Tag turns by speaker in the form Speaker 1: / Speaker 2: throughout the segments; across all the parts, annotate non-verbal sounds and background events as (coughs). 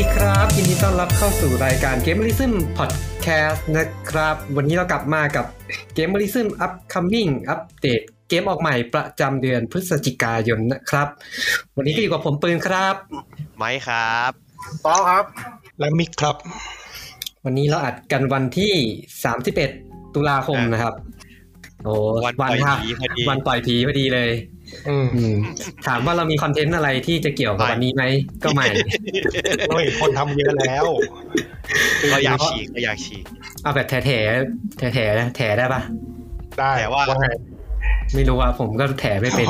Speaker 1: รับเข้าสู่รายการ Gamerism Podcast นะครับ วันนี้เรากลับมากับ Gamerism Upcoming อัปเดตเกมออกใหม่ประจำเดือนพฤศจิกายนนะครับ วันนี้ก็อยู่กับผมปืนครับ
Speaker 2: ไมค์ครับ
Speaker 3: ป้อครับ
Speaker 4: และมิกครับ
Speaker 1: วันนี้เราอัดกันวันที่ 31 ตุลาคมนะครับ โอ้
Speaker 2: วันปล่อย
Speaker 1: ค่ะ
Speaker 2: ผีพอดี
Speaker 1: วันปล่อยผีพอดีเลย
Speaker 4: อืม
Speaker 1: อืม ถามว่าเรามีคอนเทนต์อะไรที่จะเกี่ยวกับ
Speaker 2: ไม่
Speaker 1: วันนี้ไหมก็ไม่
Speaker 4: โอ้ยคนทำเยอะแล้ว
Speaker 2: ก็อยากฉีกก็อยากฉีก
Speaker 1: เอาแบบแถแถแถแถๆแถได้ปะ
Speaker 4: ได้
Speaker 2: แต่ว่า
Speaker 4: ไง
Speaker 1: ไม่รู้ว่าผมก็แถไม่เป็น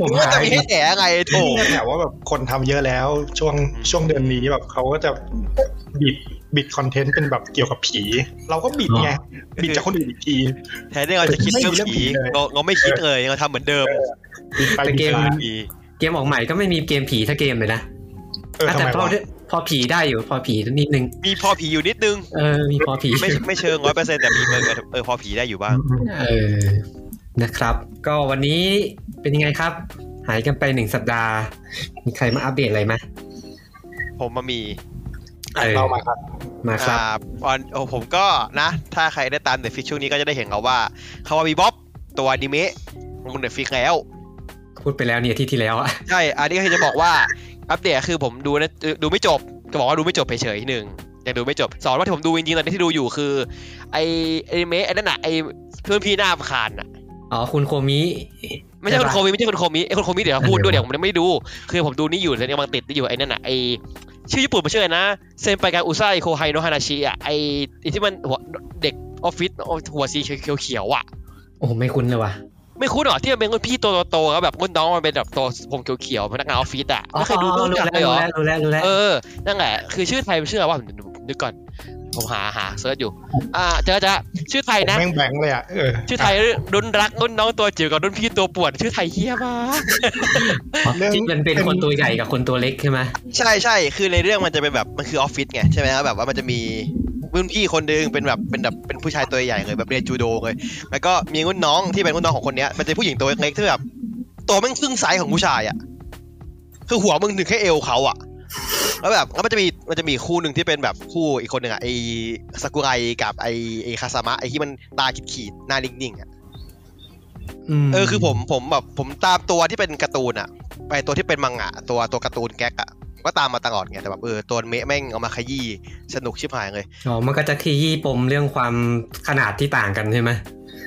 Speaker 1: ผม
Speaker 2: ว่า
Speaker 1: หา
Speaker 2: จะมีให้แถอะไรโถ
Speaker 4: เนี่ยแต่ว่าแบบคนทำเยอะแล้ว ช่วงช่วงเดือนนี้แบบเขาก็จะบิดบิดคอนเทนต์เป็นแบบเกี่ยวกับผี เราก็บิดไงบิดจากคนอื่นอีกที
Speaker 2: แทนที่เราจะคิดเรื่องผี
Speaker 4: ไม่มีเรื่องผีเลย
Speaker 2: เราเราไม่คิดเลยเราทำเหมือนเดิม
Speaker 4: บิดไป
Speaker 1: แต่
Speaker 4: บิ
Speaker 1: เก
Speaker 4: ด
Speaker 1: ม
Speaker 4: มา
Speaker 2: ผี
Speaker 1: เกมออกใหม่ก็ไม่มีเกมผีถ้าเกมเลยนะ
Speaker 4: เออทำ
Speaker 1: แต่
Speaker 4: ไม
Speaker 1: พอ
Speaker 4: วะ
Speaker 1: พอผีได้อยู่พอผีนิดนึง
Speaker 2: มีพอผีอยู่นิดนึง
Speaker 1: เออ มีพอผี
Speaker 2: ไม่ไม่เชิงร้อยเปอร์เซ็นต์แต่มีเออเออพอผีได้อยู่บ้าง
Speaker 1: เออ นะครับ ก็วันนี้เป็นยังไงครับ หายกันไปหนึ่งสัปดาห์ มีใครมาอัปเดตอะไรไหม
Speaker 2: ผมมามี
Speaker 1: ออ
Speaker 4: เรามาครับ
Speaker 1: มาครับ
Speaker 2: อ่าตอนโอ้ผมก็นะ ถ้าใครได้ตามเด t ฟิกช่วงนี้ก็จะได้เห็นเขาว่าคาวาบีบ๊อบตัวอนิเมะลงเด t ฟิกแล้ว
Speaker 1: พูดไปแล้วเนี่ยอาที่ที่แล้วอะ
Speaker 2: ใช่ อันนี้ก็คือจะบอกว่าอัปเดตคือผมดูนะดูไม่จบจะบอกว่าดูไม่จบเฉยๆหนึ่งยังดูไม่จบสอนว่าที่ผมดูจริงๆตอนนี้ที่ดูอยู่คือ ไอไอเมะไอ้นั่นน่ะไอเพื่อนพี่หน้าอาคารน่ะ
Speaker 1: อ๋อ คุณโคมิ
Speaker 2: ไม่ใช่
Speaker 1: ใช่
Speaker 2: ค
Speaker 1: ปะ
Speaker 2: นโคมิไม่ใช่คนโคมิไอคนโคมิเดี๋ยวพูด
Speaker 1: เออ
Speaker 2: ด้วยเดี๋ยวผมยังไม่ได้ดู คือผมดูนี่อยู่แล้วกำลังติดอยู่ไอ้นั่นน่ะไอชื่อญี่ปุ่นมันชื่ออะไรนะเซนไปการอุซ่าไอโคไฮโนฮานาชิอ่ะไอไอ้ที่มันหัวเด็กออฟฟิศหัวสีเขียวๆอ่ะ
Speaker 1: โอ้ไม่คุ้นเลยว่ะ
Speaker 2: ไม่คุ้นหรอที่มันเป็นคนพี่ตัวโตๆแล้วแบบรุ่นน้องมันเป็นแบบตัวผมเขียวๆพนักงานออฟฟิศอ่ะ
Speaker 1: อ๋อ
Speaker 2: ไม่เคยดูไม่รู้จักเลยเหร
Speaker 1: รู้
Speaker 2: อ
Speaker 1: แล้วรู้แล้วรู้แล้ว
Speaker 2: เอ
Speaker 1: รู้แล้ว
Speaker 2: อ นั่นแหละ คือชื่อไทยมันชื่ออะไรวะผมผมนึกก่อน ผมหาหาเซิร์ชอยู่ อ่า เจอเจอชื่อไทยนะ
Speaker 4: แม่งแบงค์เลยอ่ะเออ
Speaker 2: ชื่อไทยรุ่นรักรุ่นน้องตัวจิ๋วกับรุ่นพี่ตัวปวด ชื่อไทยเฮี้ยมาก
Speaker 1: อ๋อที่มันเป็นคนตัวใหญ่กับคนตัวเล็กใช่ไหม
Speaker 2: ใช่ใช่ คือในเรื่องมันจะเป็นแบบ มันคือออฟฟิศไงใช่ไหมครับแบบว่ามันจะมีรุ่นพี่คนหนึงเป็นแบบ เป็นแบบเป็นผู้ชายตัวใหญ่เลยแบบเรียนจูโดเลย แล้วก็มีรุ่นน้องที่เป็นรุ่นน้องของคนเนี้ย มันจะผู้หญิงตัวเล็กๆที่แบบ ตัวแม่งครึ่งไซส์ของผู้ชายอ่ะ คือหัวมึงถึงแค่เอวเขาอ่ะ แล้วแบบแล้วมันจะมีมันจะมีคู่หนึ่งที่เป็นแบบคู่อีกคนหนึ่งอ่ะไอซากุไรกับไอไอคาซามะไอที่มันตาขีดขีดๆหน้านิ่งๆอ่ะเออคือผมผมแบบผมตามตัวที่เป็นการ์ตูนอ่ะไปตัวที่เป็นมังงะตัวตัวการ์ตูนแก๊กอ่ะก็ตามมาตลอดไงแต่แบบเออตัวเมะแม่งเอามาขยี้สนุกชิบหายเลย
Speaker 1: อ๋อ มันก็จะขยี้ปมเรื่องความขนาดที่ต่างกันใช่ไหม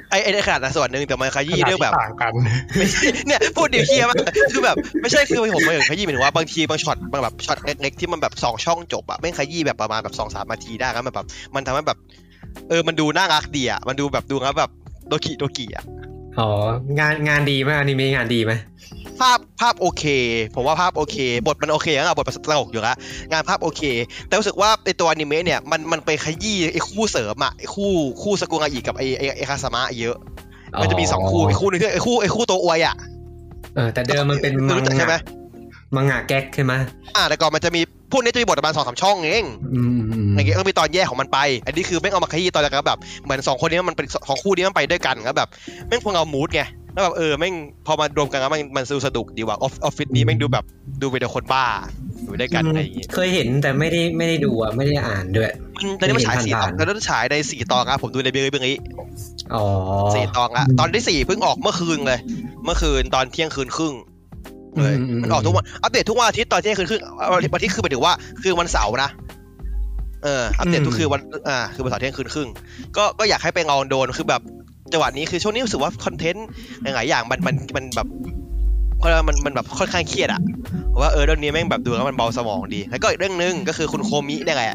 Speaker 2: ไอไอในขนาดนะส่วนหนึ่งแต่มันข
Speaker 4: ข
Speaker 2: ยี้
Speaker 4: นาด
Speaker 2: เรื่อง
Speaker 4: ที่
Speaker 2: แบบ
Speaker 4: ต่างกัน (laughs)
Speaker 2: เนี่ยพูดเดี๋ยวเฮียมากคือแบบไม่ใช่คือผมไม่ถึงขยี้หมายถึงว่าบางทีบางช็อตบางแบบช็อตเล็กๆที่มันแบบสองช่องจบอะแม่งขยี้แบบประมาณแบบสองสามนาทีได้ครับแบบ มันทำให้แบบ เออมันดูน่ารักดีอะมันดูแบบดูแล้วแบบโดกิโดกิอะ
Speaker 1: อ๋อ งานงานดีไหมอนิเมะงานดีไหม
Speaker 2: ภาพภาพโอเค ผมว่าภาพโอเค บทมันโอเคแล้วอะบทมันตลกอยู่ละงานภาพโอเค แต่รู้สึกว่าไอตัวอนิเมะเนี่ยมันมันไปขยี้ไอคู่เสริมอะไอคู่คู่สกุลอาอีกับไอไอไอคาสมะเยอะมันจะมีสองคู่ไอคู่หนึงที่ไอคู่ไอคู่ตัวอวยอะ
Speaker 1: เออแต่เดิมมันเป็น
Speaker 2: รู้จักใช่ไหม
Speaker 1: มังงะแก๊กใช่ไหม
Speaker 2: อ่าแต่ก่อนมันจะมีพวกนี้จะมีบทประมาณสองสามช่องเอง
Speaker 1: อืมอย่
Speaker 2: อา
Speaker 1: ย่างงเงี้
Speaker 2: เงี้ย
Speaker 1: ย
Speaker 2: ก็มีตอนแยกของมันไป อันนี้คือแม่งเอามาขยี้ตอนแล้วก็แบบเหมือนสองคนนี้มันเป็นของคู่นี้มันไปด้วยกันแล้วแบบแม่งพวกเรามูดไงแล้วแบบเออแม่งพอมารวมกันแล้วมันมันสนุกดีว่ะออฟออฟฟิศนี้แม่งดูแบบดูเป็นแต่คนบ้าอยู่ด้วยกันอะไรอย่างเงี้ย
Speaker 1: เคยเห็นแต่ไม่ได้ไม่ได้ดูอ่ะไม่ได้อ่านด้วย
Speaker 2: มันตอนนี้มันฉายสี่ตอน
Speaker 1: เห็นผ่านๆ
Speaker 2: ตอนนั้นฉายในสี่ตอนครับผมดูในเบื้องเบื้องนี้
Speaker 1: อ๋อ
Speaker 2: สี่ตอนละตอนที่สี่เพิ่งออกเมื่อคืนเลย เมื่อคืนตอนเที่ยงคืนครึ่งเลยมันออกทุกวันอัปเดตทุกวันอาทิตย์ตอนเที่ยงคืนครึ่งวันอาทิตย์คือหมายถึงว่าคือวันเสาร์นะ เอออัปเดตทุกคือวันอ่าคือวันเสาร์เที่ยงคืนครึ่งก็ก็อยากให้ไปลองโดนคือแบบจังหวะนี้คือช่วงนี้รู้สึกว่าคอนเทนต์หลายๆอย่างมันมันมันแบบเขาเรียกว่ามันมันแบบค่อนข้างเครียดอะว่าเออเรื่องนี้แม่งแบบดูแล้วมันเบาสมองดี แล้วก็อีกเรื่องหนึงก็คือคุณโคมิเนี่ยแหละ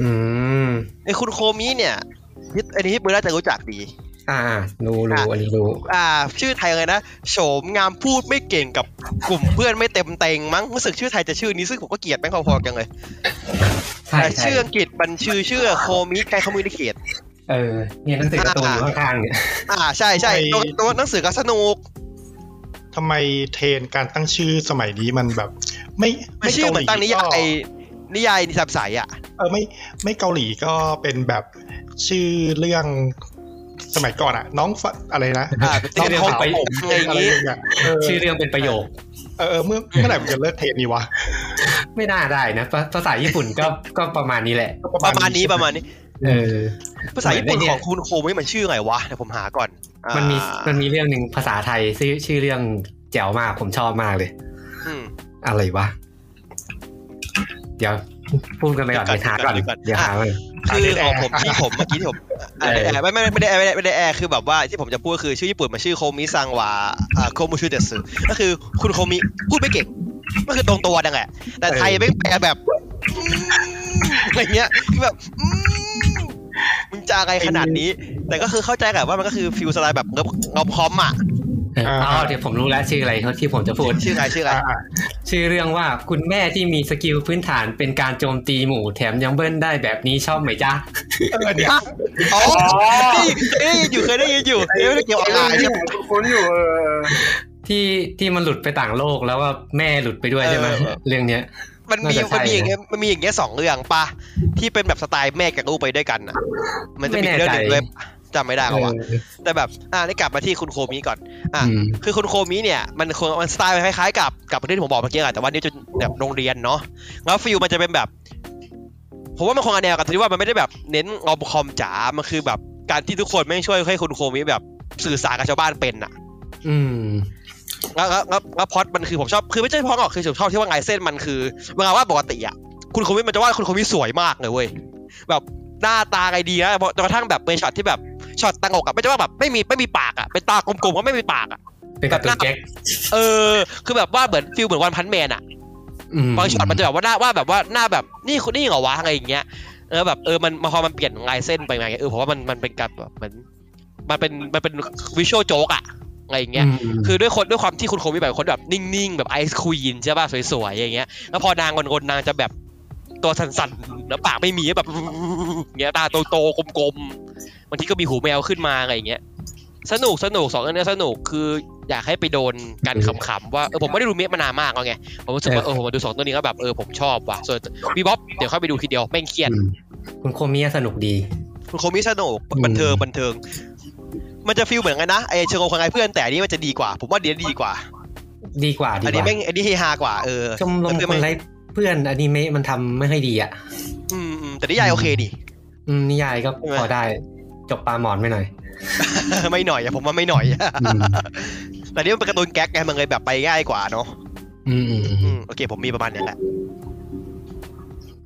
Speaker 1: อืม
Speaker 2: ไอ้คุณโคมิเนี่ยนี่อันนี้พี่ปืนน่าจะรู้จักดี
Speaker 1: อ่ารู้รู้อันนี้รู้
Speaker 2: อ่า ชื่อไทยเลยนะโฉมงามพูดไม่เก่งกับกลุ่มเพื่อนไม่เต็มเต็งมั้งรู้สึกชื่อไทยจะชื่อนี้ซึ่งผมก็เกลียดแม่งพอๆกันเลย
Speaker 1: ใช่
Speaker 2: แต่
Speaker 1: ใช่
Speaker 2: ชื่ออังกฤษมันชื่อชื่อโคมิไกคอมมิวนิเคต
Speaker 1: เออเนี่ยหนังสือการ์ตูนอยู่ข้างๆเนี่ย
Speaker 2: อ่าใช่ใช่
Speaker 4: ไป
Speaker 2: ตัวตัวหนังสือก็สนุก
Speaker 4: ทำไมเทรนการตั้งชื่อสมัยนี้มันแบบ ไม่
Speaker 2: ไม่ชื่อเหมือนตั้งนิยาย นิยายนิสับใสอ่ะ
Speaker 4: เออไม่ไม่เกาหลีก็เป็นแบบชื่อเรื่องสมัยก่อนอะน้องฟ้าอะไรนะ
Speaker 1: (laughs)
Speaker 2: อ่าเป็นเรื่องของผมอะไรอย่างงี้
Speaker 4: เงี้ยเออ
Speaker 1: ชื่อเรื่องเป็นประโยค
Speaker 4: เออเออเมื่อเมื่อไหร่มันจะเลิกเทรนนี่วะ
Speaker 1: ไม่น่าได้นะภาภาษาญี่ปุ่นก็ก็ประมาณนี้แหละ
Speaker 2: ประมาณนี้ประมาณนี้
Speaker 1: เออ
Speaker 2: ภาษาญี่ปุ่น
Speaker 1: เนี่ย
Speaker 2: ของคุณโคไม่มันชื่อไงวะเดี๋ยวผมหาก่อนอ่า
Speaker 1: มันมีมันมีเรื่องหนึ่งภาษาไทยชื่อชื่อเรื่องแจ๋วมากผมชอบมากเลย
Speaker 2: อืม
Speaker 1: อะไรวะ เดี๋ยวพูดกันไปก่อน
Speaker 2: เด
Speaker 1: เดี๋ยว วหาน
Speaker 2: ี๋ยก่อ
Speaker 1: ก่อน
Speaker 2: เดี๋
Speaker 1: เดี๋
Speaker 2: ยวก่อน
Speaker 1: ยวหาก่อน
Speaker 2: คือของผมที่ผม (laughs) เมื่อกี้ที่ผม
Speaker 1: เออ
Speaker 2: แอร์ไม่ไม่ไม่ได้แอร์ไม่ได้ไม่ได้แอร์คือแบบว่าที่ผมจะพูดคือชื่อญี่ปุ่นมันชื่อโคมิซังวาอ่าโคมุชุเดสึก็คือคุณโคมิพูดไม่เก่งมันคือตรงตัวนั่นแหละแต่ไทยไม่งแปลแบบ (laughs) อืมอะไรเงี้ยคือแบบอืมมึงจะอะไรขนาดนี้ แต่ก็คือเข้าใจแหละว่ามันก็คือฟิลสไตล์แบบเงบงบคอมอ่ะ
Speaker 1: เอออ๋อเดี๋ยวผมรู้แล้วชื่ออะไรที่ผมจะพูด
Speaker 2: ชื่ออะไรชื่ออะไร
Speaker 4: อ่า
Speaker 1: ชื่อเรื่องว่าคุณแม่ที่มีสกิลพื้นฐานเป็นการโจมตีหมู่แถมยังเบิ้ลได้แบบนี้ชอบไหมจ๊ะ
Speaker 4: เออเนี่ย
Speaker 2: ฮะอ๋อได้ยินอยู่เคยได้ยินอยู่เดี๋ยวไม่ได้เกี่ยวออนไลน์ใช่ไหม
Speaker 3: คุ้นอยู่เออ
Speaker 1: ที่ที่มันหลุดไปต่างโลกแล้วว่าแม่หลุดไปด้วยใช่ไหม
Speaker 2: เออเออ
Speaker 1: เรื่องเนี้ย
Speaker 2: มันมี
Speaker 1: น่าจะใช่
Speaker 2: มันมีอย่างเงี้ยมันมีอย่างเงี้ยสองเรื่องปะที่เป็นแบบสไตล์แม่กับลูกไปด้วยกันอ่ะ มันจะมี
Speaker 1: ไม่แน่
Speaker 2: เรื่องหนึ่ง
Speaker 1: ใจ
Speaker 2: ด้วยจำไม่ได้แล้วอะ
Speaker 1: เออ
Speaker 2: แต่แบบอ่ะนี่กลับมาที่คุณโคมิก่อน อ่ะ
Speaker 1: อืม
Speaker 2: คือคุณโคมิเนี่ยมันคงมันสไตล์มันคล้ายๆกับกับที่ผมบอกเมื่อกี้อะแต่ว่านี่จะแบบโรงเรียนเนาะแล้วฟิลมันจะเป็นแบบผมว่ามันคงอันแนวกันที่ว่ามันไม่ได้แบบเน้นออมคอมจ๋ามันคือแบบการที่ทุกคนไม่งช่วยให้คุณโคมิแบบสื่อสารกับชาวบ้านเป็นอ่ะ
Speaker 1: อืม
Speaker 2: แล้วแล้วแล้วแล้วพล็อดมันคือผมชอบคือไม่ใช่พล็อดหรอกคือผมชอบที่ว่าไงเส้นมันคือเวลาว่าปกติอ่ะคุณคมวิทมันจะว่าคุณคมวิทสวยมากเลยเว้ยแบบหน้าตาไงดีนะจนกระทั่งแบบเป็นช็อตที่แบบช็อตตังอกอะไม่ใช่ว่าแบบไม่มีไม่มีปากอะเป็นตากลมๆก็ไม่มีปากอะ
Speaker 1: เป็นการ์ตูนแก๊ก
Speaker 2: เออ คือแบบว่าเหมือนฟิลเหมือนวันพันแมนอะ
Speaker 1: ม
Speaker 2: บางช็อตมันจะแบบว่าหน้าว่าแบบว่าหน้าแบบนี่คนนี่เหรอวะอะไรอย่างเงี้ยเออแบบเออมันพอมันเปลี่ยนลายเส้นไปไงเออผมว่ามันมันเป็นการแบบเหมือนมันเป็นมันเป็นวิชวลโจ๊กอะอะไรอย่างเงี้ย
Speaker 1: ม
Speaker 2: คือด้วยคนด้วยความที่คุณโคมิแบบคนแบบนิ่งๆ แบบไอซ์ควีนใช่ป่ะ สวยๆ อย่างเงี้ย แล้วพอนางคนๆนางจะแบบตัวสั่นๆแล้วปากไม่มีแบบเงี้ยตาโตๆกลมๆบางทีก็มีหูแมวขึ้นมาอะไรอย่างเงี้ยสนุกสนุกสองอันเนี้ยสนุกคืออยากให้ไปโดนกันขำๆว่าเออผมไม่ได้ดูเมะมานานมากแล้วไงผมรู้สึกว่าเออผมมาดูสองตัวนี้แล้วแบบเออผมชอบว่ะส่วนวีบ๊อบเดี๋ยวเข้าไปดูทีเดียวแม่งเครียด
Speaker 1: อืมคุณโคเมียสนุกดี
Speaker 2: คุณโคมิสนุก
Speaker 1: อืม
Speaker 2: บันเทิงบันเทิง มันจะฟีลเหมือนกันนะไอเชิงโคงไงเพื่อนแต่อันนี้มันจะดีกว่า ผมว่าเดี๋ยวดีกว่า
Speaker 1: ดีกว่าดี
Speaker 2: อัน
Speaker 1: ก
Speaker 2: นี้
Speaker 1: ว่า
Speaker 2: แม่งอันนี้เฮฮากว่าเออ
Speaker 1: ชมรม
Speaker 2: แต่
Speaker 1: ค
Speaker 2: เพื่อนน
Speaker 1: ไร้เพื่อนอนิเมะมันทำไม่ค่อยดีอ่ะ
Speaker 2: อืมอืมแต่นิยายโอเคดิ (laughs)
Speaker 1: อืมนิยายก็
Speaker 2: ใช่ไหม
Speaker 1: พอได้จบปลาหมอนไปหน่อย
Speaker 2: ไม่หน่อยอะผมว่าไม่หน่อยอะ
Speaker 1: อืม
Speaker 2: (laughs) แต่นี่มันเป็นการ์ตูนแก๊กไงมันเลยแบบไปง่ายกว่าเนาะ
Speaker 1: อืมอืม
Speaker 2: อื
Speaker 1: อืม
Speaker 2: มโอเคผมมีประมาณเนี้ยแหละ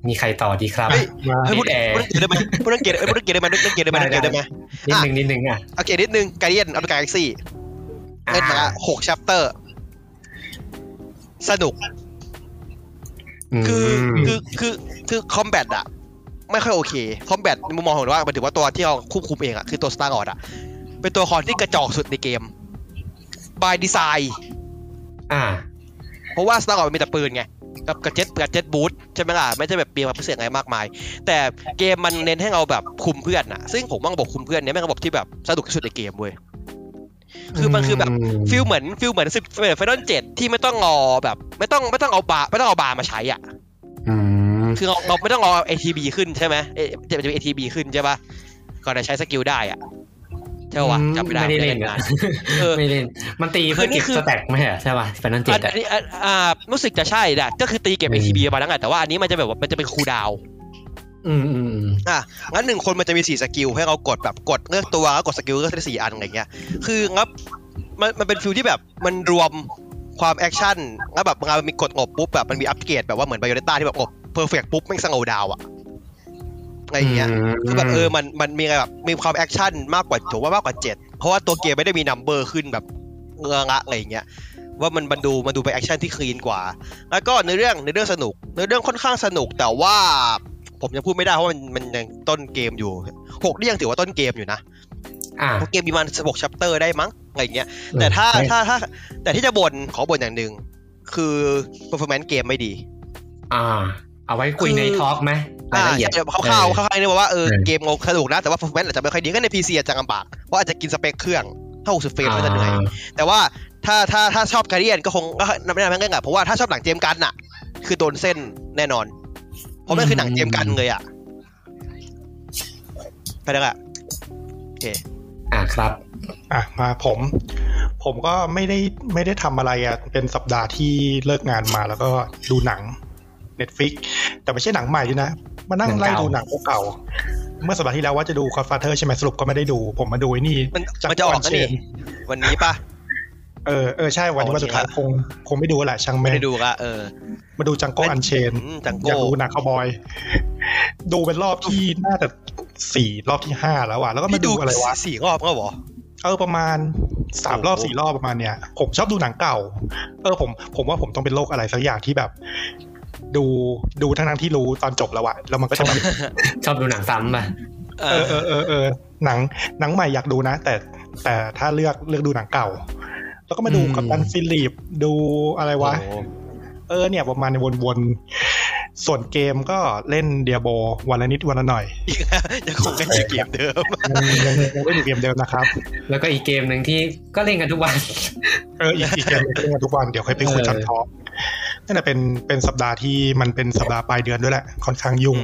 Speaker 1: มีใครต่อดีครับ
Speaker 4: มา
Speaker 2: เฮ้ยพูด
Speaker 1: แอร์
Speaker 2: พูด
Speaker 1: (laughs)
Speaker 2: เรื่องเกมได้ไหมพูดเรื่องเกมเอ้ยพูดเรื่องเกมได้ไหมพูดเรื่องเกมได้ไหมพูดเรื่องเกมได้ไห
Speaker 1: นิด
Speaker 2: ม
Speaker 1: นึงนิดนึงอ่ะ
Speaker 2: โอเคนิดนึงการเล่นอัลกาแล็กซี่เล่นมา
Speaker 1: อ่า
Speaker 2: หกชัปเตอร์สนุกคือ
Speaker 1: ม
Speaker 2: คือคือคือคอมแบทอะไม่ค่อยโอเคคอมแบทมุมมองของผมว่าหมันถือว่าตัวที่เราควบคุมเองอะคือตัวสตาร์กอดอะเป็นตัวละครที่กระจอกสุดในเกม by design
Speaker 1: อ่า
Speaker 2: เพราะว่าสตาร์กอร์มีแต่ปืนไงกับกับเจ็ตกับเจ็ตบูทใช่ไหมล่ะไม่ใช่แบบเปลียนมาพิเศษอะไรมากมาย แต่เกมมันเน้นให้เราแบบคุมเพื่อนน่ะ ซึ่งผมว่าระบบคุมเพื่อนเนี่ยแม่งระบบที่แบบสนุกที่สุดในเกมเว้ย คือมันคือแบบ ฟิลเหมือนฟิลเหมือนสิบเหมือนไฟนอลเจ็ดที่ไม่ต้องรอแบบไม่ต้องไม่ต้องเอาบาร์ไม่ต้องเอาบาร์มาใช้อ่ะ
Speaker 1: อืม
Speaker 2: คือเราเราไม่ต้องรอ ATB ขึ้นใช่ไหมเอ๊ะจะจะมี ATB ขึ้นใช่ปะก่อนจะใช้สกิลได้อ่ะใช่ปะวะจำไม่ได้
Speaker 1: ไม่ได้เล่น
Speaker 2: ม่
Speaker 1: อะ
Speaker 2: ด้เออ
Speaker 1: ไม่เล่น มันตีเพื่อ
Speaker 2: คือนี่
Speaker 1: เก็บ
Speaker 2: คือ
Speaker 1: สแต็กไหมอะใช่ป่ะแฟนนันเจ็
Speaker 2: อั
Speaker 1: ด
Speaker 2: น
Speaker 1: อะ
Speaker 2: อันนี้อันอ่ารู้สึกจะใช่แหละก็คือตีเก็บ
Speaker 1: อืม
Speaker 2: ATB มาแล้วไงแต่ว่าอันนี้มันจะแบบว่ามันจะเป็นคูลดาวน์
Speaker 1: อืมอืมอืม
Speaker 2: อ่ะงั้นหนึ่งคนมันจะมีสี่สกิลให้เรากดแบบกดเลือกตัวแล้วกดสกิลเลือกได้สี่อันอะไรเงี้ย คืองับมันมันเป็นฟิลที่แบบมันรวมความแอคชั่นแล้วแบบเวลามันมีกดงบปุ๊บแบบมันมีอัปเกรดแบบว่าเหมือนไบโอเลต้าที่แบบงบเพอร์เฟกปุ๊บแม่งสงเอาดาวอะอะไรเงี้ย คือแบบเออ มันมันมีอะไรแบบมีความแอคชั่นมากกว่าถือว่ามากกว่าเจ็ดเพราะว่าตัวเกมไม่ได้มีนัมเบอร์ขึ้นแบบเงื้อละอะไรอย่างเงี้ยว่ามันมันดูมันดูเป็นแอคชั่นที่คลีนกว่า แล้วก็ในอเรื่องในอเรื่องสนุกในอเรื่องค่อนข้างสนุกแต่ว่าผมยังพูดไม่ได้เพราะมันมันยังต้นเกมอยู่หกนี่ยังถือว่าต้นเกมอยู่นะ
Speaker 1: อ่า
Speaker 2: เพราะเกมมีประมันหกชัปเตอร์ได้มั้งอะไรอย่างเงี้ย แต่ถ้า
Speaker 1: ไม่
Speaker 2: ถ้าถ้าแต่ที่จะบ่นขอบ่นอย่างหนึ่งคือ performance เกมไม่ดี
Speaker 1: อ่า เอาไว้คุย
Speaker 2: คือ
Speaker 1: ในทอล์กไหมราย
Speaker 2: อ่า
Speaker 1: ละเอียด
Speaker 2: เดี๋ยวคร่าวๆคร่าวๆนี่บอกว่าเออ
Speaker 1: เออ
Speaker 2: เกมงงสนุกนะ แต่ว่า performance อาจจะไม่ค่อยดีก็ใน PC อาจจะลำบาก เพราะอาจจะกินสเปคเครื่องถ้า60เฟรมก็จะเหนื่อย
Speaker 1: อ่า
Speaker 2: แต่ว่าถ้าถ้าถ้าชอบการเรียนก็คงก็นำแนะนำให้เล่นอะเพราะว่าถ้าชอบหนังเจมส์กันน่ะ คือโดนเส้นแน่นอน เพราะมันคือหนังเจมส์กันเลยอ่ะไปแล้วอะ
Speaker 1: อ่าครับ
Speaker 4: อ่ะมาผม ผมก็ไม่ได้ไม่ได้ทำอะไรอ่ะเป็นสัปดาห์ที่เลิกงานมาแล้วก็ดูหนัง Netflix Netflix แต่ไม่ใช่หนังใหม่ด้วยนะ มานั่งไล่ดูหนังเก่าๆเมื่อสัปดาห์ที่แล้วว่าจะดูคอฟาเธอร์ใช่ไหมสรุปก็ไม่ได้ดู ผมมาดูไอ้นี่
Speaker 2: มัน
Speaker 4: จาก
Speaker 2: มันจะออก
Speaker 4: วั
Speaker 2: นะ
Speaker 4: เช
Speaker 2: นี่
Speaker 4: น
Speaker 2: วันนี้ปะ
Speaker 4: เออเออใช่วันนี้วันสุดท้าย
Speaker 2: โอเค
Speaker 4: คงคงไม่ดูแหละช่าง
Speaker 2: ไม่
Speaker 4: แม่ง
Speaker 2: ได้ดูละเออ
Speaker 4: มาดูจังโก้อันเชน
Speaker 2: อืมจัง
Speaker 4: อยา
Speaker 2: โก้
Speaker 4: กดูหนังคาวบอย ดูเป็นรอบที่น่าจะสี่รอบที่ห้าแล้วอ่ะ แล้วก็มา
Speaker 2: พี่ดู
Speaker 4: ดูอะไรวะ
Speaker 2: สี่รอบก็เหรอ
Speaker 4: เออประมาณสามรอบ
Speaker 2: โอ้โห
Speaker 4: สี่รอบประมาณเนี้ย ผมชอบดูหนังเก่า เออผม ผมว่าผมต้องเป็นโรคอะไรสักอย่างที่แบบ ดูดูทั้งทั้งๆที่รู้ตอนจบแล้วอะแล้วมันก็จะแบบ
Speaker 1: ชอบดูหนังซ้ำป่ะ
Speaker 2: เอ
Speaker 4: เอ
Speaker 2: อ
Speaker 4: อเออเออเออหนังหนังใหม่อยากดูนะ แต่แต่ถ้าเลือกเลือกดูหนังเก่า แล้วก็มาดู
Speaker 1: อืม
Speaker 4: กับตันฟิลิปดูอะไรวะ
Speaker 2: โอ้โห
Speaker 4: เออเนี่ยประมาณในวนๆ ส่วนเกมก็เล่นเดียโบวันละนิดวันละหน่อย
Speaker 2: อีกแล้วยังคงเป็นชื่อเกมเดิม
Speaker 4: ยังยังยังไม่ดูเกมเดิมนะครับ
Speaker 1: แล้วก็อีกเกมหนึ่งที่ก็เล่นกันทุกวัน
Speaker 4: เอออีกอีกเกมหนึ่งที่เล่นกันทุกวันเดี๋ยวค่อยไปคุยกัน
Speaker 1: เออ
Speaker 4: ท็อปนั่นแหละเป็นเป็นสัปดาห์ที่มันเป็นสัปดาห์ปลายเดือนด้วยแหละ ค่อนข้างยุ่ง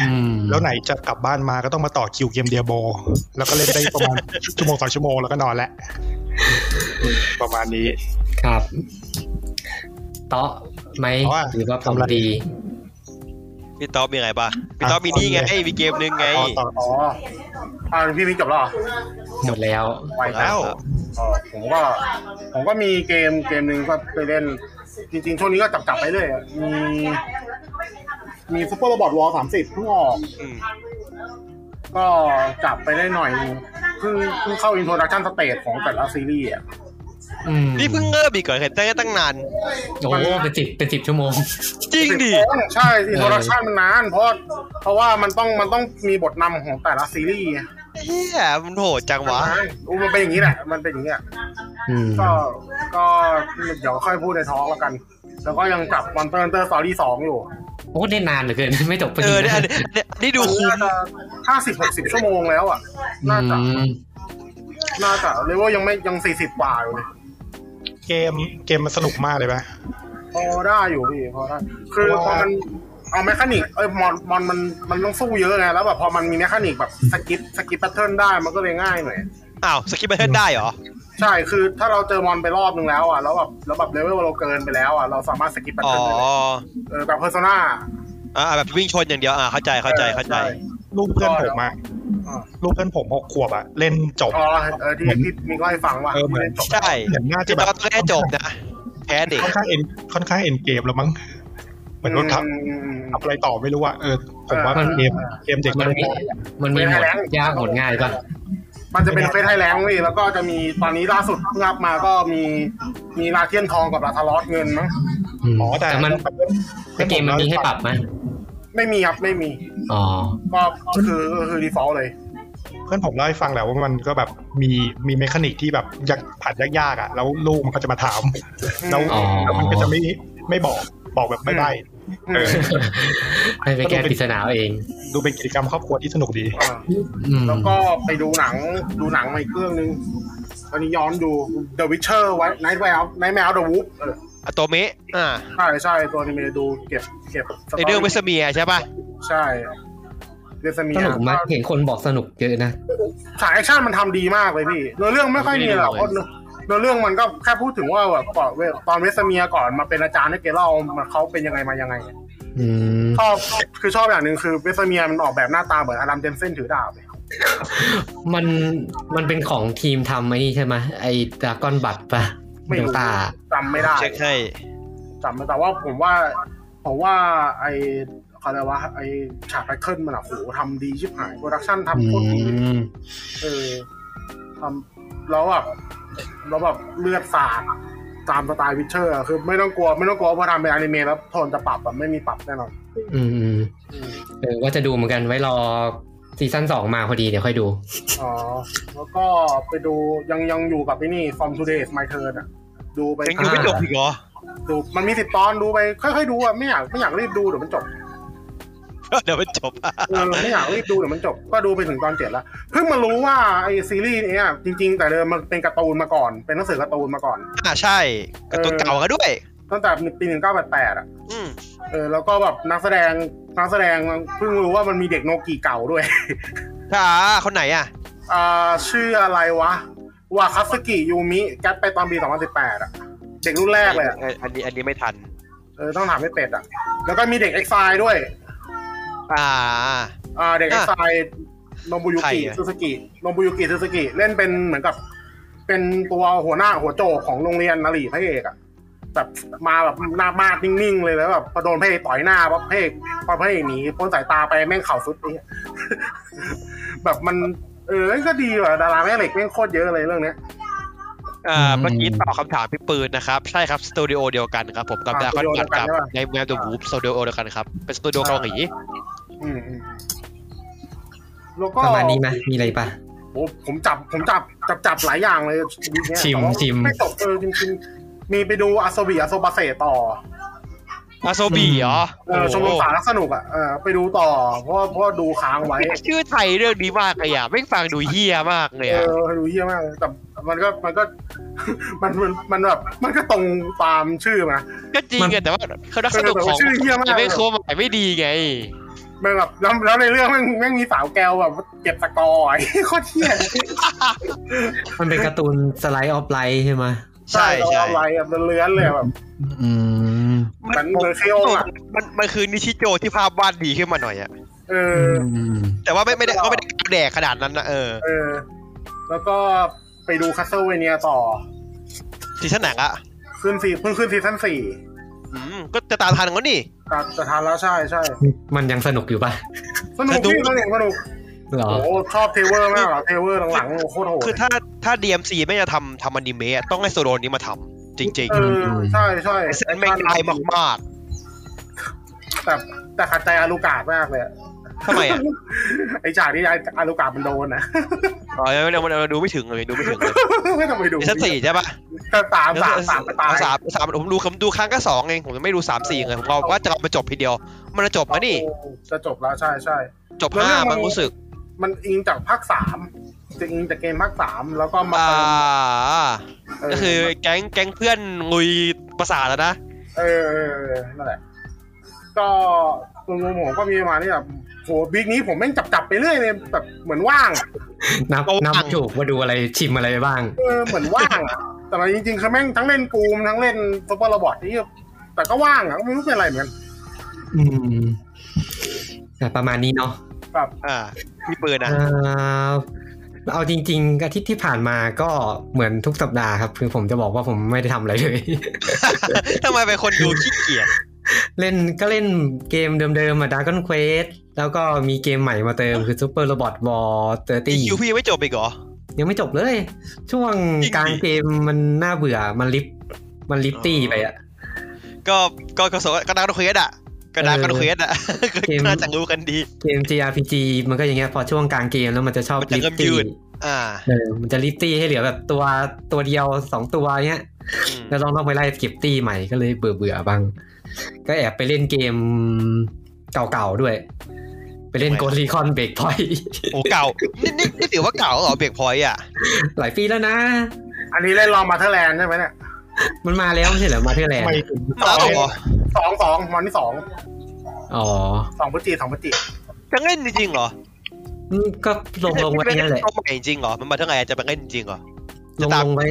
Speaker 1: อืม
Speaker 4: แล้วไหนจะกลับบ้านมาก็ต้องมาต่อคิวเกมเดียโบ แล้วก็เล่นได้ประมาณ ชั่วโมงสองชั่วโมงแล้วก็นอนแล้วประมาณนี้
Speaker 1: ครับเตาะไหม
Speaker 4: เตาะ
Speaker 1: หรือว่าผ
Speaker 4: ทำ
Speaker 1: ม
Speaker 4: อะไร
Speaker 1: ดี
Speaker 2: พี่ต๊อบมีไงปะพี่ต๊อบมีนี่ไงมีเกมหนึงไง
Speaker 4: ต่อต่อ
Speaker 3: อ๋ออ่าพี่มิกจบแล้วเหรอ
Speaker 1: หมดแล้ว
Speaker 3: ไว
Speaker 2: แล้
Speaker 3: จั
Speaker 2: ว
Speaker 3: งอ๋อผมก็ ผมก็มีเกมเกมหนึ่งก็ไปเล่น จริงๆ ช่วงนี้ก็จับจับๆไปเรื่อยอะมี มีซุปเปอร์โรบอทวอลสามสิบเพิ่งออก
Speaker 2: อืม
Speaker 3: ก็จับไปได้หน่อยนึงเพิ่งเพิ่งเข้าอินโทรดักชันสเตจของแต่ละซีรีส์อ่ะ
Speaker 1: อืม
Speaker 2: นี่เพิ่งเริ่มอีกก่อนเห็นตั้งตั้งนาน
Speaker 1: โอ้โหเป็นสิบเป็นสิบชั่วโมง
Speaker 2: จริงดิ
Speaker 3: ใช่อินโทรดักชันมันนาน เพราะ เพราะว่ามันต้องมันต้องมีบทนำของแต่ละซีรีส์อะ
Speaker 2: เฮียมันโหดจังวะ
Speaker 3: อู้มันเป็นอย่างนี้แหละ มันเป็นอย่างนี้อะ
Speaker 1: อืม
Speaker 3: ก็ก็เดี๋ยวค่อยพูดในท้องแล้วกัน แล้วก็ยังกลับมอนเตอร์เตอร์สอรี่สองอยู่
Speaker 1: โอ้ได้นานเหลือเกิน (laughs) ไม่จบพอ
Speaker 2: เอ
Speaker 1: ดี
Speaker 2: อเนี่ยอันนี้อันนี้อันนี่ดูคุ้ม
Speaker 3: ห้าสิบหกสิบชั่วโมงแล้วอ่ะ
Speaker 1: อื
Speaker 3: น่าจะ
Speaker 1: ม
Speaker 3: น่าจะเลเวลยังไม่ยังสี่สิบกว่าอยู่เลย
Speaker 4: เกมเกมมันสนุกมากเลยปะ
Speaker 3: พอได้อยู่พี่พอได้ คือพอมันเอาแมคานิกเอ้ยมอนมอนมันมันต้องสู้เยอะไงแล้วแบบพอมันมีแมคานิกแบบสกิปสกิปแพทเทิร์นได้มันก็เลยง่ายหน่อย
Speaker 2: อ้าวสกิปไปเทิร์นได้เหรอ
Speaker 3: ใช่คือถ้าเราเจอมอนไปรอบนึงแล้วอ่ะแล้วแบบแล้วแบบเลเวลเราเกินไปแล้วอ่ะเราสามารถสกิปแพท
Speaker 2: อ๋อ
Speaker 3: เทิร์นได้เลยเออแบบเพอร์โซนา
Speaker 2: อ่าแบบวิ่งชนอย่างเดียวอ่าเข้าใจเข้าใจเข้าใจ
Speaker 4: ลูกเพื่อนผมอะลูกเพื่อนผมหกขวบอะเล่นจบ
Speaker 3: อ๋อเออที่ที่มีเล่าให้ฟังว่า
Speaker 4: เออเหมือน
Speaker 2: ใช่
Speaker 4: เห็นน่าจะ
Speaker 2: พี่
Speaker 4: แบ
Speaker 2: ต๊อบบ ต้องได้จบนะ แพ้เด็ก
Speaker 4: ค่อนข้างเอ็นค่อนข้างเอ็นเกมแล้วมั้งเหมือนรถทับ ทำอะไรต่อไม่รู้ว่าเออผมว่า
Speaker 3: เออ
Speaker 4: เกมเกมเด็ก
Speaker 1: มั
Speaker 4: มันน
Speaker 1: มีมันมีหมดยากหมดง่ายป่ะ
Speaker 3: มันจะเป็นเฟสไทยแลนด์เว้ยแล้วก็จะมีตอนนี้ล่าสุดเพิ่งอัพมาก็มีมีลาเทียนทองกับลาทารอสเงินมั้ง
Speaker 4: อ๋อแต่
Speaker 1: แต่มันแต่เกมมันมีให้ปรับไหม
Speaker 3: ไม่มีครับไม่มี
Speaker 1: อ๋อ
Speaker 3: ก็คือก็คือดีฟอลต์เลย
Speaker 4: เพื่อนผมเล่าให้ฟังแหละว่ามันก็แบบมีมีเมคานิกที่แบบยากผ่านยากๆอ่ะ แล้วลูกมันก็จะมาถาม แล้ว
Speaker 1: อ๋อ
Speaker 4: แล้วมันก็จะไม่ไม่บอกบอกแบบไม่ได้ เออ
Speaker 1: ให้ไปแก้ปริศนาเอาเอง
Speaker 4: ดูเป็นกิจกรรมครอบครัวที่สนุกดี
Speaker 1: อืม
Speaker 3: แล้วก็ไปดูหนังดูหนังมาอีกเรื่องนึง ตอนนี้ย้อนดู The Witcher ไว้ Night Vale Night Vale The Wolf เออ
Speaker 2: อะโตเมะอ่า
Speaker 3: ใช่ใช่ตัวนี้เมดูเก็บเก็บสต
Speaker 2: ในเรื่องเวสเมียใช่ป่ะ
Speaker 3: ใช่เดซเมี
Speaker 1: ส
Speaker 3: ย
Speaker 1: นุกไหมเห็นคนบอกสนุกเยอะนะ
Speaker 3: ฉากแอคชั่นมันทำดีมากเลยพี่เนื้อเรื่องไม่ค่อยมีหรอกเพราะเนื้อเรื่องมันก็แค่พูดถึงว่าแบบก่อนเวตอนเวสเมียก่อนมาเป็นอาจารย์ให้เกเล่ามันเขาเป็นยังไงมายังไง
Speaker 1: อืม
Speaker 3: ชอบคือชอบอย่างหนึ่งคือเวสเมียมันออกแบบหน้าตาเหมือนอารัมเจนเซนถือดาบเลย
Speaker 1: มันมันเป็นของทีมทำไอ้นี่ใช่ไหมไอ้ดากอนบัตป่ะ
Speaker 3: ไม่
Speaker 1: เดล
Speaker 3: รู้
Speaker 1: ต้า
Speaker 3: จำไม่ได้
Speaker 2: เช็คให้
Speaker 3: จำไม่แต่ว่าผมว่าผมว่าไอเขาเรียกว่าไอฉากแอคเทิลมันอะโหทำดีชิบหายโปรดักชั่น
Speaker 1: อื
Speaker 3: ทำโคตรดี
Speaker 1: ม
Speaker 3: เออทำแล้วแบบแล้วแบบเลือดสาด ตามสไตล์วิเชอร์อะคือไม่ต้องกลัวไม่ต้องกลัวว่าพอทำเป็นอนิเมะแล้วโทนจะปรับแบบไม่มีปรับแน่นอน
Speaker 1: อืมอืม
Speaker 3: อืม
Speaker 1: เออว่าจะดูเหมือนกันไว้รอซีซั่นสองมาพอดีเดี๋ยวค่อยดู
Speaker 3: อ๋อ แล้วก็ไปดูยังยังอยู่กับไอ้นี่ From Today is My Turn อ่ะ ดูไป
Speaker 2: ยังอยู่ไม่จบอีกเหร (laughs) อ
Speaker 3: ดูมันมีสิบตอนดูไป ค่อยๆดูอ่ะ ไม่อยากไม่อยากรีบดูเดี๋ยวมันจบ
Speaker 2: เดี๋ยวมันจบ (laughs) อ่ะ
Speaker 3: เออไม่อยากรีบดูเดี๋ยวมันจบ ก็ดูไปถึงตอนเจ็ดแล้ว เพิ่งมารู้ว่าไอซีรีส์เนี้ยจริง ๆ แต่เดิมมันเป็นการ์ตูนมาก่อน เป็นหนังสือการ์ตูนมาก่อน
Speaker 2: อ่าใช่กับตัวเก่าก็ด้วย
Speaker 3: ตั้งแต่ปีหนึ่งเก้าแปดแปดอ่ะ
Speaker 2: อืม
Speaker 3: เออแล้วก็แบบนักแสดงนักแสดงเพิ่งรู้ว่ามันมีเด็กโนกีเก่าด้วย (laughs)
Speaker 2: ถ้าคนไหนอ่ะ
Speaker 3: อ่าชื่ออะไรวะวาคาสกิยูมิแกปไปตอนปี 2018 อ่ะ เด็กรุ่นแรกเลยอะ
Speaker 2: อันนี้อันนี้ไม่ทัน
Speaker 3: เออต้องถามไม่เป็ดอ่ะ แล้วก็มีเด็กเอ็กไซด้วย
Speaker 2: อ่า
Speaker 3: อ่าเด็กเอ็ก
Speaker 2: อ่ะ
Speaker 3: ไซโนบุยุ
Speaker 2: ใคร
Speaker 3: กิ
Speaker 2: อ่ะ
Speaker 3: ซูซูกิโนบุยุกิซูซูกิเล่นเป็นเหมือนกับ เป็นตัวหัวหน้าหัวโจกของโรงเรียนนารีพระเอกอะแบบมาแบบหน้ามาดนิ่งๆเลยแล้วแบบพอโดนพระเอกต่อยหน้าปั๊บพระเอกพอพระเอกหนีพ้นสายตาไปแม่งเข่าสุดไอ้เหี้ย (laughs) แบบมัน เออก็ดีว่ะดาราแม่เหล็กแม่งโคตรเยอะเลยเรื่องเนี้ย
Speaker 2: อ่า
Speaker 1: อืม
Speaker 2: เมื่อกี้ตอบคำถามพี่ปืนนะครับ ใช่ครับ สตูดิโอเดียวกันครับผมกับ
Speaker 3: อ่า
Speaker 2: ดาคอน
Speaker 3: สตูดิ
Speaker 2: บัต
Speaker 3: โอเดียวกัน
Speaker 2: กับ
Speaker 3: ใช่ปะ
Speaker 2: ในแมวเดอะวูฟสตูดิโอเดียวกันครับ เป็นสตูดิโอเกาหลี
Speaker 3: อืมอืมแล้วก็
Speaker 1: ประมาณนี้ไหมมีอะไรปะ
Speaker 3: โอ้ผมจับผมจับจับจับหลายอย่างเลยชีวิตเนี้ย
Speaker 1: ชิม
Speaker 3: แต่ว่า
Speaker 1: ชิม
Speaker 3: ไม่ตกเออจริงๆมีไปดูอาโซบิอาโซบาเซต่อ
Speaker 2: อาโซบีเหรอ
Speaker 3: เออชมรมสารสนุกอ่ะเออไปดูต่อ เพราะว่าเพราะว่าดูค้างไว้
Speaker 2: ไม่น่าชื่อไทยเรื่องนี้มากเลยอ่ะไม่งฟังดูเฮี้ยมากเลย
Speaker 3: เอ
Speaker 2: อ่ะ
Speaker 3: อดูเยี่ยมากแต่มันก็มันก็ (laughs) มันมันมันแบบมันก็ตรงตามชื่อมา
Speaker 2: ก็จริงอะแต่ว่าเขาดักสนุกของ
Speaker 3: ชื่อเยี่ยมาก
Speaker 2: แต่ไม่โคมหมายไม่ดีไง
Speaker 3: มันแบบแล้วแล้วในเรื่องแม่งแม่งมีสาวแกวแบบเก็บสกอร์ไอ้ (laughs) โคตรเที่ย
Speaker 1: มันเป็นการ์ตูน (laughs) สไลด์ออฟไลท์ใช่ไหม
Speaker 2: ใช่ใช่
Speaker 3: เอาไว้แบบเลื้อนเลยแบบ
Speaker 1: อืม
Speaker 3: เหมือนเมอร์เคิลอ่ะ
Speaker 2: มันมันคือนิชิโจที่ภาพวาดดีขึ้นมาหน่อยอ่ะ
Speaker 3: เอออ
Speaker 1: ม
Speaker 2: แต่ว่าไม่ไม่ได้ก็ไม่ได้แดกขนาดนั้นนะเออ
Speaker 3: เออ แล้วก็ไปดูคัสเซ l ลเวเนียต่อ
Speaker 2: ซีซั่นหนังอะ
Speaker 3: ขึ้นซีเพิ่งขึ้นซีซั่นสี่
Speaker 2: อืมก็จะตามทันก็นี่
Speaker 3: แต่แต่ทานแล้วใช่ใช่
Speaker 1: มันยังสนุกอยู่ปะ
Speaker 3: สนุก
Speaker 2: สนุก
Speaker 3: พี่สนุกสนุก
Speaker 1: เหรอ
Speaker 3: โอ้โหชอบเทเวอร์มากเหรอเทเวอร์หลังๆโอ้โหโคตรโหด
Speaker 2: คือถ้าถ้า DMC ไม่จะทำทำอนิเมะต้องให้โซโลนี้มาทำจริง
Speaker 3: เออใช่ใช่
Speaker 2: ๆเซนแม่งลายมาก
Speaker 3: แต่แต่ขัดใจอารูกาดมากเลยอะ
Speaker 2: ๆทำไมอ่ะ
Speaker 3: ไอฉากที่อารูกาดมันโดนนะ
Speaker 2: อ๋อเราเราเราดูไม่ถึงเลยดูไม่ถึงเลย
Speaker 3: ไม่ต้องไปดู
Speaker 2: ซีซั่นสี่ใช่ปะ
Speaker 3: แต่สามสามสามไปตาย
Speaker 2: สามสามผมดูผมดูครั้งก็สองเองผมยังไม่ดูสามสี่เลยผมเอาว่าจะเอามาจบทีเดียว มันจะจบไหมนี่
Speaker 3: โอ้จะจบแล้วใช่ใช่
Speaker 2: จบห้ามันรู้สึก
Speaker 3: มันอิงจากภาคสามจะอิงจากเกมภาคสามแล้วก็มา
Speaker 2: อ่า
Speaker 3: เออ
Speaker 2: ก็คือแก๊งแก๊งเพื่อนลุยประสาทแล้วนะ
Speaker 3: เออเออเออนั่นแหละ ก็รวมๆผมก็มีประมาณนี้แบบโหบิ๊กนี้ผมแม่งจับจับๆไปเรื่อยเลยแบบเหมือนว่างอะ
Speaker 1: นับ
Speaker 2: เอา
Speaker 1: นับ
Speaker 2: อ่ะ
Speaker 1: ถูกว่าดูอะไรชิมอะไรไปบ้าง
Speaker 3: เออเหมือนว่างอะแต่ว่าจริงๆคือแม่งทั้งเล่นกูมทั้งเล่นซุปเปอร์โรบอทนี่แต่ก็ว่างอะก็ไม่รู้เป็นอะไรเหมือนกัน
Speaker 1: อืมอ่ะประมาณนี้เนาะ
Speaker 3: แบบ
Speaker 2: อ่าพี่ปืนอ่ะ
Speaker 1: เอ่อเอาจริง ๆ อาทิตย์ที่ผ่านมาก็เหมือนทุกสัปดาห์ครับ คือผมจะบอกว่าผมไม่ได้ทำอะไรเลย
Speaker 2: (laughs) ทำไมเป็นคนดูขี้เกียจ
Speaker 1: เล่นก็เล่นเกมเดิมๆอ่ะ Dragon Quest แล้วก็มีเกมใหม่มาเติ
Speaker 2: (laughs)
Speaker 1: มคือ Super Robot War
Speaker 2: ตี
Speaker 1: 30
Speaker 2: คิวพี่ยังไม่จบอีกเหรอ
Speaker 1: ยังไม่จบเลย ช่วง
Speaker 2: จริงดิ
Speaker 1: กลางเกมมันน่าเบื่อมันลิฟมันลิฟตี้ไปอะ
Speaker 2: ก็ก็ก็สงก็ดังโนเควสอ่ะก็ดังโนเควสอ่ะ (laughs) ก็
Speaker 1: เกม
Speaker 2: น่าจะรู้กันดี
Speaker 1: เกม JRPG มันก็อย่างเงี้ยพอช่วงกลางเกมแล้วมันจะชอบ
Speaker 2: มันจะ
Speaker 1: ลิ
Speaker 2: เริ่
Speaker 1: ฟ
Speaker 2: มยื
Speaker 1: ตี้
Speaker 2: ด อ่า
Speaker 1: เออมันจะลิฟตี้ให้เหลือแบบตัวตัวเดียวสองตัวเงี้ย
Speaker 2: อืม
Speaker 1: แล้วต้องต้องไปไล่เก็บตี้ใหม่ก็เลยเบื่อเบื่อๆบ้าง ก็แอบไปเล่นเกมเก่าๆด้วย ไปเล่นโกลีคอนเบรกพอย
Speaker 2: โอ้เก่านี่นี่นี่ถือว่าเก่าเหรอเบรกพอยต์อ่ะ
Speaker 1: หลายปีแล้วนะ
Speaker 3: อันนี้เล่นลองมาเทอร์แลนด์ใช่ไหมเนี่ย
Speaker 1: มันมาแล้วไม่ใช่เหรอมาเทอร์แลน
Speaker 4: ไม่
Speaker 1: ด์
Speaker 4: ถึง
Speaker 2: มาแล้วเหรอ
Speaker 3: สองสองวันที่สอง
Speaker 1: อ๋อ
Speaker 3: สองพฤศจิสองพฤศจิ
Speaker 2: จะเล่นจริงๆเหรอ
Speaker 1: อืมก็ลงลงไว้นั่นแหละ
Speaker 2: ม่ด้ตัวใหม่จริงเหรอมันมาเท่าไหร่จะไปเล่นจริงเหรอ
Speaker 1: ล
Speaker 2: จะ
Speaker 1: ง
Speaker 2: ตาม
Speaker 1: ลงไว้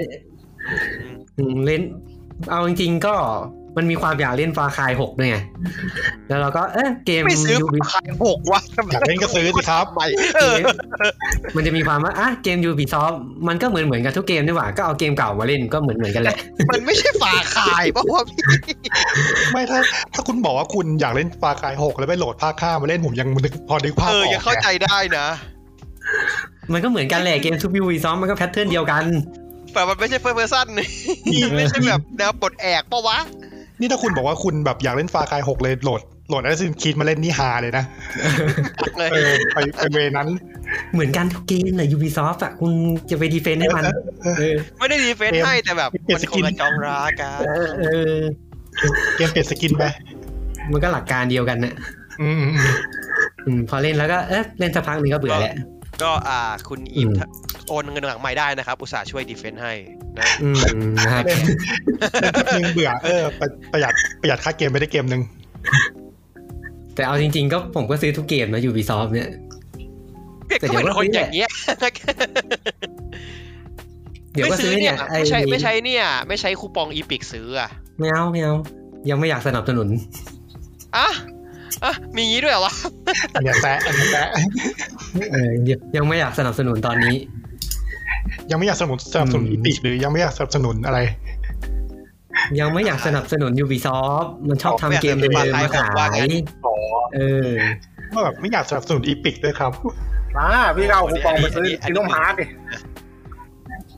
Speaker 1: อืมเล่น เอาจริงๆก็มันมีความอยากเล่นฟาคายหกด้วยไง แล้วเราก็เอะเกม
Speaker 2: ไม่ซื้อ
Speaker 1: ยูบิ
Speaker 2: ขายหกวะ
Speaker 4: อยากเล่นก็ซื้อสิครับ
Speaker 2: ใหม่เออ
Speaker 1: มันจะมีความว่าอ่ะเกมยูบิซอฟมันก็เหมือนเหมือนๆกันทุกเกมนี่หว่า ก็เอาเกมเก่ามาเล่นก็เหมือนเหมือนๆกันแหละ
Speaker 2: มันไม่ใช่ฝาขายเพราะว่าพี่
Speaker 4: ไม่ถ้าถ้าคุณบอกว่าคุณอยากเล่นฟาคายหกแล้วไปโหลดภาคข้ามาเล่นผมยังนึกพอนึกภาพ
Speaker 2: เอ
Speaker 4: อ
Speaker 2: อ
Speaker 4: อก
Speaker 2: ยังเข้าใจได้นะ
Speaker 1: มันก็เหมือนกันแหละเกมทูบิวบิซอฟมันก็แพทเทิร์นเดียวกัน
Speaker 2: แต่มันไม่ใช่เฟิร์สเพอร์ซัน
Speaker 4: นี่
Speaker 2: มันไม่ใช่แบบแนวปลดแอกปะวะ
Speaker 4: นี่ถ้าคุณบอกว่าคุณแบบอยากเล่นฟาคายหกเลยโหลดโหลดแอสซินคีดมาเล่นนี่ฮาเลยนะ
Speaker 2: เลย
Speaker 4: เออไปไปเวนั้น
Speaker 1: เหมือนกันทุกเกมเลยยูบิซอฟอะคุณจะไปดีเฟนต์ให้มันเออ
Speaker 2: ไม่ได้ดีเฟนต์ให้แต่แบบมันคงกระจองรากัน
Speaker 1: เออเออ
Speaker 4: เกมเปลี่ยนสกินไป
Speaker 1: มันก็หลักการเดียวกันนะ
Speaker 4: อืมอืมอืม
Speaker 1: อืมพอเล่นแล้วก็เอ๊ะเล่นสักพักหนึงก็เบื่อแหละ
Speaker 2: ก็อ่าคุณอิม
Speaker 1: อืม
Speaker 2: ถ้าโอนเงินหลังใหม่ได้นะครับ อุตส่าห์ช่วยดีเฟนต์ให้นะ
Speaker 1: อืมนะครับ
Speaker 4: แป๊บนึงเบื่อเออประประหยัดประหยัดค่าเกมไปได้เกมหนึ่ง
Speaker 1: แต่เอาจริงๆก็ผมก็ซื้อทุกเกมนะยูบิซอฟเนี่ย
Speaker 2: เด็กก็เป็นคนอย่างเงี้ย
Speaker 1: เดี๋ยว
Speaker 2: ไม่
Speaker 1: ก็
Speaker 2: ซื้
Speaker 1: ซื้
Speaker 2: อ
Speaker 1: อ
Speaker 2: เนี่
Speaker 1: เนี่ย ย
Speaker 2: (laughs) ไม่ใช่ไม่ใช้เนี่ย ไม่ใช้คูปองอีพิกซื้ออะ
Speaker 1: ไม่เอาไม่เอา ยังไม่อยากสนับสนุน
Speaker 2: อ่ะอ่ะมีงี้ด้วยเหรอวะ
Speaker 4: อันเนี้ยแซะอันเนี้ยแซะ
Speaker 1: เออยังยังไม่อยากสนับสนุนตอนนี้
Speaker 4: ยังไม่อยากสนับสนุน
Speaker 1: อืม
Speaker 4: อิติหรือยังไม่อยากสนับสนุนอะไร
Speaker 1: ยังไม่อยากสนับสนุน Ubisoft มันชอบ
Speaker 2: ไม่อ
Speaker 1: ทำ
Speaker 2: ยาก
Speaker 1: เกมเดิมๆมาขา
Speaker 2: ว่า
Speaker 1: ย
Speaker 2: ไง
Speaker 4: อ๋อ
Speaker 1: เออ
Speaker 4: ว่าแบบไม่อยากสนับสนุนอีพิกด้วยครับ
Speaker 3: อ่าพี่ก็เอาคูปองไป
Speaker 1: (laughs)
Speaker 3: ซื้อ
Speaker 2: อันนี้อันนี้
Speaker 3: กินน้มฮาร์ดดิ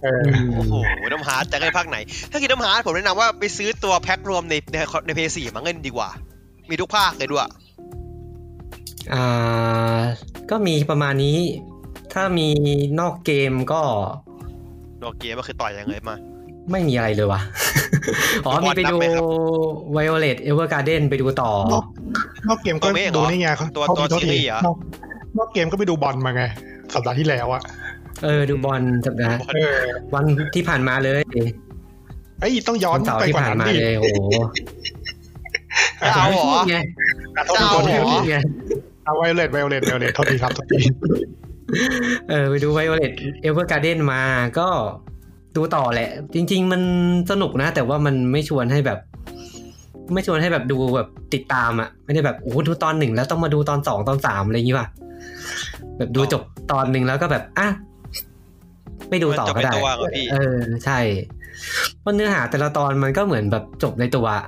Speaker 4: เออ
Speaker 2: โอ้โหน้ำฮาร์ดจะได้ภาคไหน ถ้าคิดน้ำฮาร์ดผมแนะนำว่าไปซื้อตัวแพ็ครวมในในในเพย์สี่มาเงินดีกว่า มีทุกภาคเลยด้วย
Speaker 1: อ่า ก็มีประมาณนี้ ถ้ามีนอกเกมก็
Speaker 2: โอเคมันคือต่อยอย่างเลยมา
Speaker 1: ไม่มีอะไรเลยวะ อ๋อ มีไปดู
Speaker 2: บอลนับไหมครับ
Speaker 1: Violet Evergarden ไปดูต่อ
Speaker 4: นอกเกมก็
Speaker 2: ตัวเมฆเหรอ
Speaker 4: ดูนี่ไงเขา
Speaker 2: ตัวตัว
Speaker 4: เขามีโษ
Speaker 2: ซีรีส์เหรอ
Speaker 4: นอกนอกเกมก็ไปดูบอลมาไง สัปดาห์ที่แล้วอะ
Speaker 1: เออ ดูบอลสัปดาห์
Speaker 4: เออ
Speaker 1: วันที่ผ่านมาเลย
Speaker 4: ไอ้ยต้องย้อ
Speaker 1: วัน นเสาร์
Speaker 4: ไป
Speaker 1: ที่
Speaker 4: กว่า
Speaker 1: ผ่าน
Speaker 4: นั้น
Speaker 1: มา
Speaker 4: ดิ
Speaker 1: เลย โอ้โห
Speaker 2: จะเอาเหรอ
Speaker 1: ไง
Speaker 2: จะเอาเหรอ
Speaker 1: ไง
Speaker 4: เอาไวเลตไวเลตไวเลตเท่าทีครับเท่าที
Speaker 1: เออไปดู Violet Evergarden มาก็ดูต่อแหละ จริง ๆ มันสนุกนะ แต่ว่ามันไม่ชวนให้แบบ ไม่ชวนให้แบบดูแบบติดตามอะ่ะ ไม่ได้แบบโอ้โหดูตอนหนึ่งแล้วต้องมาดูตอนสองตอนสามอะไรอย่างงี้ป่ะแบบดูจบตอนหนึ่งแล้วก็แบบอ่ะไม่ดูต่อก็ได้
Speaker 2: มันจบในตัวเหรอพี่
Speaker 1: เออใช่เพราะเนื้อหาแต่ละตอนมันก็เหมือนแบบจบในตัวอะ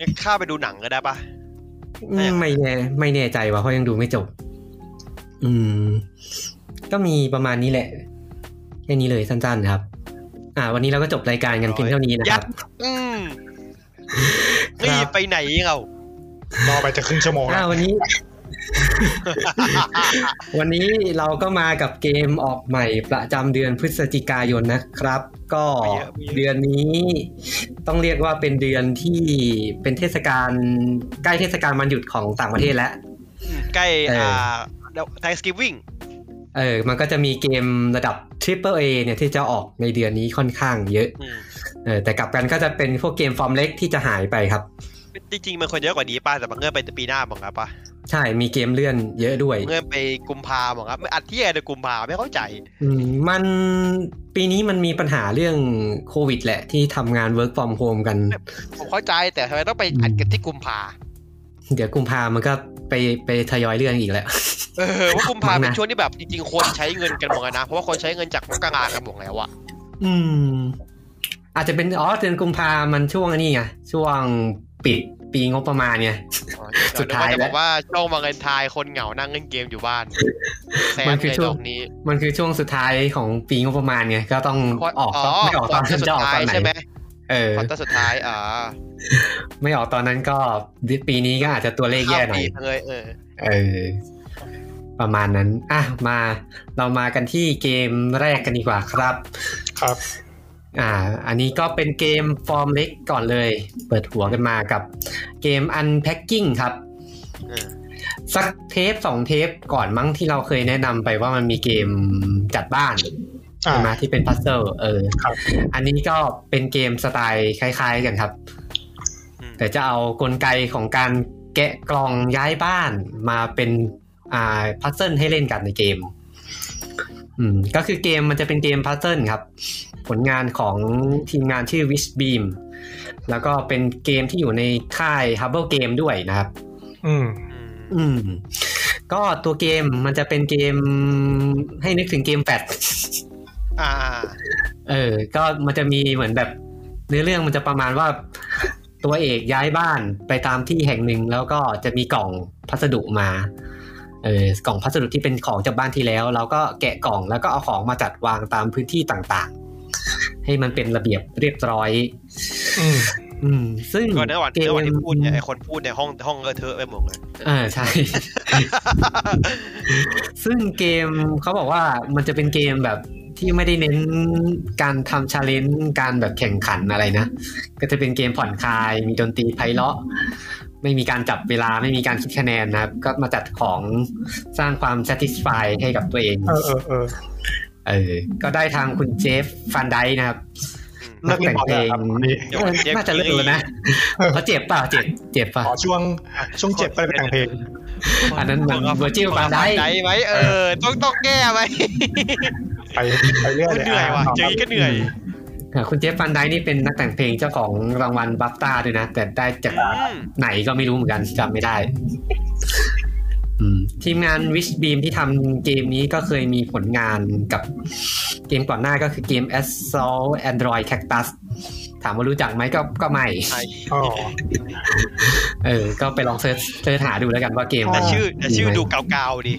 Speaker 2: งั้นข้าไปดูหนังก็ได้ปะ
Speaker 1: อืมไม่แน่ไม่แน่ใจว่ะเพราะยังดูไม่จบ อืม ก็มีประมาณนี้แหละแค่นี้เลยสั้นๆครับ อ่า วันนี้เราก็จบรายการกันเพียงเท่านี้นะค
Speaker 2: ยั
Speaker 1: รับ
Speaker 2: ด อืม
Speaker 1: ครับ
Speaker 2: นี่ไปไหนเรา
Speaker 4: รอไปจะครึ่งชั่วโมง
Speaker 1: อ่า
Speaker 4: แล้ว
Speaker 1: วันนี้ (laughs) วันนี้เราก็มากับเกมออกใหม่ประจำเดือนพฤศจิกายนนะครับ ก็เดือนนี้ ต้องเรียกว่าเป็นเดือนที่เป็นเทศกาลใกล้เทศกาลวันหยุดของต่างประเทศแล้ว
Speaker 2: ใกล้
Speaker 1: เอออ่
Speaker 2: อ่าไทสกิฟวิ่ง
Speaker 1: เออ มันก็จะมีเกมระดับ Triple A เนี่ยที่จะออกในเดือนนี้ค่อนข้างเยอะ เออ แต่กลับกันก็จะเป็นพวกเกมฟอร์มเล็กที่จะหายไปครับ
Speaker 2: จริง ๆ มันควรเยอะกว่านี้ป่ะ แต่บังเอิญไปปีหน้าบังครับป่ะ
Speaker 1: ใช่ มีเกมเลื่อนเยอะด้วย
Speaker 2: บังเอิญไปกุมภาบังครับไม่อัดที่อะไรกุมภาไม่เข้าใจ
Speaker 1: อืมมันปีนี้มันมีปัญหาเรื่องโควิดแหละที่ทำงาน work from home กัน
Speaker 2: ผมเข้าใจแต่ทำไมต้องไปอัดกันที่กุมภา
Speaker 1: เดี๋ยวกุมภามันก็ไปไปทยอยเรื่องอีกแล้ว
Speaker 2: เออว่ากุมภา
Speaker 1: บ้างนะ
Speaker 2: เป็นช่วงที่แบบจริงๆคนใช้เงินกันหมดแล้วนะเพราะว่าคนใช้เงินจากมกรากันหมดแล้วอะ
Speaker 1: อืม อาจจะเป็นอ๋อเดือนกุมภามันช่วงอันนี้ไงช่วงปิดปีงบประมาณไง สุดท้าย
Speaker 2: เดี๋วจะ
Speaker 1: แล้
Speaker 2: บ
Speaker 1: ว
Speaker 2: อกว่าช่องวาเลนไทน์คนเหงานั่งเล่นเกมอยู่บ้านแซ
Speaker 1: มัน นคือ
Speaker 2: เลย
Speaker 1: ช่ว
Speaker 2: ด
Speaker 1: ง
Speaker 2: อกนี้
Speaker 1: มันคือช่วงสุดท้ายของปีงบประมาณไงก็ต้องออกก็ไม่ออกตอน
Speaker 2: ควอเตอร์สุ
Speaker 1: จะ
Speaker 2: ด
Speaker 1: ออกต
Speaker 2: ท้าย
Speaker 1: อนไหน
Speaker 2: ใช่ไหม
Speaker 1: เออ
Speaker 2: ควอเตอร์สุดท้ายอ่า
Speaker 1: ไม่ออกตอนนั้นก็ปีนี้ก็อาจจะตัวเลขแย่หน่อย
Speaker 2: ข้ามปีเลยเออ
Speaker 1: เออ ประมาณนั้น อ่ะ มาเรามากันที่เกมแรกกันดีกว่าครับ
Speaker 4: ครับ
Speaker 1: อ่า อันนี้ก็เป็นเกมฟอร์มเล็กก่อนเลย เปิดหัวกันมากับเกม Unpacking ครับ
Speaker 2: เออ
Speaker 1: สักเทปสองเทปก่อนมั้งที่เราเคยแนะนำไปว่ามันมีเกมจัดบ้าน
Speaker 4: อ่า
Speaker 1: ใช่ไหมที่เป็นพัซเซิลเออ
Speaker 4: ครับ
Speaker 1: อันนี้ก็เป็นเกมสไตล์คล้ายๆกันครับ
Speaker 2: อืม
Speaker 1: แต่จะเอากลไกของการแกะกล่องย้ายบ้านมาเป็นอ่าพัซเซิลให้เล่นกันในเกม อืมก็คือเกมมันจะเป็นเกมพัซเซิลครับ ผลงานของทีมงานชื่อ Wish Beam แล้วก็เป็นเกมที่อยู่ในค่าย h u b b l e Game ด้วยนะครับ
Speaker 4: อืม
Speaker 1: อื
Speaker 2: อืม
Speaker 1: ม ก็ตัวเกมมันจะเป็นเกมให้นึกถึงเกมแฟด
Speaker 2: อ่า
Speaker 1: เออ ก็มันจะมีเหมือนแบบเนื้อเรื่องมันจะประมาณว่าตัวเอกย้ายบ้านไปตามที่แห่งหนึ่งแล้วก็จะมีกล่องพัสดุมา เออกล่องพัสดุที่เป็นของจากบ้านที่แล้ว เราก็แกะกล่องแล้วก็เอาของมาจัดวางตามพื้นที่ต่างๆ ให้มันเป็นระเบียบเรียบร้อย
Speaker 4: อืม
Speaker 1: อืม ซึ่ง
Speaker 2: ก่อนนะวัน
Speaker 1: เกม
Speaker 2: เรื่องวันที่พูดเนี่ยไอคนพูดในยห้องห้องเออเธอะไปหมดเลย
Speaker 1: เออใช่ ซึ่งเกมเขาบอกว่ามันจะเป็นเกมแบบที่ไม่ได้เน้นการทำชาเลนจ์การแบบแข่งขันอะไรนะ ก็จะเป็นเกมผ่อนคลาย มีดนตรีไพเราะ ไม่มีการจับเวลาไม่มีการคิดคะแนนนะครับ ก็มาจัดของสร้างความ satisfy ให้กับตัวเอง
Speaker 4: เออเออเออ
Speaker 1: เออ ก็ได้ทางคุณเจฟฟันไดค์นะครับ
Speaker 2: อืม
Speaker 4: เลิกเล่นบอลแล้วครับคนนี้
Speaker 1: เออน่าจะเลิกแล้วนะเขาเจ็บเปล่าเจ็บเจ็บเปล่า
Speaker 4: ขอช่วงช่วงเจ็บก็เลยไปแต่งเพลง
Speaker 1: อันนั้นมัน Virgil van Dijk
Speaker 2: ได้ไหมเออ ต้องต้องแก้ไหม
Speaker 4: ไปไปเรื่อยเลย
Speaker 2: เหนื่อยว่ะเจออีกก็เหนื่อย
Speaker 1: อ่าคุณเจฟฟันไดนี่เป็นนักแต่งเพลงเจ้าของรางวัลบัฟตาด้วยนะ แต่ได้จาก
Speaker 2: อืม
Speaker 1: ไหนก็ไม่รู้เหมือนกันจำไม่ได้ อืมทีมงาน Wish Beam ที่ทำเกมนี้ก็เคยมีผลงานกับเกมก่อนหน้าก็คือเกม Assault Android Cactus ถามว่ารู้จักไหมก็ก็ไม่
Speaker 2: ใช่
Speaker 4: อ๋อ
Speaker 1: เออ ก็ไปลองเซิร์ชเซิร์ชหาดูแล้วกันว่าเกม
Speaker 2: แต่
Speaker 1: นั้น
Speaker 2: ชื่อแต่ชื่อดูเก่าๆดี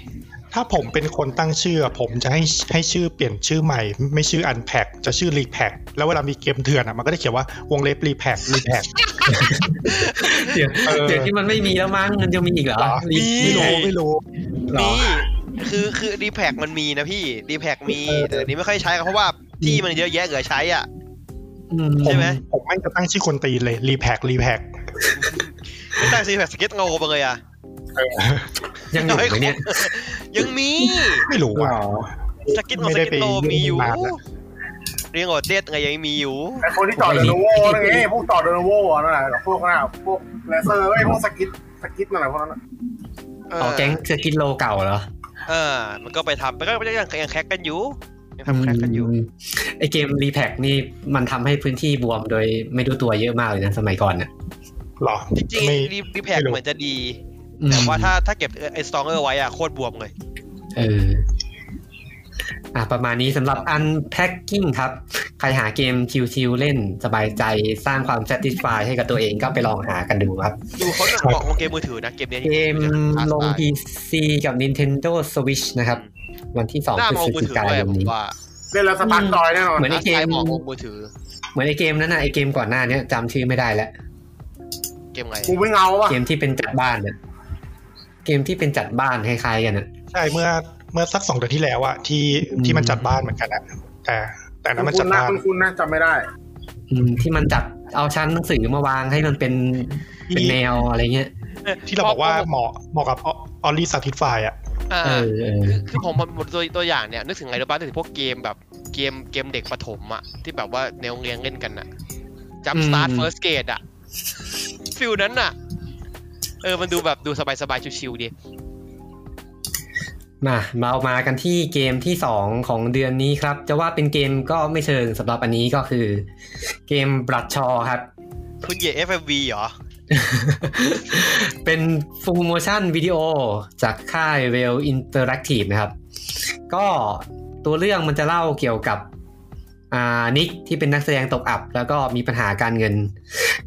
Speaker 4: ถ้าผมเป็นคนตั้งชื่อผมจะให้ให้ชื่อเปลี่ยนชื่อใหม่ ไม่ชื่อ Unpack จะชื่อ Repack แล้วเวลามีเกมเถื่อนอ่ะมันก็จะเขียนว่าวงเล็บ Repack Repack
Speaker 1: เดี๋ยว
Speaker 4: เออ
Speaker 1: เดี๋ยวที่มันไม่มีแล้วมั้งมันจะมีอีกเหรอรี
Speaker 4: ไม่รู้ไม่รู้
Speaker 1: เหรอ
Speaker 2: นี่คือคือดีแพกมันมีนะพี่ดีแพกมีแต่เดี๋ยวนี้ไม่ค่อยใช้กันเพราะว่าที่มันเยอะแยะเหลือใช้อ่ะ
Speaker 1: อืม
Speaker 4: ผ
Speaker 2: ใช่
Speaker 4: ม
Speaker 2: ไหม
Speaker 4: ผมแม่งจะตั้งชื่อคนตีนเลย Repack Repack
Speaker 2: ไม่ตั้งซีแพกสเก็ตโงไปเลยอ่ะ
Speaker 1: ยังอยู่ไหมเนี่ย
Speaker 2: ยังมี
Speaker 4: ไม่รู้
Speaker 1: หร
Speaker 4: อ่ะ
Speaker 1: อ
Speaker 2: สเก็ตโง
Speaker 4: ไม่
Speaker 2: ส
Speaker 4: ได้
Speaker 2: เก็ตโง
Speaker 4: ไป
Speaker 2: มีอยู่
Speaker 4: มาแล้ว
Speaker 2: เรียงโอเดตไงยังมีอยู่
Speaker 3: ไอคนที่ต่อเดนโวนั่นไง
Speaker 1: (laughs)
Speaker 3: พวกต่อเดนโวนั่นแหละพวกนั้นอะพวกเลเซอร์ไอยพวกสกิทสกิทนั่นแหละพวกนั้นอะ
Speaker 2: เอ
Speaker 1: อ๋อแก๊งเซอร์กิตโลเก่าเหรอ
Speaker 2: เออ มันก็ไปทำมันก็ยังยังแคกกันอยู่ยังทำแคกกันอยู่
Speaker 1: มไอเกมรีแพคนี่มันทำให้พื้นที่บวมโดยไม่รู้ตัวเยอะมากเลยนะสมัยก่อนน่ะ
Speaker 4: หรอ
Speaker 2: จริง
Speaker 4: ไม่
Speaker 2: ๆรีรีแพก
Speaker 4: ไม่รู้
Speaker 2: เหมือนจะดี
Speaker 1: อืม
Speaker 2: แต่ว่าถ้าถ้าเก็บไอ้สตองเออร์ไว้อะโคตรบวมเลย
Speaker 1: เอออ่ะประมาณนี้สำหรับ Unpacking ครับ ใครหาเกมชิวๆเล่นสบายใจสร้างความ satisfy ให้กับตัวเองก็ไปลองหากันดูครับ
Speaker 2: ดูเขาจะบอกของเกมมือถือนะเกมเนี้ย
Speaker 1: เกมลง PC กับ Nintendo Switch นะครับ วันที่
Speaker 2: หน้า
Speaker 1: 2พฤ
Speaker 2: มอง
Speaker 1: ศ
Speaker 2: มือถือก
Speaker 1: จิา
Speaker 2: เลย
Speaker 1: ยน
Speaker 2: อะผม
Speaker 1: นี้
Speaker 2: ว่า
Speaker 3: เล่นแล้วสปาร์กจอยแน่นอน
Speaker 1: เหมือนไอเกม
Speaker 2: ใช้มองมองมือถือ
Speaker 1: เหมือนไอเกมนั้นนะไอเกมก่อนหน้าเนี้ยจำชื่อไม่ได้แล้ว
Speaker 2: เกมไง
Speaker 3: กูไม่เงาว่ะ
Speaker 1: เกมที่เป็นจัดบ้านเนี่ยเกมที่เป็นจัดบ้านคล้ายๆกันน่ะ
Speaker 4: ใช่เมื่อเมื่อสักสองเดือนที่แล้วอะที่
Speaker 1: อืม
Speaker 4: ที่มันจัดบ้านเหมือนกันอะแต่แต่อันนั้นมัน
Speaker 3: คุ
Speaker 4: จั
Speaker 3: ณ
Speaker 4: ด
Speaker 3: นะ
Speaker 4: บ้าน
Speaker 3: คุณคุณนะจำไม่ได้
Speaker 1: อืมที่มันจัดเอาชั้นหนังสือมาวางให้มันเป็นเป็น
Speaker 4: ที่
Speaker 1: แนวอะไรเงี้ย
Speaker 4: ที่เราบอกว่าเหมาะเหมาะกับออลลี่ซาทิฟายอะ
Speaker 2: เอ
Speaker 1: เอ
Speaker 2: อ
Speaker 1: อเออ
Speaker 2: คือคือผมผมตัวตัวอย่างเนี่ยนึกถึงอะไรรู้ป่ะนึกถึงพวกเกมแบบเกมเกมเด็กประถมอะที่แบบว่าในโรงเรียนเล่นกันอะจัมสตาร์ทเฟิร์สเกตอะฟิลนั้นอะเออมันดูแบบดูสบายสบายๆชิวๆดี
Speaker 1: มาเรามากันที่เกมที่ 2 ของเดือนนี้ครับ จะว่าเป็นเกมก็ไม่เชิงสำหรับอันนี้ก็คือ เกมบลัดชอครับ (laughs)
Speaker 2: คุณเหย่ FMV เหรอ
Speaker 1: เป็นฟูลโมชั่นวิดีโอจากค่าย w e l l Interactive นะครับ ก็ตัวเรื่องมันจะเล่าเกี่ยวกับอ่านิกที่เป็นนักแสดงตกอับ แล้วก็มีปัญหาการเงิน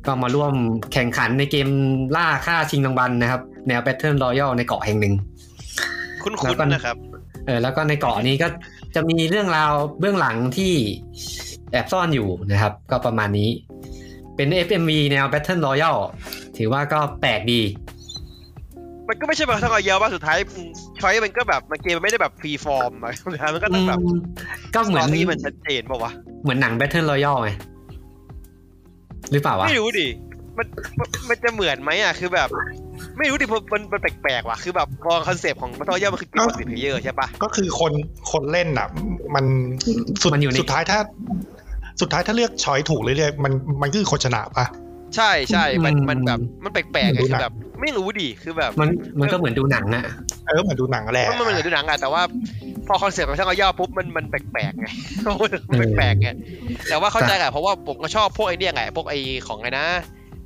Speaker 1: ก็มาร่วมแข่งขันในเกมล่าค่าชิงรางวัลนะครับ แนว Battle Royale ในเกาะแห่งหนึ่ง
Speaker 2: คุ้
Speaker 1: แล้
Speaker 2: น
Speaker 1: วก็
Speaker 2: ๆนะครับ
Speaker 1: เออแล้วก็ในเกาะนี้ก็จะมีเรื่องราวเบื้องหลังที่แอบซ่อนอยู่นะครับ ก็ประมาณนี้ เป็น FMV แนว Battle Royale ถือว่าก็แปลกดี
Speaker 2: มันก็ไม่ใช่แบบทั้งเอาเยอะว่าสุดท้ายช้อยมันก็แบบมันเกมมันไม่ได้แบบฟรีฟอร์มอะ (laughs) มันก็ต้องแบบ
Speaker 1: อืมก็เหมือน
Speaker 2: ตรี่มันชัดเจนป่าวะ
Speaker 1: เหมือนหนัง Battle Royale ไหมหรือเปล่าวะ
Speaker 2: ไม่รู้ดิ มันมันมันจะเหมือนไหมอ่ะ คือแบบ ไม่รู้ดิผมมันมันแปลกๆว่ะ คือแบบมองคอนเซปต์ของมัทอยเยอร์มันคือเกมสิบเพลเยอร์ใช่ปะ
Speaker 4: ก็คือคนคนเล่นอะมันสุด
Speaker 1: มันอยู่ใน
Speaker 4: สุดท้ายถ้า สุดท้ายถ้าเลือกช้อยถูกเรื่อยๆมันมันก็คือคนชนะปะ
Speaker 2: ใช่ใช่มันมันแบบมันแปลกๆไงคือแบบ ไม่รู้ดิ คือแบบ
Speaker 1: มันมันก็เหมือนดูหนังอะ
Speaker 4: เออเหมือนดูหนังแหละ
Speaker 2: มันมันเหมือนดูหนังอะแต่ว่า พอคอนเซปต์ของช่างเอาย่อปุ๊บมันมันแปลกๆไง (laughs) มันแปลกๆไงแต่ว่าเข้าใจแหละเพราะว่าผมก็ชอบพวกไอเดียไงพวกไอของไงนะ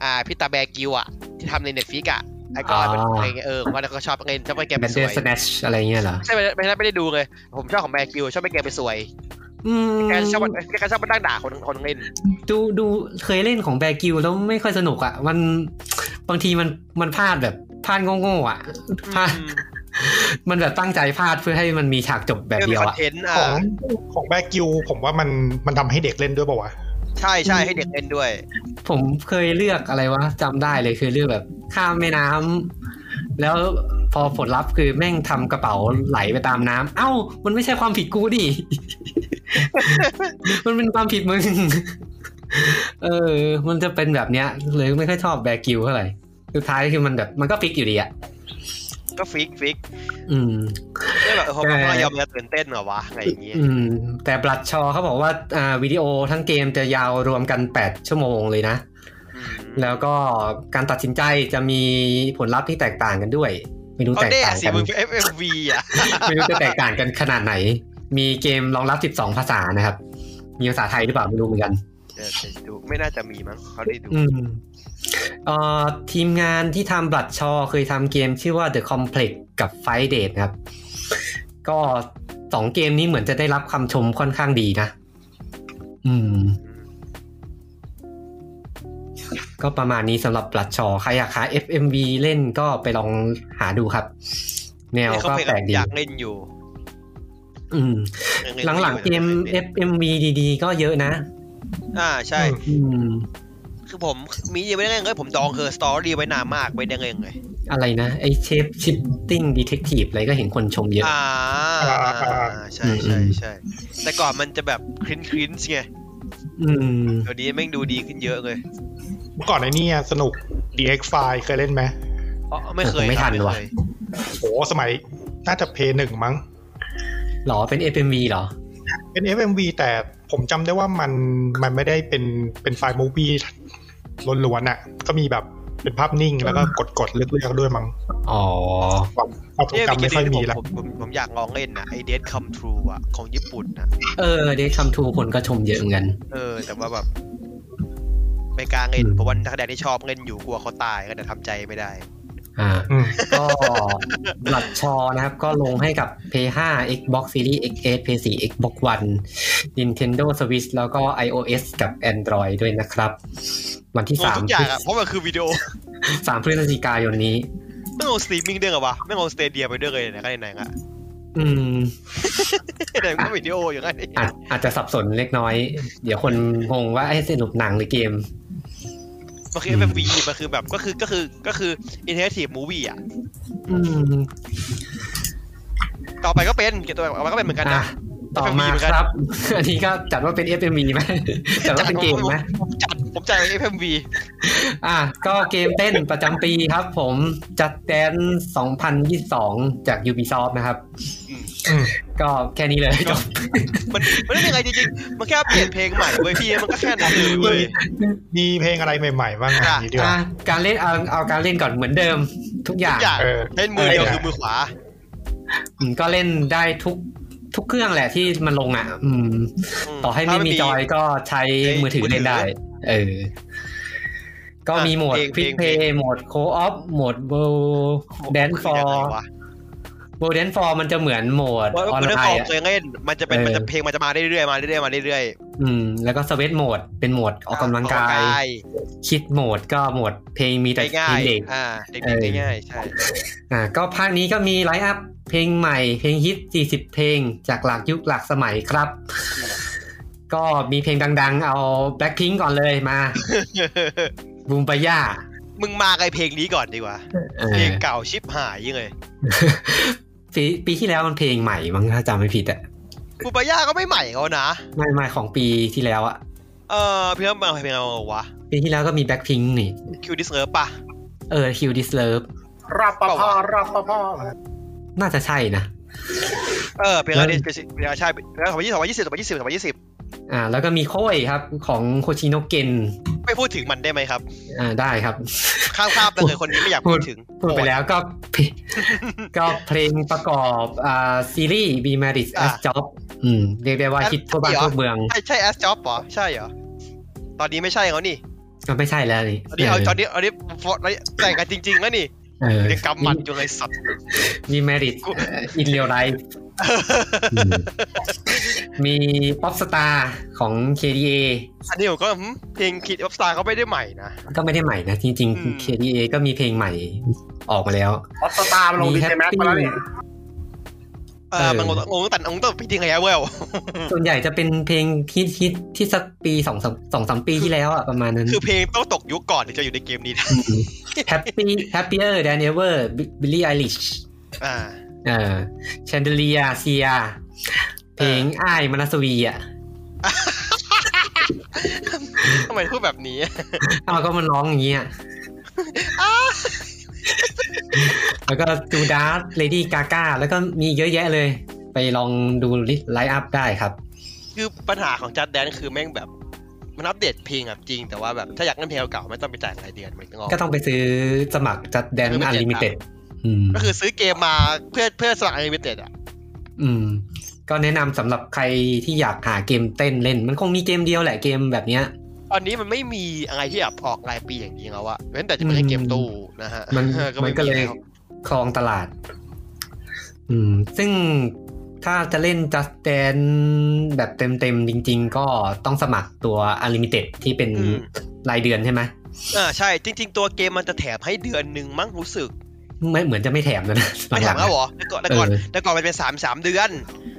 Speaker 2: อ่าพิตาแบกิวอะที่ทำในเน็ตฟิกอะไอก็เป็นอะไรเงี้ยเออผมว่าเราก็ชอบไงชอบไปแก
Speaker 1: แบ
Speaker 2: ไป
Speaker 1: น
Speaker 2: ส
Speaker 1: เดอ
Speaker 2: ว
Speaker 1: ร์
Speaker 2: ย
Speaker 1: สแนชอะไรเงี้ยเหรอ
Speaker 2: ใช่ไม่ไม่ได้ไม่ได้ดูเลยผมชอบของแบกิวชอบไปแกไปสวย
Speaker 1: อืม
Speaker 2: แกชอบแกชอบไปตั้งด่าคนคนเล่น
Speaker 1: ดูดูเคยเล่นของแบกิวแล้วไม่ค่อยสนุกอะมันบางทีมันมันพลาดแบบพลาดโง่ๆอะพลาด
Speaker 2: อืม
Speaker 1: (laughs) มันแบบตั้งใจพลาดเพื่อให้มันมีฉากจบแบบ
Speaker 2: เรื่องมี
Speaker 1: เดียว
Speaker 2: คอน
Speaker 1: อะ
Speaker 2: เทนต์
Speaker 4: ข
Speaker 2: อ่ะ
Speaker 4: องของแบกิวผมว่ามันมันทำให้เด็กเล่นด้วยป่าวะ
Speaker 2: ใช่ใช่ให้เด็กเล่นด้วย
Speaker 1: ผมเคยเลือกอะไรวะจำได้เลยคือเลือกแบบข้ามแม่น้ำแล้วพอผลลัพธ์คือแม่งทำกระเป๋าไหลไปตามน้ำเอ้า มันไม่ใช่ (laughs) ความผิดกูดิ มันเป็นความผิดมึง (laughs) เออ มันจะเป็นแบบเนี้ย เลยไม่ค่อยชอบแบร์กิลเท่าไหร่ สุดท้ายคือมันแบบ มันก็ฟิกอยู่ดีอ่ะ
Speaker 2: ก็ฟิกฟิก
Speaker 1: อืม
Speaker 2: ไม่แบบเออพอพอยอมจะตื่นเต้นเหรอวะอะไรอย่างเงี้ย
Speaker 1: อืม แต่บลัดชอเขาบอกว่า อ่า วิดีโอทั้งเกมจะยาวรวมกัน 8 ชั่วโมงเลยนะ
Speaker 2: อืม
Speaker 1: แล้วก็การตัดสินใจจะมีผลลัพธ์ที่แตกต่างกันด้วย ไม่รู้
Speaker 2: เอา
Speaker 1: แตก
Speaker 2: แน่
Speaker 1: ต่าง
Speaker 2: สิ
Speaker 1: กัน
Speaker 2: มึงเป็น FMV อ่ะ
Speaker 1: ไม่รู้จะแตกต่างกันขนาดไหน มีเกมรองรับ 12 ภาษานะครับ มีภาษาไทยหรือเปล่าไม่รู้เหมือนกัน
Speaker 2: จะจะดูไม่น่าจะมีมั้งเขาได้ดู
Speaker 1: อืมเอ่อทีมงานที่ทำบลัดชอเคยทำเกมชื่อว่า The Complex กับ Fight Date ครับ ก็สองเกมนี้เหมือนจะได้รับคำชมค่อนข้างดีนะ อืม ก็ประมาณนี้สำหรับบลัดชอใครอยากหา FMV เล่นก็ไปลองหาดูครับ แนว
Speaker 2: เนี่ยเขา
Speaker 1: ก็
Speaker 2: เพลง
Speaker 1: แปลกดี
Speaker 2: อยากเล่นอยู่
Speaker 1: อืม
Speaker 2: ยั
Speaker 1: ห
Speaker 2: งน
Speaker 1: ลังๆเกม
Speaker 2: อยู่
Speaker 1: FMV ดีๆ ก็เยอะนะ
Speaker 2: อ่าใช่
Speaker 4: อืม
Speaker 1: อืม
Speaker 2: คือผมมียังไม่ได้เล่นเลยผมดองเฮอร์สตอรี่ไว้นานมากไม่ได้เล่นเลย
Speaker 1: อะไรนะ ไอเชฟชิปติ้งดีเทคทีฟอะไรก็เห็นคนชมเยอะ
Speaker 2: อ่า
Speaker 4: อ่าอ่าอ่า
Speaker 2: ใช่ใช่ใช่แต่ก่อนมันจะแบบครินครินส์ไง
Speaker 1: อืม
Speaker 2: เดี๋ยวนี้แม่งดูดีขึ้นเยอะเลย
Speaker 4: เมื่อก่อนไอ้เนี่ยสนุก DX File เคยเล่นไหม
Speaker 2: อ๋อไม่เคย
Speaker 1: ผมไม่ทัน
Speaker 2: รับ
Speaker 1: ว่ะ
Speaker 2: เคย
Speaker 4: โหสมัยน่าจะเพย์หนึ่งมั้ง
Speaker 1: หรอเป็น FMV หรอ
Speaker 4: เป็น FMV แต่ผมจำได้ว่ามันมันไม่ได้เป็นเป็นไฟล์มูฟี่ล้วนๆอ่ะ ก็มีแบบเป็นภาพนิ่งแล้วก็กดกดๆเลือกๆด้วยมั้ง
Speaker 1: อ๋อ
Speaker 4: ความความทรง
Speaker 2: เนี่ยมี
Speaker 4: จำ
Speaker 2: เก
Speaker 4: ไม่
Speaker 2: ม
Speaker 4: ค่อย
Speaker 2: ที่ผ
Speaker 4: มี
Speaker 2: ม
Speaker 4: ละ
Speaker 2: ผมผมผมอยากลองเล่นนะไอเดทคัมทรูอ่ะของญี่ปุ่นนะ
Speaker 1: เออเดทคัมทูคนก็ชมเยอะเหมือนกัน
Speaker 2: เออ แต่ว่าแบบไม่กล้าเล่นเพราะวันทักแดนที่ชอบเล่นอยู่กลัวเขาตายก็แต่ทำใจไม่ได้
Speaker 1: อ่า
Speaker 4: อืม
Speaker 1: ก็หลัดชอนะครับ ก็ลงให้กับ P5 Xbox Series X8 P4 Xbox One Nintendo Switch แล้วก็ iOS กับ Android ด้วยนะครับ วันที่
Speaker 2: งงทุกอ
Speaker 1: 3
Speaker 2: ย่างอะเพราะมันคือวิดีโอ
Speaker 1: สามพฤศจิกายนนี้
Speaker 2: ไม่งงสตรีมมิ่งด้วยเหรอวะไม่งงสเตเดียมไปด้วยเลยนะก็ (laughs) ไหนๆอะ
Speaker 1: อืม
Speaker 2: ไหนก็วิดีโออย่างนั้น
Speaker 1: อาจอาจจะสับสนเล็กน้อย เดี๋ยวคนงงว่าไอ้สนุกหนังหรือเกม
Speaker 2: มันคือ FMV มันคือแบบก็คือก็คือก็คือ interactive movie อ่ะ
Speaker 1: อืม ต่
Speaker 2: ต่
Speaker 1: อ
Speaker 2: อ
Speaker 1: ไป
Speaker 2: ไป
Speaker 1: ก็
Speaker 2: ก็
Speaker 1: เป็
Speaker 2: เป็น นเกี่ยวกับมันก็เป็นเหมือนกัน
Speaker 1: อ่ะ
Speaker 2: นะ
Speaker 1: ต่อมา
Speaker 2: FMV เหมือนกัน
Speaker 1: ครับ (laughs) อันนี้ก็จัดว่าเป็น FMV (laughs) ไหมจัดว่าเป็นเกมไหม
Speaker 2: ผมจัดผมจัด FMV
Speaker 1: อ่ะก็เกมเต้นประจำปีครับผมจัดแดน2022 จาก Ubisoft นะครับ
Speaker 4: อืม
Speaker 1: ก็แค่นี้ (laughs) เลยจบ
Speaker 2: มันมันไม่ได้ยังไงจริงๆ มันแค่เปลี่ยนเพลงใหม่เว้ยพี่มันก็แค่นั้นเลยเว้ย
Speaker 4: มีเพลงอะไรใหม่ ๆ บ้างอ่ะ
Speaker 2: อ่ะ
Speaker 4: นี่ดีกว่า
Speaker 1: อ่ะการเล่นเอาเอาการเล่นก่อนเหมือนเดิมทุกอย่า
Speaker 2: ทุ
Speaker 1: ง
Speaker 2: กอย่าง
Speaker 4: เออ
Speaker 2: เล่นมือเดียวคือมือขวา
Speaker 1: อืมก็เล่นได้ทุกทุกเครื่องแหละที่มันลงอ่ะ อืม ต่อให้ไม่มีจอยก็ใช้มือถือเล่นได้ เออ ก็มีโหมด
Speaker 2: เพลง
Speaker 1: ควิกเพ
Speaker 2: เพลง
Speaker 1: ย์โหมดโคออฟโหมดเบลแดนฟอร์ โบเดนฟอร์มันจะเหมือนโหมด
Speaker 2: เพราะ
Speaker 1: ออน
Speaker 2: คุณได้
Speaker 1: ไล
Speaker 2: ฟอง
Speaker 1: น์อะ
Speaker 2: เคยเล่นมันจะเป็น
Speaker 1: เออ
Speaker 2: มันจะเพลงมันจะมาเรื่อยๆมาเรื่อยๆมาเรื่อย
Speaker 1: อืม แล้วก็สเวทโหมดเป็นโหมด
Speaker 2: ๆ
Speaker 1: ออกกำลังกาย คิดโหมดก็โหมดเพลงมีแต่
Speaker 2: ได้
Speaker 1: เพ
Speaker 2: ง่า
Speaker 1: ลง
Speaker 2: ย
Speaker 1: เด็ก
Speaker 2: ๆอ่าเด็ก
Speaker 1: เออ
Speaker 2: ๆง่ายๆใช่ (laughs)
Speaker 1: อ่า ก็ภาคนี้ก็มีไลฟ์อัพเพลงใหม่ เพลงฮิต 40 เพลงจากหลากยุคหลากสมัย (laughs) ครับ ก็มีเพลงดังๆ เอา Blackpink ก่อนเลยมา บูมปย่า
Speaker 2: มึงมาไอเพลงนี้ก่อนดีกว่า
Speaker 1: เอ
Speaker 2: เพล
Speaker 1: อง
Speaker 2: เก่าชิบหายยังไง
Speaker 1: ปีปีที่แล้วมันเพลงใหม่มั้งถ้าจำไม่ผิดอะ
Speaker 2: ปูปายาก็ไม่ใหม่เขานะ
Speaker 1: ไม่ไม่ของปีที่แล้วอะ
Speaker 2: เออเพื่อนมาเพลงอะไรวะ
Speaker 1: ปีที่แล้วก็มี Blackpink นี่
Speaker 2: คิวดิสเนอร์ป่ะ
Speaker 1: เออ Hill Deserve
Speaker 3: รับประพารับประพา
Speaker 1: น่าจะใช่นะ
Speaker 2: เออเพลงอะไรเนี่ยเพลงอะไรใช่เพลงสองพันยี่สิบสองพันยี่สิบสองพันยี่สิบสองพันยี่สิบ
Speaker 1: อ่า แล้วก็มีโค้ยครับของโคชิโนเกน
Speaker 2: ไม่พูดถึงมันได้ไหมครับ
Speaker 1: อ่าได้ครับ
Speaker 2: ข้ามข้ามไป
Speaker 1: (laughs)
Speaker 2: เลยคนนี้ไม่อยากพูดถึง
Speaker 1: พูดไปแล้วก็ (laughs) ก็เพลงประกอบอ่าซีรีส์ Be Married as Job อืม เรียกได้ว่าฮิตทั่วบ้านทั่วเมือง
Speaker 2: ใช่ใช่แอสจ็อบเหรอ ใช่เหรอ ตอนนี้ไม่ใช่เขานี่
Speaker 1: ก็ไม่ใช่แล้วนี่
Speaker 2: ตอนนี้เอาตอนนี้ตอนนี้ฟอร์ดแต่งกันจริงๆแล้วนี่
Speaker 1: เออ
Speaker 2: ยังกำหมัดอยู่เลยสัตว์ (laughs)
Speaker 1: Be
Speaker 3: (laughs)
Speaker 1: Married
Speaker 2: กู
Speaker 1: in Real Life อืมมี Pop Star ของ KDA
Speaker 2: อันนี้ผมก็หึเพลงคิดออฟสตาร์เขาไม่ได้ใหม่นะ
Speaker 1: ก็ไม่ได้ใหม่นะ จริง
Speaker 2: อืม
Speaker 1: ๆ KDA ก็มีเพลงใหม่ออกมาแล้ว
Speaker 3: ออสตาร์มันลงดีเจแม็กมาแล้วนี่
Speaker 2: เอ
Speaker 1: เอ
Speaker 2: อ
Speaker 1: อ
Speaker 2: มันงงงงตั้งแต่งงตั้งแต่ปีที่แล้วเว้ย
Speaker 1: (laughs) ส่วนใหญ่จะเป็นเพลงฮิตฮิตๆที่สักปีสองสามสองสามปีที่แล้วอะประมาณนั้น
Speaker 2: คือเพลงต้องตกยุคก่อนถึงจะอยู่ในเกมนี้
Speaker 1: (laughs)
Speaker 2: ได้
Speaker 1: Happy Happier Than Ever Billie Eilish
Speaker 2: อ่า
Speaker 1: เออ Chandelier เซียเพลงอ้ายมนัสวีอ่ะ
Speaker 2: ทำไมพูดแบบนี้
Speaker 1: เอาก็มันร้องอย่างเงี้ยแล้วก็จูดาสเลดี้กากาแล้วก็มีเยอะแยะเลย ไปลองดูไลฟ์อัพได้ครับ
Speaker 2: คือปัญหาของจัดแดนคือแม่งแบบ มันอัปเดตเพลงแบบจริง แต่ว่าแบบถ้าอยากเล่นเพลงเก่าไม่ต้องไปจ่ายรายเดือนมันต้องออก
Speaker 1: ก็ต้องไปซื้อสมัครจัดแดนอันลิมิเต็ดอืม
Speaker 2: ก็คือซื้อเกมมาเพื่อเพื่อสมัครอนิเมเต็ดอ่ะ
Speaker 1: อืม ก็แนะนำสำหรับใครที่อยากหาเกมเต้นเล่น มันคงมีเกมเดียวแหละเกมแบบเนี้ย
Speaker 2: ตอนนี้มันไม่มีอะไรที่แบบออกรายปีอย่างนี้แล้วอะเว้นแต่จะไม่ใช่เกมตู้นะฮะ
Speaker 1: มัน
Speaker 2: ไ
Speaker 1: มันก็เลย
Speaker 2: แว
Speaker 1: คลองตลาด อืม ซึ่งถ้าจะเล่น Just Dance แบบเต็มๆ จริง ๆ ก็ต้องสมัครตัว Unlimited ที่เป็น
Speaker 2: อืม
Speaker 1: รายเดือนใช่ไหม
Speaker 2: อ่าใช่จริง ๆ ตัวเกมมันจะแถมให้เดือนหนึ่งมั้งรู้สึก
Speaker 1: ไม่เหมือนจะไม่แถมแล้วนะ
Speaker 2: ไม่แถ
Speaker 1: ลั
Speaker 2: มแล้
Speaker 1: ง
Speaker 2: ว
Speaker 1: ๆ
Speaker 2: เหรอแต่ก่อนแต่ก่อน
Speaker 1: เออ
Speaker 2: แต่ก่อนมันเป็นสามสามเดือน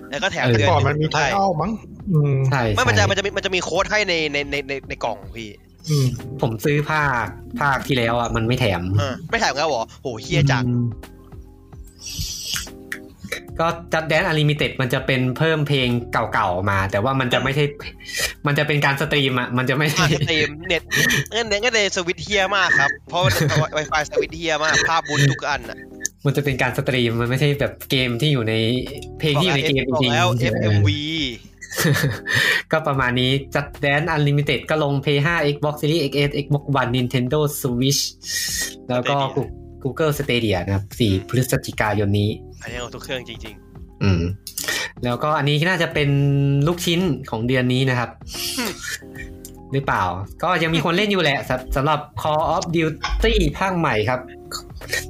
Speaker 2: แล้วก็แถม
Speaker 1: เออ
Speaker 2: เดือน
Speaker 4: ก่อน
Speaker 2: ห
Speaker 4: มันมีไท
Speaker 2: ใช่
Speaker 4: เอลมั้งอืม
Speaker 1: ใช่
Speaker 2: ไม่มันจะ
Speaker 1: ใช่
Speaker 2: มันจะมีมันจะมีโค้ดให้ในในในในในกล่องพี่
Speaker 4: อืม
Speaker 1: ผมซื้อภาคภาคที่แล้วอ่ะมันไม่แถม
Speaker 2: อ่าไม่แถมแล้วเหรอโหเฮียจัง
Speaker 1: อืมก็จัดแดนอ n l ลิมิเต็ดมันจะเป็นเพิ่มเพลงเก่าๆมา แต่ว่ามันจะไม่ใช่ มันจะเป็นการสตรีมอ่ะ มันจะไม่ใช่
Speaker 2: อ่าสตรีมเน็ตเงินเน็ตก็เลยสวิตช์เฮียมากครับเพรา (laughs) ะไวไฟสวิตช์เฮียมากภาพบุญทุกอันอะ
Speaker 1: มันจะเป็นการสตรีมมันไม่ใช่แบบเกมที่อยู่ในเพลงที่อยู่ในเกมจริง
Speaker 2: แล้ว
Speaker 1: ๆ
Speaker 2: FMV
Speaker 1: (laughs) ก็ประมาณนี้จัดแดนอ n l ลิมิเต็ดก็ลง Play 5 Xbox Series X Xbox One Nintendo Switch แล้วก็
Speaker 2: Stadia
Speaker 1: Google Stadia นะครับ 4 พฤศจิกายนนี้
Speaker 2: อันนี้เอาทุกเครื่องจริง
Speaker 1: อืม แล้วก็อันนี้น่าจะเป็นลูกชิ้นของเดือนนี้นะครับ หรือเปล่า ก็ยังมีคนเล่นอยู่แหละสำสำหรับ Call of Duty ภาคใหม่ครับ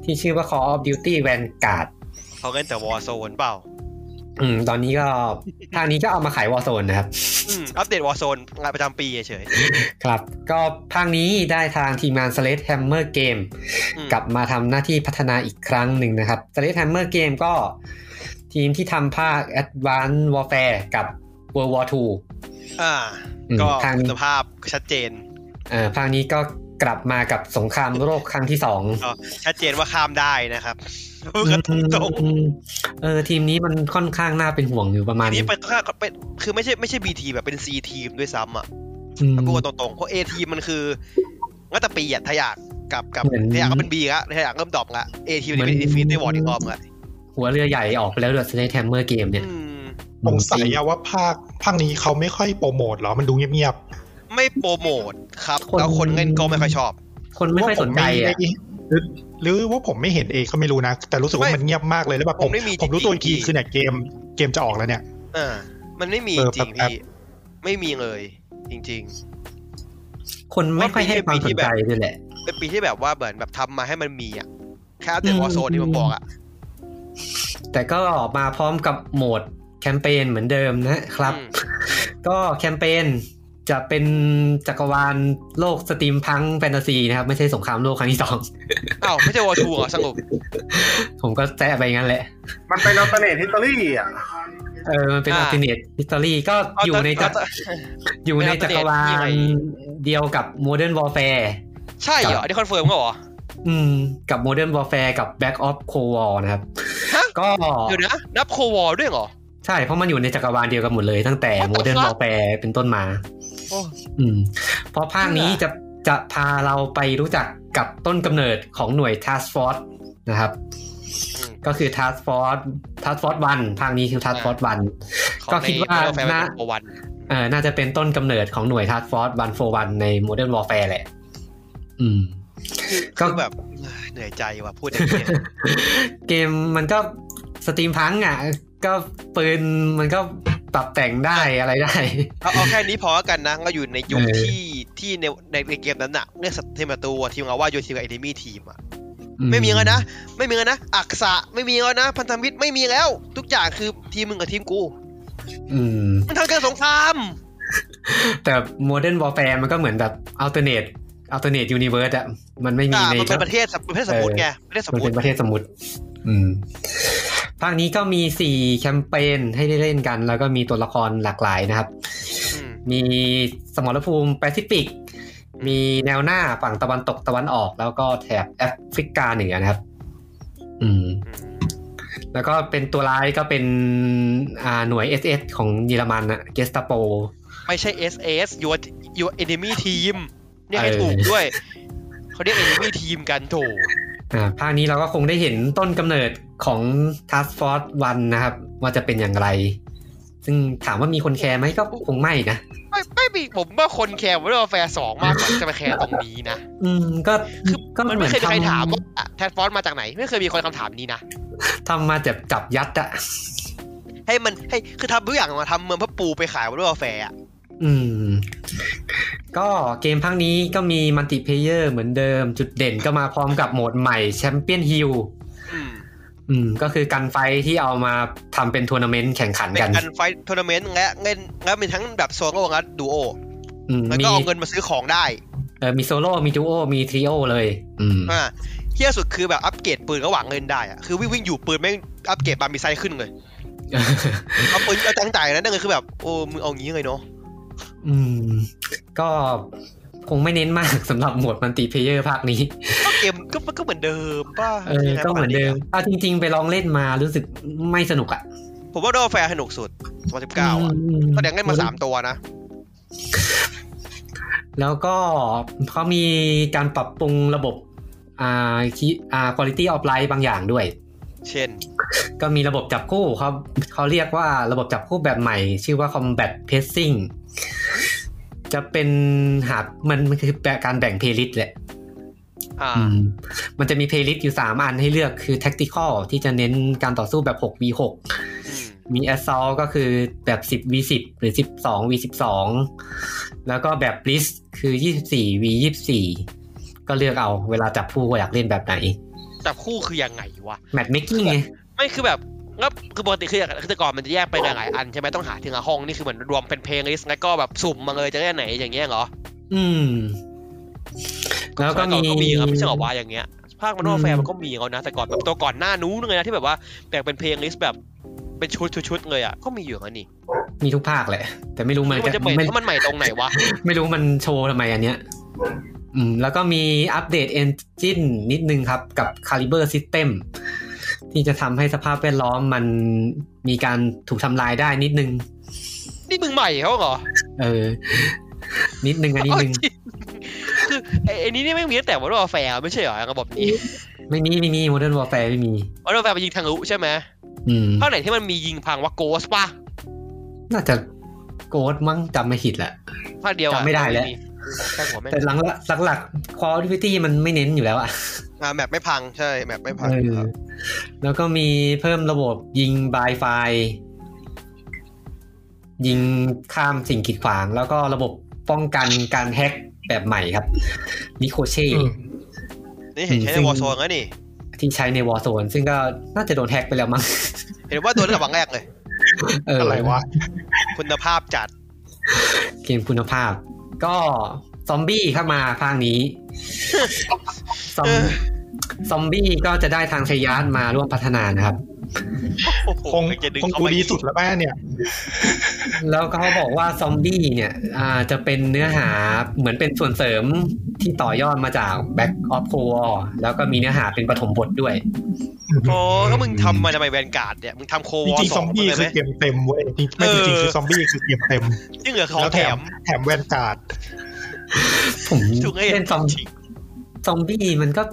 Speaker 1: ที่ชื่อว่า Call of Duty Vanguard
Speaker 2: ๆเขาเล่นแต่ Warzone เปล่า
Speaker 1: อืม ตอนนี้ก็ทางนี้ก็เอามาขายวอ z o นนะครับ
Speaker 2: อืม อัปเดต Warzone งานประจำปีเฉย
Speaker 1: ครับ ก็ภาคนี้ได้ทางทีมงาน Sledgehammer Game
Speaker 2: ๆอืม
Speaker 1: กลับมาทำหน้าที่พัฒนาอีกครั้งหนึ่งนะครับ Sledgehammer Game ก็ทีมที่ทำภาค Advanced Warfare กับ World War II
Speaker 2: อ่า
Speaker 1: อืม
Speaker 2: ก็
Speaker 1: ทาง
Speaker 2: คุณภาพชัดเจน
Speaker 1: เอ่อภาคนี้ก็กลับมากับสงครามโลกครั้งที่สอง
Speaker 2: ชัดเจนว่าข้ามได้นะครับพูดกันตรง
Speaker 1: อืมเออทีมนี้มันค่อนข้างน่าเป็นห่วงอยู่ประมาณ
Speaker 2: ๆนี่
Speaker 1: นี้
Speaker 2: เป็นค่าเป็นคือไม่ใช่ไม่ใช่ B ทีมแบบเป็น C ทีมด้วยซ้ำอ่ะ
Speaker 1: อืม
Speaker 2: พูดกันตรงๆ เพราะ A ทีมมันคืองั้นแต่ปีอ่ะทะยากกับกับ
Speaker 1: เหมือน
Speaker 2: ทะยากก็เป็น B ละทะยากเริ่มดรอปละ A ทีม
Speaker 1: เหมือน
Speaker 2: นี่เป็น defeat ได้วอร์ดอีกรอบละ
Speaker 1: หัวเรือใหญ่ออกไปแล้วเดือดสเลทแฮมเมอร์เกมเนี่ย
Speaker 2: อืม
Speaker 4: สงสัยอะว่าภาคภาคนี้เขาไม่ค่อยโปรโมทเหรอมันดูเงียบ
Speaker 2: ไม่โปรโมทครับแล้วคนเล่นก็ไม่ค่อยชอบ
Speaker 1: คน
Speaker 4: ๆ
Speaker 1: ไม่ค่อยสนใจอ่ะ
Speaker 4: ว่าผมไม่หรือหรือว่าผมไม่เห็นเองก็ไม่รู้นะ แต่รู้สึกว่า
Speaker 2: ไม่
Speaker 4: มันเงียบมากเลยแล้วแบบผ
Speaker 2: ผม มไม่มี
Speaker 4: ผมรู้ตัวอีกที
Speaker 2: จริงๆ
Speaker 4: คือเนี่ยเกมเกมจะออกแล้วเนี่ย
Speaker 2: เออมันไม่มี
Speaker 4: เออ
Speaker 2: จริง
Speaker 4: แป๊บ
Speaker 2: พี่ไม่มีเลย จริง
Speaker 1: คนไม่ค่อยให้ความสนใจด้วยแหละ
Speaker 2: ๆ เป็นปีที่แบบว่าเหมือนแบบทำมาให้มันมีอ่ะแค่อัปเดต
Speaker 1: อืม
Speaker 2: วอร์โซนที่ผมบอกอ่ะ
Speaker 1: แต่ก็ออกมาพร้อมกับโหมดแคมเปญเหมือนเดิมนะครับ
Speaker 2: อืม
Speaker 1: ก็แคมเปญจะเป็นจักรวาลโลกสตรีมพังแฟนตาซีนะครับ ไม่ใช่สงครามโลกครั้งที่ส (laughs) อง
Speaker 2: อ้าวไม่ใช่วอร์ทูเหรอสรุป
Speaker 1: ผมก็แซะไปงั้นแหละ
Speaker 3: มันเป็นอัลเทอร์เนทฮิตเตอรี่อ่ะ
Speaker 1: เออมันเป็นอัลติเนตฮิสตอรี่ก็
Speaker 2: เอา
Speaker 1: อยู่ใน
Speaker 2: เอา
Speaker 1: จักร
Speaker 2: เอา
Speaker 1: อยู่ในจักรวาลเดียวกับ Modern Warfare
Speaker 2: ใช่เหรออันนี้คอนเฟิร์มก็เหรอ
Speaker 1: อืม กับ Modern Warfare กับ Back of Cold War นะครับ
Speaker 2: ฮะ
Speaker 1: ก็
Speaker 2: เดี๋ยวนะนับโควอด้วยเหรอ
Speaker 1: ใช่เพราะมันอยู่ในจักรวาลเดียวกันหมดเลยตั้งแต่
Speaker 2: What the
Speaker 1: Modern
Speaker 2: fuck?
Speaker 1: Warfare เป็นต้นมา
Speaker 2: โอ้
Speaker 1: อืม เพราะภาคนี้จะจะพาเราไปรู้จักกับต้นกำเนิดของหน่วย Task Force นะครับ
Speaker 2: อืม
Speaker 1: ก็คือ Task Force Task Force 1ภาคนี้คือ Task Force 1ก็คิดว่า
Speaker 2: แฟน
Speaker 1: น่า
Speaker 2: โอวัน
Speaker 1: เออน่าจะเป็นต้นกำเนิดของหน่วย Task Force 141 ใน Modern Warfare แหละ อืม ก็
Speaker 2: ก็แบบ (sighs) เหนื่อยใจว่ะพูดอย่างนี้ย
Speaker 1: (laughs) เกมมันก็สตรีมพังอ่ะ ก็ปืนมันก็ปรับแต่งได้อะไรได้
Speaker 2: เอาเอาแค่นี้พอแล้วกันนะก็อยู่ในยุค
Speaker 1: เออ
Speaker 2: ที่ที่ในในในเกมนั้นน่ะเรียกสัตว์ทีมประตูทีมเราว่าโยชิกับเอเดมี่ทีมอ่ะ (laughs) ไม่มีแล้วนะ ไม่มีแล้วนะ อักษะไม่มีแล้วนะ พันธมิตรไม่มีแล้ว ทุกอย่างคือทีมมึงกับทีมกู
Speaker 1: อืม
Speaker 2: มันทำการสงคราม
Speaker 1: แต่ Modern Warfare มันก็เหมือนแบบ alternate alternate universe อ่ะ มันไม่มี
Speaker 2: อ่า
Speaker 1: ใน
Speaker 2: มันเป็นประเทศสมประเทศสมมติไงประเทศสม
Speaker 1: มัน
Speaker 2: ม
Speaker 1: เป็
Speaker 2: ติ
Speaker 1: นประเทศสมุทรอืม ภาคนี้ก็มีสี่แคมเปญให้ได้เล่นกัน แล้วก็มีตัวละครหลากหลายนะครับ
Speaker 2: อืม
Speaker 1: มีสมรภูมิแปซิฟิก มีแนวหน้าฝั่งตะวันตกตะวันออก แล้วก็แถบแอฟริกาเหนือนะครับ อืม แล้วก็เป็นตัวร้ายก็เป็นอ่าหน่วย SS ของเยอรมันอะเกสตาโป
Speaker 2: ไม่ใช่ SS your your enemy team เนี่ยกให้
Speaker 1: เออ
Speaker 2: ถูกด้วยเขาเรียก enemy team กันโถ
Speaker 1: อ่าภาคนี้เราก็คงได้เห็นต้นกำเนิดของ Task Force 1 นะครับ ว่าจะเป็นอย่างไร ซึ่งถามว่ามีคนแคร์ไหมก็คงไม่นะ
Speaker 2: ไม่ไม่มีผมว่าคนแคร์วอร์แฟร์สองมากกว่าจะมาแคร์ตรงนี้นะ
Speaker 1: อืม ก็
Speaker 2: คือ
Speaker 1: ก็
Speaker 2: มันไม่เคยมีใคร
Speaker 1: หอ
Speaker 2: ถาม
Speaker 1: ท
Speaker 2: ว่าแทนฟอนมาจากไหน ไม่เคยมีคนคำถามนี้นะ
Speaker 1: ำทำมาจับจับยัดอะ
Speaker 2: ให้มันให้คือทำทุกอย่างมาทำเมืองเพื่อปูไปขายวอร์แฟร์อะ
Speaker 1: อืม ก็เกมภาคนี้ก็มีมัลติเพเยอร์เหมือนเดิม จุดเด่นก็มาพร้อมกับโหมดใหม่แชมเปี้ยนฮิล
Speaker 2: อืม
Speaker 1: อืม ก็คือการไฟท์ที่เอามาทำเป็นทัวร์นาเมนต์แข่งขัน
Speaker 2: เป็น
Speaker 1: กัน
Speaker 2: การไฟท์ทัวร์นาเมนต์และเงินและมีทั้งแบบโซโล่และดูโอ
Speaker 1: อืม
Speaker 2: แล้ว
Speaker 1: มี
Speaker 2: ก็เอาเงินมาซื้อของได้
Speaker 1: เออมีโซโล่มีดูโอมีทริโอเลย อืม
Speaker 2: อ่าเฮี้ยสุดคือแบบอัปเกรดปืนก็หวังเงินได้อะคือวิ่งวิ่งอยู่ปืนแม่งอัปเกรดบาร์มีไซขึ้นเลยเอาปืนเอาตั้งใจนะนั่นเลยคือแบบโอ้มึงเอางี้เลยเนาะ
Speaker 1: อืม ก็คงไม่เน้นมากสำหรับโหมดมัลติเพเยอร์ภาคนี้
Speaker 2: ก็เกมก็ก็เหมือนเดิมป่ะ
Speaker 1: เออ ก็เหมือนเดิมอ่ะจริง ๆ ไปลองเล่นมารู้สึกไม่สนุกอ่ะ
Speaker 2: ผมว่าโดแฟร์สนุกสุด2019อ่ะ
Speaker 1: อืม
Speaker 2: ก็เดี๋ยวเล่นมาสามตัวนะ
Speaker 1: แล้วก็เขามีการปรับปรุงระบบอ่าคิอ่า quality of life บางอย่างด้วย
Speaker 2: เช่น
Speaker 1: ก็มีระบบจับคู่เขาเขาเรียกว่าระบบจับคู่แบบใหม่ ชื่อว่า combat pacing จะเป็นหามันมันคือแบบการแบ่งเพล y l ลิสแหละ
Speaker 2: อ่า
Speaker 1: อืมมันจะมีเพล y l ลิสอยู่ 3 อันให้เลือกคือ tactical ที่จะเน้นการต่อสู้แบบ 6v6
Speaker 2: อืม
Speaker 1: มี assault ก็คือแบบ 10v10 หรือ 12v12 แล้วก็แบบ blitz คือ 24v24 ก็เลือกเอาเวลาจับผู้ว่าอยากเล่นแบบไหน
Speaker 2: จับคู่คือยังไงวะ
Speaker 1: matchmaking ไง
Speaker 2: ไม่คือแบบก็คือปกติคือคือแต่ก่อนมันจะแยกไปหลายๆอันใช่ไหมต้องหาทีละห้องนี่คือเหมือนรวมเป็นเพลงลิสต์แล้วก็แบบสุ่มมาเลยจะได้อันไหนอย่างเงี้ยเหรอ
Speaker 1: อืม แล้วก็
Speaker 2: สยอนก็
Speaker 1: มี
Speaker 2: มีครับไม่ใช่เหรอวะอย่างเงี้ยภาคมัน
Speaker 1: อื
Speaker 2: ว่าม แฟร์มันก็มีเขานะแต่ก่อนแบบตัวก่อนหน้านู้นเลยนะที่แบบว่าแบ่งเป็นเพลงลิสต์แบบเป็นชุดชุดชุดๆๆเลยอ่ะก็มีอยู่นะนี่
Speaker 1: มีทุกภาคแหละ แต่ไม่รู้มัน
Speaker 2: แล้วมันจะใหม่
Speaker 1: ไม่
Speaker 2: แล้วมันใหม่ตรงไหนวะ
Speaker 1: ไม่รู้มันโชว์ทำไมอันเนี้ย อืม แล้วก็มีอัปเดต engine นิดนึงครับกับ caliber system ที่จะทำให้สภาพแวดล้อมมันมีการถูกทำลายได้นิดนึง
Speaker 2: นี่มึงใหม่เขาเหรอ
Speaker 1: เออ นิดนึงอันนิดนึง
Speaker 2: เอาจริงคือไอ้ไอ้นี่นี่ไม่งมีตั้งแต่วันว่าแฟร์ไม่ใช่เหรอระบบนี้
Speaker 1: ไม่มีไม่มี Modern Warfare ไม่มี
Speaker 2: วันว่าแฟร์มันยิงทางลุใช่ไหม
Speaker 1: อืม
Speaker 2: ภาคไหนที่มันมียิงพังวะโกสป่ะ
Speaker 1: น่าจะโกดมั้งจำไม่ผิดแหละ
Speaker 2: ภาคเดียวอะ
Speaker 1: จำไม่ได้แล้ว
Speaker 2: ใช่หัวแม่ง
Speaker 1: แต่หลังหลักหลักควอลิตี้มันไม่เน้นอยู่แล้วอะ
Speaker 2: อ่าแมปไม่พังใช่แมปไม่พัง
Speaker 1: เออ
Speaker 2: ครับ
Speaker 1: แล้วก็มีเพิ่มระบบยิงบายไฟยิงข้ามสิ่งขีดขวาง แล้วก็ระบบป้องกันการแฮ็กแบบใหม่ครับนิโคเช่
Speaker 4: อืม
Speaker 2: นี่เห็นใช้
Speaker 1: ซึ่
Speaker 2: ใน
Speaker 1: ง
Speaker 2: วอร์โซนแล้วนี่
Speaker 1: ที่ใช้ในวอ r z โซนซึ่งก็น่าจะโดนแฮ็กไปแล้วมั้ง
Speaker 2: เห็นว่าตัวตั้งแต่วันแรกเลย
Speaker 1: เอออ
Speaker 4: อะไรวะ
Speaker 2: คุณภาพจัด
Speaker 1: เกมคุณภาพ ก็ซอมบี้เข้ามาภาค
Speaker 2: (laughs)
Speaker 1: นี้ ซอมซอมบี้ก็จะได้ทางชยานมาร่วมพัฒนานะครับ
Speaker 2: โอ้โห
Speaker 4: คง
Speaker 2: จะดึง
Speaker 4: คง
Speaker 2: เขา
Speaker 4: กู
Speaker 2: ไป
Speaker 4: ดีสุดแล้วแม่เนี่ย
Speaker 1: แล้วก็เขาบอกว่าซอมบี้เนี่ยอ่าจะเป็นเนื้อหาเหมือนเป็นส่วนเสริมที่ต่อยอดมาจาก Back of c o w a r แล้วก็มีเนื้อหาเป็นปฐมบทด้วย
Speaker 2: โอ้แล้วมึงทำมาทำไมแวนการ์ดเนี่ย มึงทำโคว วอ
Speaker 4: จริ
Speaker 2: ร์
Speaker 4: ง
Speaker 2: ส
Speaker 4: ๆซ
Speaker 2: อ
Speaker 4: อง ม
Speaker 2: มา
Speaker 4: บี้
Speaker 2: เลยไห
Speaker 4: คื
Speaker 2: ม
Speaker 4: อเกมเต็มเว้ยจริงไม่
Speaker 2: เออ
Speaker 4: จริงๆคือซอมบี้คือเกมเต็ม
Speaker 2: ยิ่งเหลือของ
Speaker 4: แล้ว
Speaker 2: แถ
Speaker 4: แถ
Speaker 2: ม
Speaker 4: มแถมแวนการ์ด
Speaker 1: ผม
Speaker 2: จุกเอ้ย
Speaker 1: เล่นซอมซอมบี้มันก็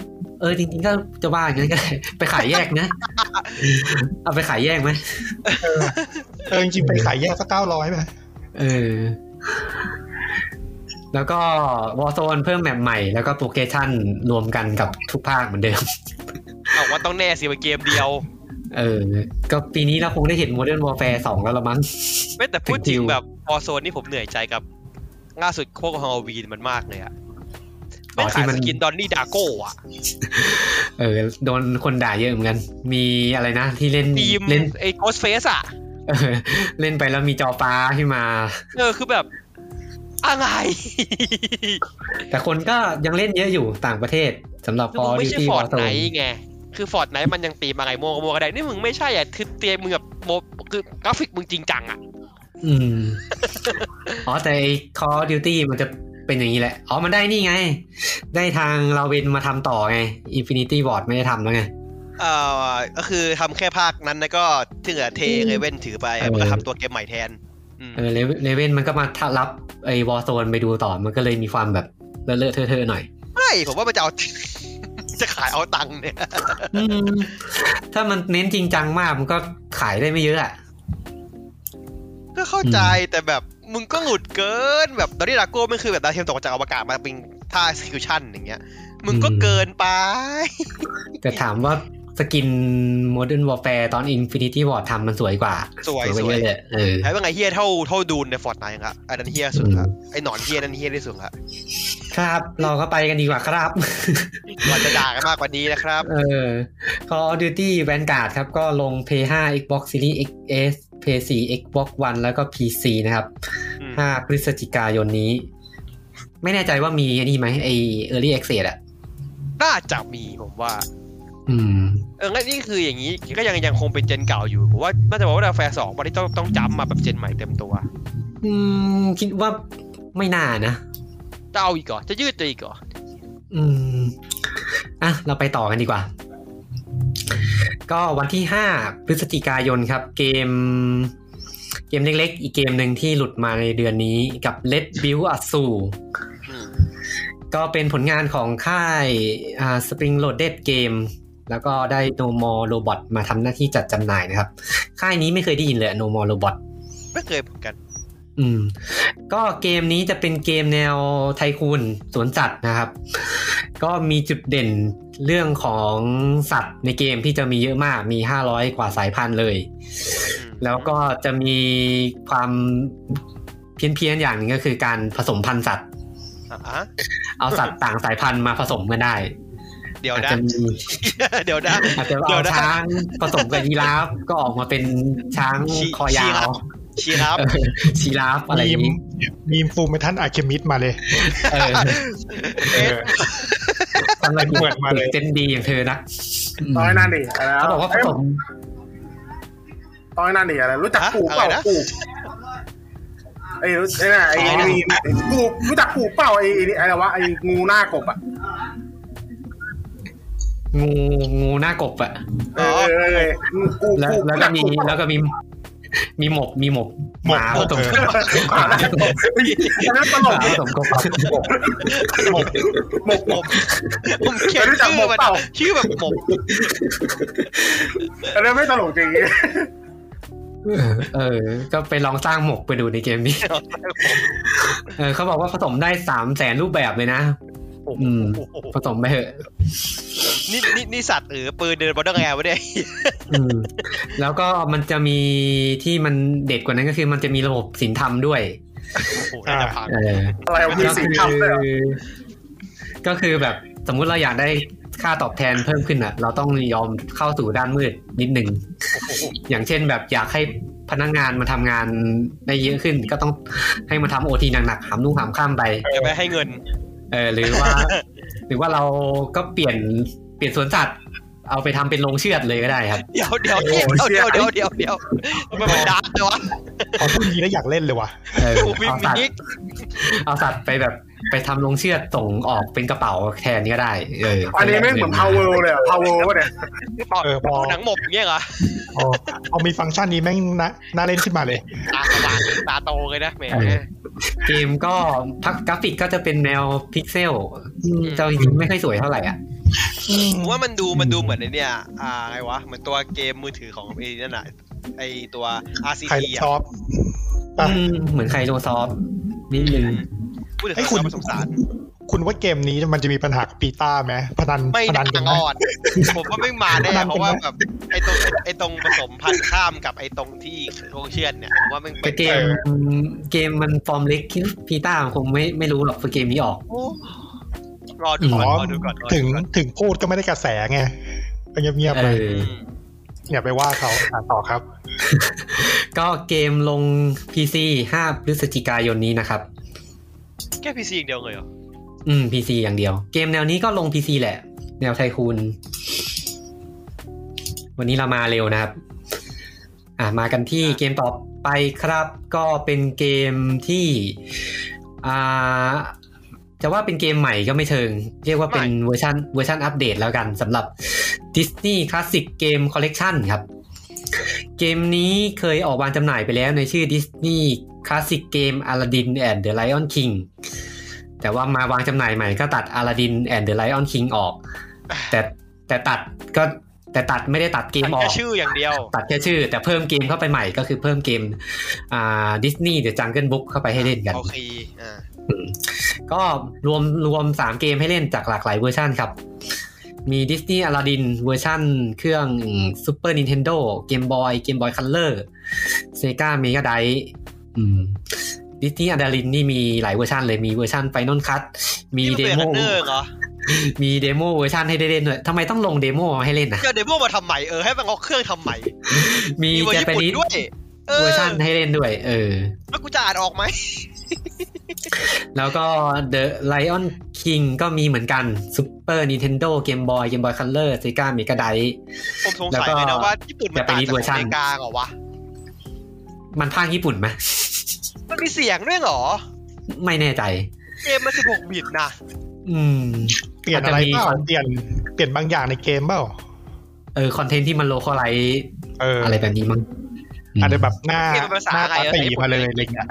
Speaker 1: เออจริงๆก็จะว่าอย่างนั้นก็ได้ไปขายแยก
Speaker 2: (laughs)
Speaker 1: นะ เอาไปขายแยกไหม
Speaker 4: เออจริงๆไปขายแยกสักเก้าร้อยไหม
Speaker 1: เออ แล้วก็วอ r z โซนเพิ่มแมปใหม่แล้วก็โปรเกชั่นรวมกันกับทุกภาคเหมือนเดิม
Speaker 2: เอาว่าต้องแน่สิเป็นเกมเดียว
Speaker 1: เออ ก็ปีนี้เราคงได้เห็น Modern Warfare 2 แล้วละมั้ง
Speaker 2: ไม่แต่พูดจ
Speaker 1: จริ
Speaker 2: ริง
Speaker 1: ง
Speaker 2: แบบวอร์โซนนี่ผมเหนื่อยใจกับล่าสุดโคกฮอลวีนมันมากเลยอะ
Speaker 1: อ๋
Speaker 2: ไม่
Speaker 1: อง
Speaker 2: ขาย
Speaker 1: ที่มั
Speaker 2: ส
Speaker 1: น
Speaker 2: กินดอนนี่ดาโก้อะ
Speaker 1: เออ โดนคนด่าเยอะเหมือนกัน มีอะไรนะ ที่เล่น
Speaker 2: ทีม
Speaker 1: เล่น (laughs)
Speaker 2: ไอ้โกสเฟสอะ
Speaker 1: เออเล่นไปแล้วมีจอฟ้าขึ้นมา
Speaker 2: เออคือแบบอะไร
Speaker 1: แต่คนก็ยังเล่นเยอะอยู่ต่างประเทศสำหรับ
Speaker 2: คือ
Speaker 1: Call
Speaker 2: มึง
Speaker 1: of
Speaker 2: ไม่ใช่
Speaker 1: Duty
Speaker 2: ฟอร์ด
Speaker 1: Warzone
Speaker 2: ไนไง คือฟอร์ดไนมันยังตีมาไงโมวก็โมวก็ได้ นี่มึงไม่ใช่อ่ะ คือเตรียมมึงแบบโมคือกราฟิกมึงจริงจังอ่ะ
Speaker 1: อืม อ๋อแต่ไอ้ Call of Duty มันจะเป็นอย่างนี้แหละ อ๋อ มันได้นี่ไง ได้ทางลาเวนมาทำต่อไง Infinity Ward ไม่ได้ทำแล้วไง
Speaker 2: เอ่อ ก็คือทำแค่ภาคนั้นแล้วก็ที่เหลือเทเรเว่นถือไป
Speaker 1: เออ
Speaker 2: มันก็ทำตัวเกมใหม่แทนอืม
Speaker 1: เออเลเวนมันก็มาทับรับไอ้วอลโซนไปดูต่อมันก็เลยมีความแบบเลอะเลอะเทอะเทอะหน่อย
Speaker 2: ไม่ผมว่ามันจะเอา (laughs) จะขายเอาตังค์เนี่ย
Speaker 1: อืมถ้ามันเน้นจริงจังมากมันก็ขายได้ไม่เยอะอะ
Speaker 2: ก็เข้าใจแต่แบบมึงก็หงุดเกินแบบตอนนี้ดาโก้มันคือแบบดาวเทียมตกจากอวกาศมาเป็นท่า execution อย่างเงี้ย มึงก็เกินไป
Speaker 1: แต่ถามว่า สกิน Modern Warfare ตอน Infinity War ทำมันสวยกว่า
Speaker 2: สวย
Speaker 1: ก
Speaker 2: ส
Speaker 1: ว่า
Speaker 2: วย
Speaker 1: เยอะเลยเออ
Speaker 2: ใช้ว่าไงเฮียเท่าเท่าดูนในฟอร์ดไนครับอันนั้นเฮียสุดละ
Speaker 1: อืม
Speaker 2: ไอ้หนอนเฮียนั่นเฮียที่สุดละ
Speaker 1: ครับเราก็ไปกันดีกว่าครับ
Speaker 2: เราจะด่ากันมากกว่านี้นะครับ
Speaker 1: เออ Call of Duty Vanguard ครับ ก็ลง Play 5 Xbox Series XS Play 4 Xbox One แล้วก็ PC นะครับ
Speaker 2: อืม
Speaker 1: 5 พฤศจิกายนนี้ ไม่แน่ใจว่ามีอันนี่ไหมไอ Early Access อ่ะ
Speaker 2: น่าจะมีผมว่า
Speaker 1: อืม
Speaker 2: เอองั้นนี่คืออย่างนี้ก็ยังยังคงเป็นเจนเก่าอยู่ผมว่าน่าจะบอกว่าดาแฟสองวันที่ต้องต้องจำมาแบบเจนใหม่เต็มตัว
Speaker 1: อืม คิดว่าไม่น่านะ
Speaker 2: จะเอาอีกเหรอจะยืดตัวอีกเหรอ
Speaker 1: อืม อ่ะ เราไปต่อกันดีกว่า ก็วันที่ 5 พฤศจิกายนครับ เกม เกมเล็กๆ อีกเกมหนึ่งที่หลุดมาในเดือนนี้กับ Let Build a s u
Speaker 2: อืม
Speaker 1: ก็เป็นผลงานของค่ายอ่า Spring Loaded Game แล้วก็ได้ No More Robot มาทำหน้าที่จัดจำหน่ายนะครับ ค่ายนี้ไม่เคยได้ยินเลย No More Robot
Speaker 2: ไม่เคยเหมือนกัน
Speaker 1: อืมก็เกมนี้จะเป็นเกมแนวไทคูนสวนสัตว์นะครับ ก็มีจุดเด่นเรื่องของสัตว์ในเกมที่จะมีเยอะมากมี 500 กว่าสายพันธุ์เลย
Speaker 2: อืม
Speaker 1: แล้วก็จะมีความเพี้ยนๆอย่างหนึงก็คือการผสมพันธุ์สัตว์
Speaker 2: อ่ะอะ
Speaker 1: เอาสัตว์ ต่างสายพันธุ์มาผสมกันได้
Speaker 2: เดี๋ยว
Speaker 1: อาจ
Speaker 2: นะ
Speaker 1: จะมี
Speaker 2: เดี๋ยวนะ
Speaker 1: อาจจะ
Speaker 2: เดี๋
Speaker 1: เอา
Speaker 2: ยวนะ
Speaker 1: ช้างผสมกับยีราฟก็ออกมาเป็นช้างคอยาว
Speaker 2: ชีรับ
Speaker 1: เออชีราฟอะไรอ
Speaker 4: มี
Speaker 1: ย่าง
Speaker 4: ม
Speaker 1: นี้
Speaker 4: มีมฟูมเมทันอาเคมิสมาเลย
Speaker 1: เออ
Speaker 4: เออ
Speaker 1: ทำไม
Speaker 4: เหมื
Speaker 1: เปิ
Speaker 4: อ
Speaker 1: ด
Speaker 4: น
Speaker 1: มา
Speaker 4: มา
Speaker 1: เล
Speaker 4: เลย ย
Speaker 1: เจนดีอย่างเธอนะ
Speaker 3: ตอนนั้นนี่อะไรนะ
Speaker 1: เขาบอกว่าผสม
Speaker 3: ตอนนั้นนี่อะไรรู้จักปู่เปล่าปู่ไอ้รู้ไอ้น่ะไอ้ไอ้มีปู่รู้จักปู่เปล่าไอ้ไอ้อะไรวะไอ้งูหน้ากบอ่ะ
Speaker 1: งูงูหน้ากบอะ
Speaker 3: เออเออเออกู
Speaker 1: แล้ว
Speaker 3: กู
Speaker 1: แล้วก็
Speaker 3: รู้จัก
Speaker 1: มี
Speaker 3: ปู่เปล่า
Speaker 1: แล้วก็มี มีหมกมีหมกหมาผสม
Speaker 4: เออ
Speaker 1: หมาผสม
Speaker 3: อันนั้นต
Speaker 1: ห
Speaker 3: ล
Speaker 1: มาก ผสมกบ
Speaker 3: หมกหมก
Speaker 2: ผมเขียน
Speaker 3: ไม่รู้จัก
Speaker 2: ชื่อ
Speaker 3: หมก
Speaker 2: มัน
Speaker 3: เปล่า
Speaker 2: ชื่อแบบหมก (laughs)
Speaker 3: อันนั้นไม่ตลกจริง
Speaker 1: เออ ก็ไปลองสร้างหมกไปดูในเกมนี้ เออเขาบอกว่าผสมได้สามแสนรูปแบบเลยนะ อืม ผสมไปเถอะ
Speaker 2: นี่นี่นี่สัตว์หรือปืนเดินบอลได้ไงวะเนี่ย
Speaker 1: อืม แล้วก็มันจะมีที่มันเด็ดกว่านั้นก็คือมันจะมีระบบสินธรรมด้วย
Speaker 2: โอ้โหน่าจะพัง
Speaker 1: เออ
Speaker 3: อะไรวะมี
Speaker 1: ก็
Speaker 3: สี
Speaker 1: คือ
Speaker 3: ทำเลยเหรอ
Speaker 1: ก็คือแบบสมมุติเราอยากได้ค่าตอบแทนเพิ่มขึ้นอ่ะ เราต้องยอมเข้าสู่ด้านมืดนิดหนึ่ง อย่างเช่นแบบอยากให้พนักงานมาทำงานได้เยอะขึ้น ก็ต้องให้มาทำโอทีหนักๆหามนุ่งหามข้ามไป
Speaker 2: จะไปให้เงิน
Speaker 1: เออหรือว่า
Speaker 3: (laughs)
Speaker 1: หรือว่าเราก็เปลี่ยนเปลี่ยนสวนสัตว์ เอาไปทำเป็นโรงเชือดเลยก็ได้ครับ
Speaker 2: เดี๋ยวเดี๋ยวเดี๋ยวเดี๋ยวเดี๋ยวเดี๋ยวเดี๋ยวทำไมมันดักเลยวะ
Speaker 4: พอพูดอย่างนี้แล้วอยากเล่นเลยว่ะ
Speaker 1: เออ
Speaker 2: โอ้โห
Speaker 1: เอาสัต
Speaker 2: มีมิก
Speaker 1: ว์เอาสัตว์ไปแบบไปทำโรงเชือดส่งออกเป็นกระเป๋าแทนก็ได้ เออ
Speaker 3: อั
Speaker 1: อั
Speaker 3: นนี้ไม่งเหมือน power world เลยอะ power world วะเนี่ย
Speaker 2: ปอด
Speaker 4: เออพอ
Speaker 2: หนังหมกอย่างเงี้ยเหรอ
Speaker 4: พอเอามีฟังก์ชันนี้แม่งนะน่าเล่นขึ้นมาเลย
Speaker 2: ตาสว่างตาโตเลยนะแหม
Speaker 1: เออ เกมก็พักกราฟิกก็จะเป็นแนวพิกเซล
Speaker 2: ม
Speaker 1: เจ้าหญิงไม่ค่อยสวยเท่าไหร่อ่ะ
Speaker 2: ผมว่ามันดูมันดูเหมือนไอเนี่ย อ่าไงวะเหมือนตัวเกมมือถือของไอ้นั่นน่ะไอตัว
Speaker 4: ใคร
Speaker 2: RCT อ่ะ
Speaker 4: ชอบอ่ะ
Speaker 1: อืม เหมือนไคโลซอฟต์นิดนึง
Speaker 2: พูดถึง
Speaker 4: ให้
Speaker 2: ค
Speaker 4: คุณ
Speaker 2: วามสงสาร
Speaker 4: คุณว่าเกมนี้มันจะมีปัญหากับปีต้าไหมพนัน
Speaker 2: ไม่
Speaker 4: พนั
Speaker 2: น่าน
Speaker 4: กันไหม
Speaker 2: งอนผมว่าไม่มาแน่
Speaker 4: พนัน
Speaker 2: เพราะ
Speaker 4: กันไหม
Speaker 2: ว่าแบบไอตรงไอตรงผสมพันธุ์ข้ามกับไอตรงที่โรงเชือดเนี่ยผมว่ามัน
Speaker 1: แต่เกมเกมมันฟอร์มเล็กคิดพีต้าคงไม่ไม่รู้หรอกว่าเกมนี้ออก
Speaker 2: โอ้รอดูก่อนรอดูก่อนรอ
Speaker 4: ถึ
Speaker 2: ดู
Speaker 4: ง
Speaker 2: ก่อน
Speaker 4: ถึงพูดก็ไม่ได้กระแสไงก็เงียบ
Speaker 1: เอ
Speaker 4: ๆไป
Speaker 1: อ
Speaker 2: อืม
Speaker 4: อย่าไปว่าเขาอ่ะต่อครับ
Speaker 1: ก็เกมลง PC 5 พฤศจิกายนนี้นะครับ
Speaker 2: แค่พีซีอย่างเดียวเลยเหรอ
Speaker 1: อืม PC อย่างเดียว เกมแนวนี้ก็ลง PC แหละ แนวไทคูนวันนี้เรามาเร็วนะครับ อ่ามากันที่เกมต่อไปครับ ก็เป็นเกมที่อ่าจะว่าเป็นเกมใหม่ก็ไม่เชิง เรียกว่าเป็นเวอร์ชันเวอร์ชันอัปเดตแล้วกันสำหรับ Disney Classic Game Collection ครับ เกมนี้เคยออกวางจำหน่ายไปแล้วในชื่อ Disney Classic Game Aladdin and the Lion King แต่ว่ามาวางจำหน่ายใหม่ก็ตัด Aladdin and the Lion King ออก แต่แต่ตัดก็แต่ตัดไม่ได้ตัดเกมออ
Speaker 2: แค่
Speaker 1: ก
Speaker 2: ชื่ออย่างเดียว
Speaker 1: ตัดแค่ชื่อ แต่เพิ่มเกมเข้าไปใหม่ก็คือเพิ่มเกมอ่าดิสนีย์เดอะจังเกิลบุ๊กเข้าไปให้เล่นกัน
Speaker 2: โอเคอ่า
Speaker 1: ก็รวมรวมสามเกมให้เล่นจากหลากหลายเวอร์ชันครับ มีดิสนีย์อลาดินเวอร์ชั่นเครื่องซูเปอร์นินเทนโดเกมบอยเกมบอยคัลเลอร์เซกาเมกาไดดิสนีย์อลาดินนี่มีหลายเวอร์ชันเลยมีเวอร์ชันไฟนอลคัตมี
Speaker 2: นี่น
Speaker 1: เด
Speaker 2: เป็น
Speaker 1: โม
Speaker 2: ฮันเนอร์เหรอ
Speaker 1: มีเดโมเวอร์ชันให้ได้เล่นด้วยทำไมต้องลงเดโมมาให้เล่นนะ
Speaker 2: เจอเดโมมาทำใหม่เออให้มันเอาเครื่องทำใหม่
Speaker 1: มี
Speaker 2: มีเวอร์
Speaker 1: เจ
Speaker 2: ญี่
Speaker 1: แป
Speaker 2: ปุ่น
Speaker 1: นิส
Speaker 2: ด้วยเออ
Speaker 1: เวอร์ชันให้เล่นด้วย เออ
Speaker 2: แล้วกูจะอ่านออกไหม
Speaker 1: แล้วก็ The Lion King ก็มีเหมือนกัน Super Nintendo Game Boy Game Boy Color Sega Mega Drive
Speaker 2: ผมสงสัยเลย
Speaker 1: แล้
Speaker 2: นะ
Speaker 1: วก็
Speaker 2: ว่าญี่ปุ่นมันต่างจากของอเมริกาเหรอวะ
Speaker 1: มันภาคญี่ปุ่นไหม
Speaker 2: มันมีเสียงด้วยเหรอ
Speaker 1: ไม่แน่ใจ
Speaker 2: เกมมัน16บิตนะ
Speaker 1: อืม
Speaker 4: เปลี่ยนอะไรเปล่า
Speaker 1: อาจจะมี
Speaker 4: เปลี่ยนเปลี่ยนบางอย่างในเกมเปล่า
Speaker 1: เออ คอนเทนต์ที่มันโลคอลไลท์
Speaker 4: เออ
Speaker 1: อะไรแบบนี้มั้งม
Speaker 4: อาจจะแบบหน้า
Speaker 2: เปลี่ยนเป็นภาษา
Speaker 4: หน้า
Speaker 2: อะไร
Speaker 4: ตา
Speaker 2: อะ
Speaker 4: ตีมาเลยอะไรเงี้ย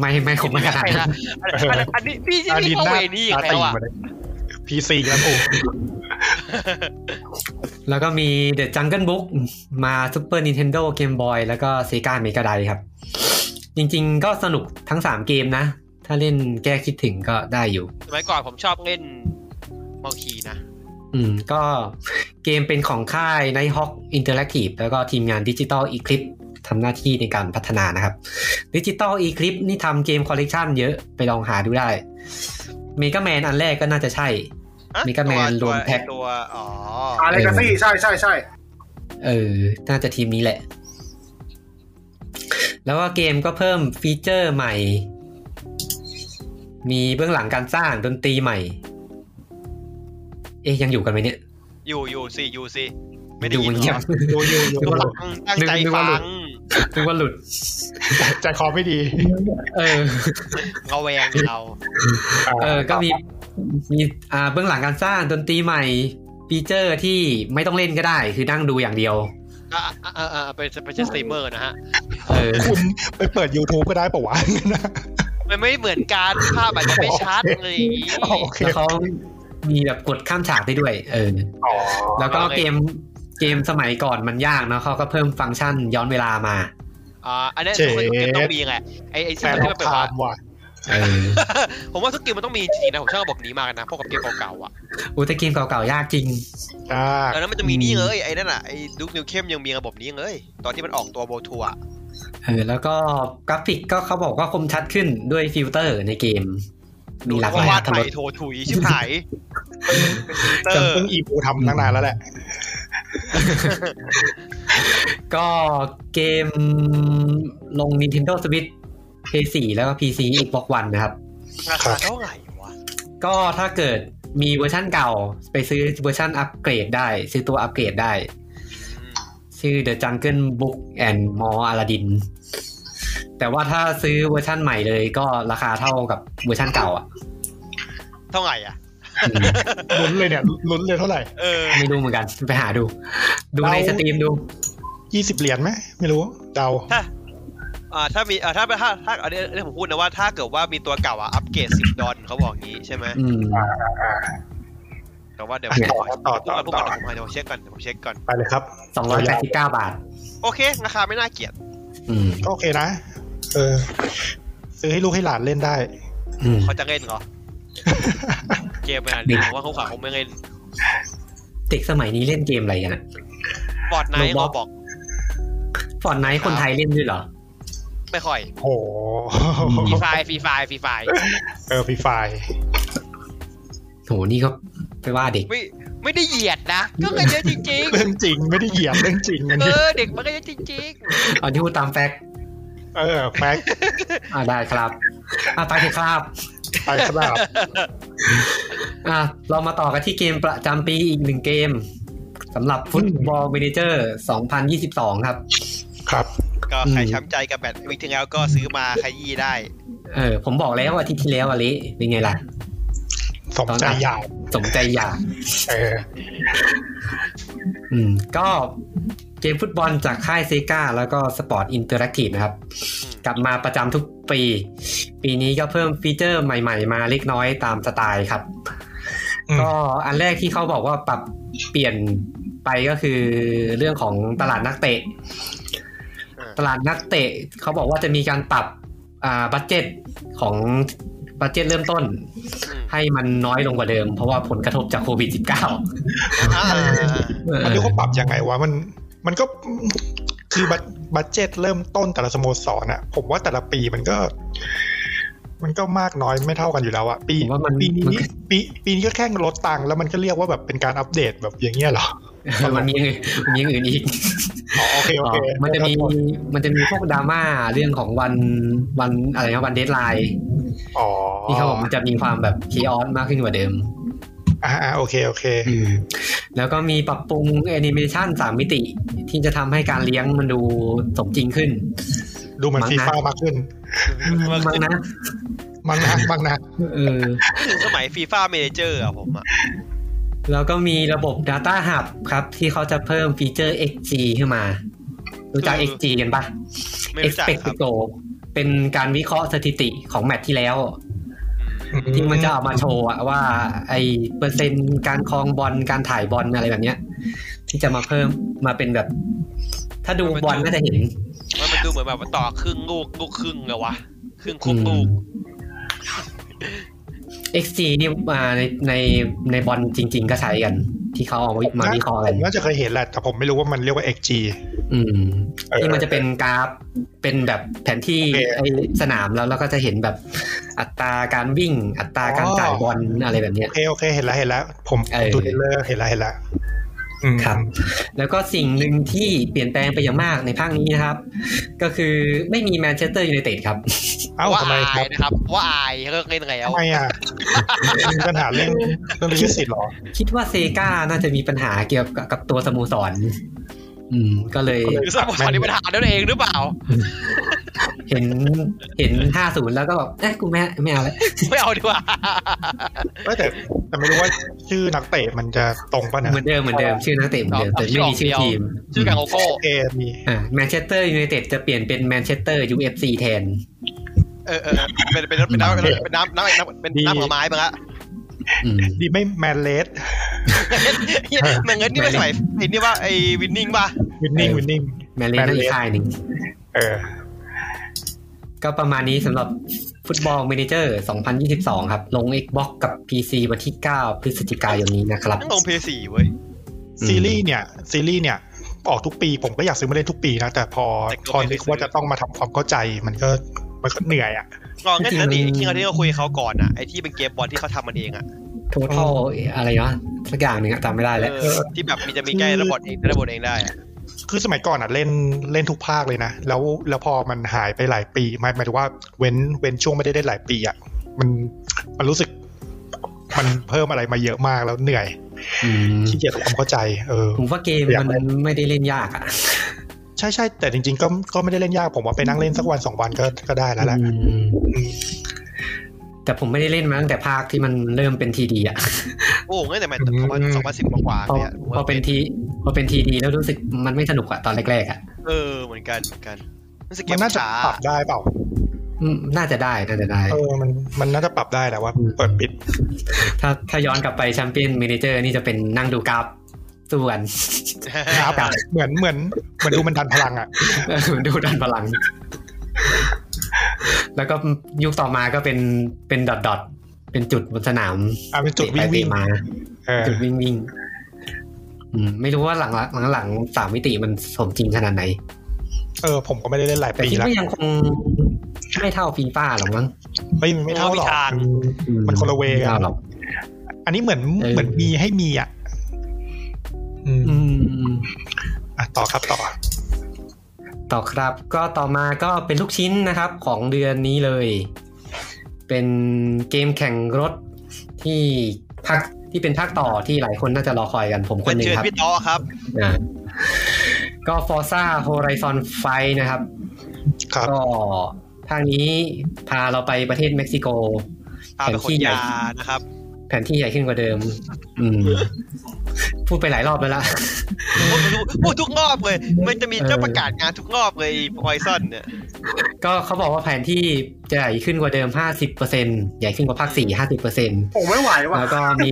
Speaker 1: ไม่ไม่คงไม่ขนาด
Speaker 2: ใช่
Speaker 1: นั้
Speaker 2: นะ
Speaker 1: น
Speaker 2: อันนั้นอันนี้พี่ที่พี่เข้าเวนี่อีกแล้วอ่ะ
Speaker 4: พีซีแล้วโอ้
Speaker 1: แล้วก็มี The Jungle Book มา Super Nintendo Game Boy แล้วก็ Sega Mega Drive ครับ จริงๆ ก็สนุกทั้ง 3 เกมนะ ถ้าเล่นแก้คิดถึงก็ได้อยู่
Speaker 2: สมัยก่อนผมชอบเล่นมังคีนะ
Speaker 1: อืมก็ (laughs) เกมเป็นของค่าย Nighthawk Interactive แล้วก็ทีมงาน Digital Eclipse ทำหน้าที่ในการพัฒนานะครับ Digital Eclipse นี่ทำเกมคอลเลกชันเยอะไปลองหาดูได้ Mega Man อันแรกก็น่าจะใช่
Speaker 2: ฮะ
Speaker 1: Mega Man ร
Speaker 2: ตัว
Speaker 1: วมแพ็ค
Speaker 2: ตัว อ๋อ
Speaker 3: อาเลกาซี่ใช่ใช่ใช่
Speaker 1: เออ น่าจะทีมนี้แหละ แล้วก็เกมก็เพิ่มฟีเจอร์ใหม่ มีเบื้องหลังการสร้างดนตรีใหม่ เอ๊ยยังอยู่กันไหมเนี่ย
Speaker 2: อยู่อยู่สิอยู่สิไม่ได้
Speaker 1: ดู
Speaker 2: ยิน
Speaker 1: มันเงียบ
Speaker 4: โยโยโย
Speaker 2: ตัวหลังตั้งใจ
Speaker 1: นึกว่าหลุด
Speaker 2: ฟัง
Speaker 1: นึกว่าหลุด
Speaker 4: ใจคอไม่ดี
Speaker 1: เออ
Speaker 2: เราแวงเรา
Speaker 1: เออ ก็มี มีอ่าเบื้องหลังการสร้างดนตรีใหม่ ฟีเจอร์ที่ไม่ต้องเล่นก็ได้ คือนั่งดูอย่างเดียว
Speaker 2: อ่ะอ่ะอ่ะอ่ะเป็นเป็นสตรีมเมอร์นะฮะ
Speaker 1: เออ
Speaker 4: คุณไปเปิด YouTube ก็ได้ปะวะ
Speaker 2: มันไม่เหมือนการภาพอาจจะไม่ชัดอะไรอย่างงี้
Speaker 4: โอเค
Speaker 1: แล้วเขามีแบบกดข้ามฉากได้ด้วย เออ
Speaker 4: อ๋อ
Speaker 1: แล้วก็
Speaker 2: เอาเลย
Speaker 1: เกม เกมสมัยก่อนมันยากเนาะเขาก็เพิ่มฟังก์ชันย้อนเวลามา
Speaker 2: อ่าอันนี้ทุกคนเกมต้องมีแหละไอไอสิ่
Speaker 4: แต่
Speaker 2: งที่มันเป็น
Speaker 4: ทา
Speaker 2: ว่า
Speaker 4: นว่ะ
Speaker 1: เอ
Speaker 2: (laughs)
Speaker 1: อ
Speaker 2: ผมว่าทุกเกมมันต้องมีจริงๆนะผมชอบระบบนี้มากนะพวกกับเกมเก่าๆอ่ะ
Speaker 1: อุยแต่เกมเก่าๆยากจริง
Speaker 4: ยาก
Speaker 2: แล้วมันจะมีนี่เลยไอ้นั่นอ่ะไอ้ดูนิวเข้มยังมีระบบนี้เลยตอนที่มันออกตัวโบทัวร์อะ
Speaker 1: เออ แล้วก็กราฟิกก็เขาบอกว่าคมชัดขึ้นด้วยฟิลเตอร์ในเกม มีหลากหลาย
Speaker 2: วา
Speaker 1: อั
Speaker 2: ด
Speaker 1: ตร
Speaker 2: ใหม่
Speaker 1: ส
Speaker 2: โทถุยชิบหายเตอ
Speaker 4: จำ
Speaker 2: ร์
Speaker 4: เพิ่งอีบูทำตั้งนานแล้วแหละ
Speaker 1: ก็เกมลง Nintendo Switch PS4 แล้วก็ PC Xbox One นะครับ
Speaker 2: ราคาเท่าไหร่วะ
Speaker 1: ก็ถ้าเกิดมีเวอร์ชั่นเก่า ไปซื้อเวอร์ชั่นอัปเกรดได้ ซื้อตัวอัปเกรดได้ ชื่อ The Jungle Book and More Aladdin แต่ว่าถ้าซื้อเวอร์ชั่นใหม่เลยก็ราคาเท่ากับเวอร์ชั่นเก่า (laughs) อ่ะ
Speaker 2: เท่าไหร่อ่ะ
Speaker 1: อืม
Speaker 4: ลุ้นเลยเนี่ย ลุ้นเลยเท่าไหร่
Speaker 2: เออ
Speaker 1: ไม่รู้เหมือนกัน ไปหาดู ดูในสตรีมดู
Speaker 4: ยี่สิบเหรียญไหม ไม่รู้ เดา
Speaker 2: ถ้าอ่าถ้ามีอ่าถ้าถ้าถ้าอันนี้อันนี้ผมพูดนะว่าถ้าเกิดว่ามีตัวเก่าอ่ะอัปเกรดสิบดอลเขาบอกงี้ใช่ไหม
Speaker 1: อืม
Speaker 2: แต่ว่าเดี๋ยว
Speaker 1: อ่ะ
Speaker 2: ผมขอ
Speaker 4: ต่อ
Speaker 2: พูด
Speaker 4: ต่อ
Speaker 2: ก่อนพูดก่
Speaker 4: ต่อ
Speaker 2: อนเดี๋ยวผมให้เดี๋ยวผมเช็คก่อนเดี๋ยวผมเช็คก่อน
Speaker 4: ไปเลยครับ
Speaker 1: สองร้อยแปดสิบเก้าบาท
Speaker 2: โอเคราคาไม่น่าเกลียด
Speaker 1: อืม
Speaker 4: ก็โอเคนะ เออ ซื้อให้ลูกให้หลานเล่นได้
Speaker 1: อืม
Speaker 2: เขาจะเล่นเหรอเกมมัน
Speaker 1: นี่
Speaker 2: ผมว่าเขาขวาคงไม่เล่น
Speaker 1: เด็กสมัยนี้เล่นเกมอะไรกันอะ
Speaker 2: บอร์ดไนท์
Speaker 1: โรบอท
Speaker 2: เขาบอก
Speaker 1: ฟอร์ไนท์คนไทยเล่นด้วยเหรอ
Speaker 2: ไม่ค่อย
Speaker 4: โอ้
Speaker 1: อืม
Speaker 2: ฟรีไฟฟรีไฟฟรีไฟ
Speaker 4: เออฟรีไฟ
Speaker 1: โหนี่ก็ไปว่าเด็ก
Speaker 2: ไม่ไม่ได้เหยียดนะก็เล่นเยอะจริง
Speaker 4: เรื่องจริงไม่ได้เหยียบเรื่องจริงอัน
Speaker 2: ๆเอ
Speaker 4: นี้
Speaker 2: อเด็กมันก็เยอะจริงๆ
Speaker 1: เอาที่พูดตามแฟกต์
Speaker 4: เออแฟกซ์
Speaker 1: อ่าได้ครับ อ่าไปเถอะครับ
Speaker 4: ไปสำหรับ
Speaker 1: อ่ะเรามาต่อกันที่เกมประจำปีอีกหนึ่งเกมสำหรับฟุตบอล m ม n a เจอร์2022 ครับ
Speaker 4: ครับ
Speaker 2: ก็ใครช้ำใจกับแบตวิกที่แล้วก็ซื้อมาขยี้ได้
Speaker 1: เออ ผมบอกแล้วว่าอาที่ที่แล้วอะลิเป็นไงล่ะ
Speaker 4: สมใจอยาก
Speaker 1: สมใจอยาก
Speaker 4: เออ
Speaker 1: อืม ก็เกมฟุตบอลจากค่ายเซกาแล้วก็สปอร์ตอินเตอร์แอคทีฟนะครับ กลับมาประจำทุกปี ปีนี้ก็เพิ่มฟีเจอร์ใหม่ๆ มาเล็กน้อยตามสไตล์ครับ
Speaker 4: อืม
Speaker 1: ก็อันแรกที่เขาบอกว่าปรับเปลี่ยนไปก็คือเรื่องของตลาดนักเตะ
Speaker 2: อ่า
Speaker 1: ตลาดนักเตะเขาบอกว่าจะมีการปรับอ่าบัตเจ็ตของบัตเจ็ตเริ่มต้น
Speaker 2: อืม
Speaker 1: ให้มันน้อยลงกว่าเดิม เพราะว่าผลกระทบจากโควิด -19
Speaker 2: อ่า
Speaker 1: เออ
Speaker 4: มันดูเขาปรับยังไงวะมันมันก็คือบัตบัตเจ็ตเริ่มต้นแต่ละสโมสรอ่ะ ผมว่าแต่ละปีมันก็ มันก็มากน้อยไม่เท่ากันอยู่แล้วอะปี
Speaker 1: ผมว่ามัน
Speaker 4: ปี
Speaker 1: มัน
Speaker 4: นี้
Speaker 1: ก็
Speaker 4: ปีปีนี้ก็แค่ลดตังค์แล้วมันก็เรียกว่าแบบเป็นการอัปเดตแบบอย่างเงี้ยเหรอ
Speaker 1: (laughs) มันมีอย่างอื่นมันมีอย่างอื่นอีก
Speaker 4: อ๋อโอเคโอเค
Speaker 1: มันจะมีมันจะมีพวกดราม่าเรื่องของวันวันอะไรนะวันเดทไลน์
Speaker 4: อ๋อ
Speaker 1: ที่เขาบอกมันจะมีความแบบคีออนมากขึ้นกว่าเดิม
Speaker 4: อ่าอ่าโอเคโอเค
Speaker 1: แล้วก็มีปรับปรุงแอนิเมชันสามมิติ ที่จะทำให้การเลี้ยงมันดูสมจริงขึ้น
Speaker 4: ดูเหมือน
Speaker 1: มั้งนะ
Speaker 4: ฟีฟ่ามากขึ้น
Speaker 1: มังนะ
Speaker 4: บางนะบางนะ
Speaker 1: เออ
Speaker 2: ถึงสมัยฟีฟ่าเมเจอร์อะผมอะ
Speaker 1: แล้วก็มีระบบ Data Hub ครับ ที่เขาจะเพิ่มฟีเจอร์ XG ขึ้นมา รู้จัก XG กันปะ
Speaker 2: ไม่รู้จักครับ
Speaker 1: Expectico เป็นการวิเคราะห์สถิติของแมตช์ที่แล้ว
Speaker 2: อืม
Speaker 1: ที่มันจะเอามาโชว์อะว่า ไอเปอร์เซ็นต์การคลองบอลการถ่ายบอลอะไรแบบเนี้ย ที่จะมาเพิ่มมาเป็นแบบ ถ้าดูบอลน่าจะเห็น
Speaker 2: มันมันดูเหมือนแบบว่าต่อครึ่งลูกลูกครึ่งเลยวะครึ่งครบลูก
Speaker 1: เอ็กซ์จีนี่มาในในในบอลจริง ๆ ก็ใช้กัน ที่เขาเอามาวิเคราะห์
Speaker 4: ผ
Speaker 1: กัน
Speaker 4: มน่าจะเคยเห็นแหละแต่ผมไม่รู้ว่ามันเรียกว่า XG
Speaker 1: อืม
Speaker 4: เออ
Speaker 1: ที่มันจะเป็นกราฟเป็นแบบแผนที่
Speaker 4: โอเค
Speaker 1: ไอสนามแล้วเราก็จะเห็นแบบอัตราการวิ่ง อัตราการจ่ายบอลอะไรแบบเนี้ย
Speaker 4: โอเคโอเคเห็นแล้วเห็นแล้ว ผม
Speaker 1: เออ
Speaker 4: ดูเทรลเลอร์เห็นแล้วเห็นแล้วอืม
Speaker 1: ครับ แล้วก็สิ่งหนึ่งที่เปลี่ยนแปลงไปอย่างมากในภาคนี้นะครับ ก็คือไม่มีแมนเชสเตอร์ยูไนเต็ดครับ
Speaker 4: เอ้า
Speaker 2: ว่า
Speaker 4: ทำไม
Speaker 2: อา
Speaker 4: ครั
Speaker 2: ย
Speaker 4: บ
Speaker 2: นะครับ ว่าอายเลิกเล่นแล้ว
Speaker 4: ทำไม
Speaker 2: (laughs)
Speaker 4: อ่ะมีปัญหาเรื่องเรื่องลิขสิทธิ์เหรอ
Speaker 1: คิดว่าเซกาน่าจะมีปัญหาเกี่ยวกับตัวสโมสร อืม ก็เลย
Speaker 2: หรือสโมสรมีปัญหาด้วยเองหรือเปล่า
Speaker 1: เห็นเห็นห้าศูนย์แล้วก็แบบเอ๊ะกูไม่ไม่เอาแล้ว
Speaker 2: ไม่เอาดีกว่า
Speaker 4: ไม่แต่แต่ไม่รู้ว่าชื่อนักเตะมันจะตรงป่ะนะ
Speaker 1: เหมือนเดิมเหมือนเดิมชื่อนักเตะเหมือนเดิมแต่ไม่มีชื่อทีม
Speaker 2: ชื่อกังโกโก้
Speaker 4: โอเคมี
Speaker 1: อ่าแมนเชสเตอร์ยูไนเต็ดจะเปลี่ยนเป็นแมนเชสเตอร์ยูเอฟซีแทน
Speaker 2: เออเออเป็นเป็นเป็นน้ำเป็นน้ำน้ำน้ำเป็นน้ำผลไม้บ้างละ
Speaker 1: อืม
Speaker 4: ดีไม่แมนเลส
Speaker 2: เงินเงินนี่ไม่สมัยไอ้นี่ว่าไอ้วินนิ่งป่ะ
Speaker 4: วินนิ่ง
Speaker 1: เออ
Speaker 4: วินนิ่ง
Speaker 1: แมนเลนอีกค่ายหนึ่ง
Speaker 4: เออ
Speaker 1: ก็ประมาณนี้สำหรับฟุตบอล m ม n เจอร์ 2022 ครับ ลง Xbox กับ PC วันที่ 9 พฤศจิกายนนี้นะครับ
Speaker 2: นั่งลงเพย์สี่เว้ย
Speaker 4: ซีรีส์เนี่ย ซีรีส์เนี่ย ออกทุกปีผมก็อยากซื้อมาเล่นทุกปีนะ แต่พอ
Speaker 2: แต่ก็
Speaker 4: พอ
Speaker 2: ไม่ได้
Speaker 4: นึก
Speaker 2: ซื้อ
Speaker 4: ว่าจะต้องมาทำความเข้าใจมันก็มันก็เหนื่อยอ่ะ
Speaker 2: ลองเล่นนั่นดิที่เราที่เราคุยเขาก่อนอ่ะไอ้ที่เป็นเกมบอลที่เขาทำมันเองอ่ะ
Speaker 1: Total อะไรเนาะสักอย่างหนึ่งอะจำไม่ได้แล้ว
Speaker 2: เออที่แบบมันจะมีใกล้ระบบเองระบบเองได้อะ
Speaker 4: คือสมัยก่อนอ่ะเล่นเล่นทุกภาคเลยนะ แล้วแล้วพอมันหายไปหลายปีหมายหมายถึงว่าเว้นเว้นช่วงไม่ได้ได้หลายปีอ่ะมันมันรู้สึก มันเพิ่มอะไรมาเยอะมากแล้วเหนื่อย
Speaker 1: อืม
Speaker 4: ขี้เกียจทำความเข้าใจ เออ
Speaker 1: ผมว่าเกม
Speaker 4: อยากเล่
Speaker 1: มัน
Speaker 4: น
Speaker 1: ไม่ได้เล่นยากอ่ะ
Speaker 4: ใช่ใช่แต่จริง ๆ ก็ก็ไม่ได้เล่นยากผมว่าไปนั่งเล่นสักวันสองวันก็ก็ได้แล้วแหละ
Speaker 1: อืมแต่ผมไม่ได้เล่นมาตั้งแต่ภาคที่มันเริ่มเป็นทีดีอ่ะ
Speaker 2: โอ้งั้นแต่มันสองพันสิบกว่า
Speaker 1: พอ
Speaker 2: เนี่ย
Speaker 1: พอเป็นทีพอเป็นทีดีแล้วรู้สึกมันไม่สนุกอะตอนแรกๆอ่ะ
Speaker 2: เออเหมือนกันเหมือนกันรู้สึกเก
Speaker 4: มัน
Speaker 2: ม
Speaker 4: น่าจะ
Speaker 2: ช้า
Speaker 4: ปรับได้เปล่า
Speaker 1: อืมน่าจะได้น่าจะได้
Speaker 4: เออมันมันน่าจะปรับได้แหละว่า เปิดปิด
Speaker 1: ถ้าถ้าย้อนกลับไปแชมเปี้ยนเมเนเจอร์นี่จะเป็นนั่งดูกราฟสู้
Speaker 4: (laughs)
Speaker 1: กัน
Speaker 4: ครับเหมือนเหมือนเหมือนดูมันดันพลังอ่ะ
Speaker 1: ดูดันพลัง แล้วก็ยุคต่อมาก็เป็นเป็นดอทดอทเป็นจุดบนสนาม
Speaker 4: อ่ะเป็นจุดวิ่ง
Speaker 1: เตะไป
Speaker 4: วิ่ง
Speaker 1: เตะมา
Speaker 4: เออ
Speaker 1: จุดวิ่งวิ่งอืมไม่รู้ว่าหลังหลังหลังสามมิติมันสมจริงขนาดไหน
Speaker 4: เออผมก็ไม่ได้เล่นหลาย
Speaker 1: แต่
Speaker 4: ปี
Speaker 1: คิด
Speaker 4: แล้ว
Speaker 1: ว่ายังคงไม่เท่าฟีฟ่าหรอกมั้ง
Speaker 4: เฮ้ยมันไม่เท่าหรอก มันคนละเวกัน
Speaker 1: ไม่เท่าหรอก
Speaker 4: อันนี้เหมือน
Speaker 1: เออ
Speaker 4: เหมือนมีให้มีอ่ะ อืม
Speaker 1: อืม
Speaker 4: อ่ะต่อครับต่อ
Speaker 1: ต่อครับ ก็ต่อมาก็เป็นลูกชิ้นนะครับ ของเดือนนี้เลย เป็นเกมแข่งรถที่ภาคที่เป็นภาคต่อที่หลายคนน่าจะรอคอยกันผมค
Speaker 2: เป็น น
Speaker 1: หนึ่ง
Speaker 2: เชิญ
Speaker 1: ครับ
Speaker 2: พี่ต้อครับ
Speaker 1: อ่าก็ Forza Horizon 5 นะครับ
Speaker 4: ครับ
Speaker 1: ก็ทางนี้พาเราไปประเทศเม็กซิโก
Speaker 2: พาไปขนยานะครับ
Speaker 1: แผนที่ใหญ่ขึ้นกว่าเดิม อืม พูดไปหลายรอบแล้วล่ะ (laughs)
Speaker 2: พูดทุกพูดทุกรอบเลย มันจะมีเจ้า
Speaker 1: เออ
Speaker 2: ประกาศงานทุกรอบเลยพอยซอนเนี่ย
Speaker 1: ก็เขาบอกว่าแผนที่จะใหญ่ขึ้นกว่าเดิม 50%ใหญ่ขึ้นกว่าภาค 4 50%
Speaker 3: ผมไม่ไหวว่ะ
Speaker 1: แล้วก็มี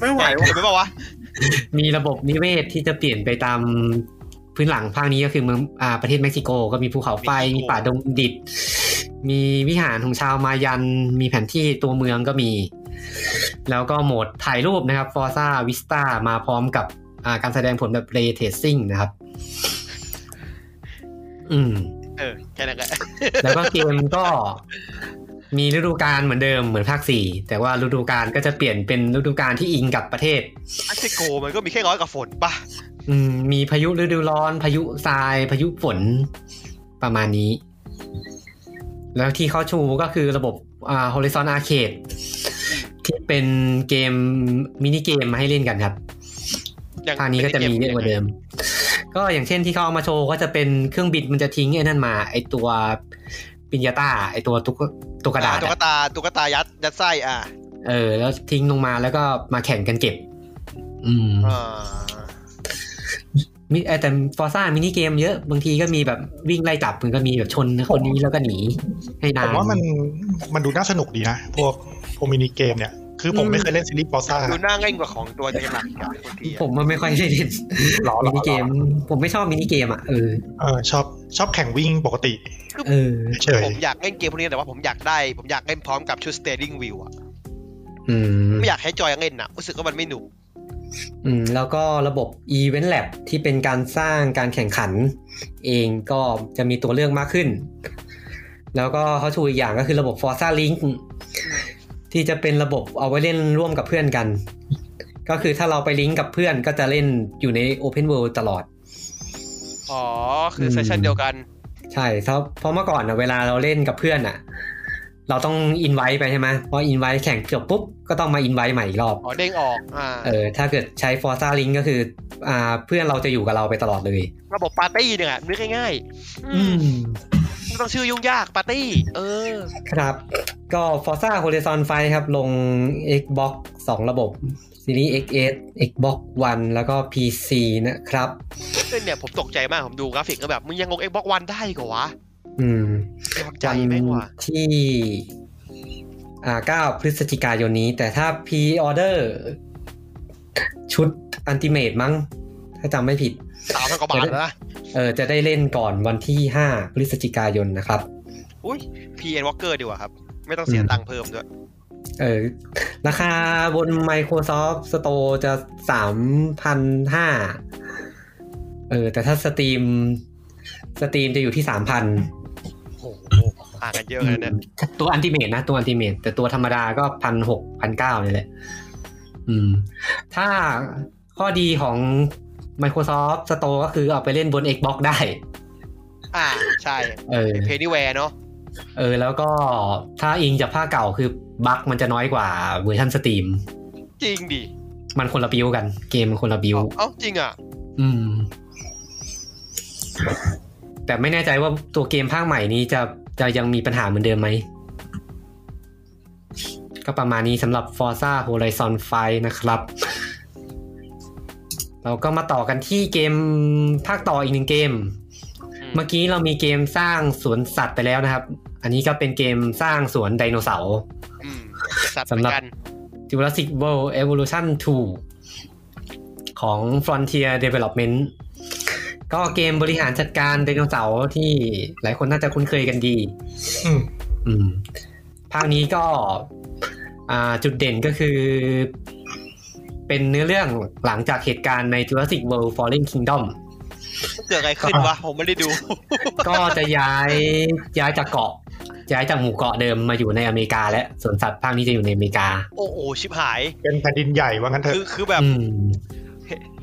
Speaker 3: ไม่ไหว
Speaker 2: ใหญ่
Speaker 3: ว่ะ
Speaker 2: เกินไปปะวะ
Speaker 1: มีระบบนิเวศที่จะเปลี่ยนไปตามพื้นหลังภาคนี้ก็คือเมืองอ่าประเทศเม็กซิโก ก็มีภูเขาไฟ มีป่าดงดิบมีวิหารของชาวมายัน มีแผนที่ตัวเมืองก็มี แล้วก็โหมดถ่ายรูปนะครับ Forza Vista มาพร้อมกับอ่าการแสดงผลแบบ Ray Tracing นะครับ อืม
Speaker 2: เออแค่นั้นแหละ
Speaker 1: แล้วก็เกมก็มีฤดูกาลเหมือนเดิมเหมือนภาคสี่แต่ว่าฤดูกาลก็จะเปลี่ยนเป็นฤดูกาลที่อิงกับประเทศ
Speaker 2: อันเซโกมันก็มีแค่ร้อยกับฝนป่ะ
Speaker 1: อืมมีพายุฤดูร้อน พายุทราย พายุฝนประมาณนี้ แล้วที่เขาชูก็คือระบบอ่า Horizon Arcade ที่เป็นเกมมินิเกมมาให้เล่นกันครับ
Speaker 2: อย่าง
Speaker 1: ทางนี้ก็จะมีเยอะกว่าเดิม ก็อย่างเช่นที่เขาเอามาโชว์ก็จะเป็นเครื่องบินมันจะทิ้งไอ้นั่นมา ไอ้ตัวปิญญาต้า ไอ้ตัวตุ๊กตุ๊กกระดาษ
Speaker 2: ตุ๊ก
Speaker 1: อะ
Speaker 2: ตาตุ๊กตายัดยัดไส้อ่ะ
Speaker 1: เออ แล้วทิ้งลงมาแล้วก็มาแข่งกันเก็บ อืม
Speaker 2: อ่า
Speaker 1: มีเอ่อแต่ฟอร์ซ่ามินิเกมเยอะบางทีก็มีแบบวิ่งไล่จับมันก็มีแบบชนคนนี้แล้วก็หนี ให้นา
Speaker 4: ผ
Speaker 1: น
Speaker 4: มว่ามันมันดูน่าสนุกดีนะ พวกพวกมินิเกมเนี่ย คือผม
Speaker 1: อืม
Speaker 4: ไม่เคยเล่นซีรีส์บอสซ่า
Speaker 2: ดูหน้าเง่งกว่าของตัวเกมหลักอีกอ่ะบางที
Speaker 1: ผ
Speaker 2: อ่ะ
Speaker 1: มมันไม่ค่อยได้เล่น
Speaker 4: หรอหร
Speaker 1: มิ
Speaker 4: อ
Speaker 1: นิเกม ผมไม่ชอบมินิเกมอ่ะเออ
Speaker 4: เออชอบชอบแข่งวิ่งปกติ
Speaker 1: เออ
Speaker 4: เฉย
Speaker 2: ผมอยากเล่นเกมพวกนี้แต่ว่าผมอยากได้ ผมอยากเล่นพร้อมกับชุด steering wheel อ่ะ
Speaker 1: อืม
Speaker 2: ไม่อยากให้จอยเล่นอ่ะรู้สึกว่ามันไม่หนุก
Speaker 1: อืมแล้วก็ระบบ Event Lab ที่เป็นการสร้างการแข่งขัน เองก็จะมีตัวเลือกมากขึ้น แล้วก็เขาชูอีกอย่างก็คือระบบ Forza Link ที่จะเป็นระบบเอาไว้เล่นร่วมกับเพื่อนกัน ก็คือถ้าเราไปลิงก์กับเพื่อนก็จะเล่นอยู่ใน Open World ตลอด
Speaker 2: อ๋อคือเซสชั่นเดียวกัน
Speaker 1: ใช่เพราะเพราะเมื่อก่อนอะเวลาเราเล่นกับเพื่อนอะเราต้องอินไว้ไปใช่ไหมพออินไว้แข่งจบปุ๊บ ก็ต้องมาอินไว้ใหม่อีกรอบ
Speaker 2: อ๋อเด้งออกอ่า
Speaker 1: เออ ถ้าเกิดใช้ Forza Link ก็คืออ่าเพื่อนเราจะอยู่กับเราไปตลอดเลย
Speaker 2: ระบบปาร์ตี้เนี่ยนึกง่ายๆอื
Speaker 1: อื
Speaker 2: ม
Speaker 1: ม
Speaker 2: ไม่ต้องชื่อยุ่งยากปาร์ตี้ เออ
Speaker 1: ครับ ก็ Forza Horizon 5 ครับ ลง Xbox 2 ระบบ ซีรีส์ X8 Xbox One แล้วก็ PC นะครับ
Speaker 2: เนี่ยผมตกใจมากผมดูกราฟิกก็แบบมึงยังงง Xbox One ได้อีกเหรอวะ
Speaker 1: อืม
Speaker 2: ตกใจแม่งว่ะ
Speaker 1: ที่อ่า9พฤศจิกายนนี้ แต่ถ้าพรีออเดอร์ชุดอันติเมตมั้ง ถ้าจำไม่ผิด
Speaker 2: สามพันกว่าบาทแล้วนะ
Speaker 1: เออจะได้เล่นก่อนวันที่ 5 พฤศจิกายนนะครับ
Speaker 2: อุ้ย PN Walker ดีกว่าครับ ไม่ต้องเสีย
Speaker 1: อืม
Speaker 2: ตังค์เพิ่มด้วย
Speaker 1: เออราคาบน Microsoft Store จะ 3,500เออแต่ถ้าสตรีมสตรีมจะอยู่ที่ 3,000
Speaker 2: โอ้โหห่างกันเยอะเลยเนี่ย
Speaker 1: ตัวอันติเมตนะ ตัวอันติเมตแต่ตัวธรรมดาก็พันหกพันเก้านี่แหละ อืม ถ้าข้อดีของ Microsoft Store ก็คือเอาไปเล่นบน Xbox ได้
Speaker 2: อ่า ใช่
Speaker 1: เออ
Speaker 2: เพนิแวร์เนาะ
Speaker 1: เออ แล้วก็ถ้าอิงจากภาคเก่าคือบั๊กมันจะน้อยกว่าเวอร์ชันสตรีม
Speaker 2: จริงดิ
Speaker 1: มันคนละบิวกัน เกมมันคนละบิว
Speaker 2: เอาเอ้าจริงอ่ะ
Speaker 1: อืม แต่ไม่แน่ใจว่าตัวเกมภาคใหม่นี้จะจะยังมีปัญหาเหมือนเดิมไหม ก็ประมาณนี้สำหรับ Forza Horizon 5 นะครับ (laughs) เราก็มาต่อกันที่เกมภาคต่ออีกหนึ่งเกม
Speaker 2: อืม
Speaker 1: เมื่อกี้เรามีเกมสร้างสวนสัตว์ไปแล้วนะครับ อันนี้ก็เป็นเกมสร้างสวนไดโนเสาร์
Speaker 2: อืม สัตว์เหมือนกัน
Speaker 1: Jurassic World Evolution 2 ของ Frontier Development ก็เกมบริหารจัดการไดโนเสาร์ที่หลายคนน่าจะคุ้นเคยกันดี
Speaker 4: อืม
Speaker 1: อืมภาคนี้ก็อ่าจุดเด่นก็คือ เป็นเนื้อเรื่องหลังจากเหตุการณ์ใน Jurassic World Fallen Kingdom
Speaker 2: เกิดอะไรขึ้นวะ ผมไม่ได้ดู
Speaker 1: ก็จะย้ายย้ายจากเกาะ ย้ายจากหมู่เกาะเดิมมาอยู่ในอเมริกา และสวนสัตว์ภาคนี้จะอยู่ในอเมริกา
Speaker 2: โอ้โห ชิบหาย
Speaker 4: เป็นแผ่นดินใหญ่ว่างั้นเถอะ
Speaker 2: คือคือแบบ
Speaker 1: อืม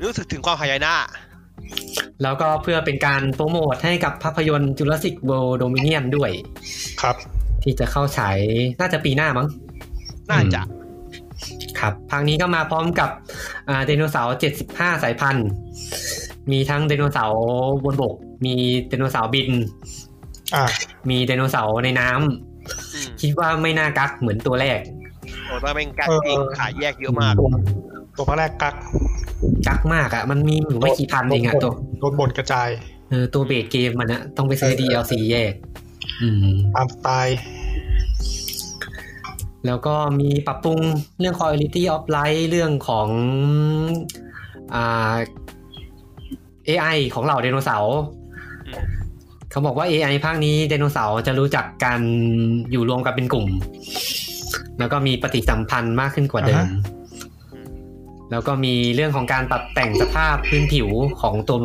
Speaker 2: รู้สึกถึงความหายนะ
Speaker 1: แล้วก็เพื่อเป็นการโปรโมทให้กับภาพยนตร์ Jurassic World Dominion ด้วย
Speaker 4: ครับ
Speaker 1: ที่จะเข้าฉายน่าจะปีหน้ามั้ง
Speaker 2: น่าจะ
Speaker 1: ครับภาคนี้ก็มาพร้อมกับอ่าไดโนเสาร์ 75 สายพันธุ์ มีทั้งไดโนเสาร์บนบก มีไดโนเสาร์บิน
Speaker 4: อ่า
Speaker 1: มีไดโนเสาร์ในน้ำ
Speaker 2: อืม
Speaker 1: คิดว่าไม่น่ากักเหมือนตัวแรก
Speaker 2: โอ้ตอนเป็นกัก
Speaker 4: เออ
Speaker 2: เองขายแยกเยอะมาก
Speaker 4: ตัวภาคแรกกัก
Speaker 1: กักมากอะ่ะ มันมีอยู่ไม่กี่พันเองอะ่ะตัว
Speaker 4: โดนบนกระจาย
Speaker 1: เออตัวเบสเกมมันอะต้องไปซื้อ DLC แยก อืม
Speaker 4: ตามสไตล์
Speaker 1: แล้วก็มีปรับปรุงเรื่อง quality of life เรื่องของอ่า AI ของเหล่าไดโนเสาร์
Speaker 2: อืม
Speaker 1: เขาบอกว่า AI ภาคนี้ไดโนเสาร์จะรู้จักการอยู่รวมกันเป็นกลุ่ม แล้วก็มีปฏิสัมพันธ์มากขึ้นกว่าเดิม
Speaker 4: อ่าฮะ
Speaker 1: แล้วก็มีเรื่องของการปรับแต่งสภาพพื้นผิวของตัว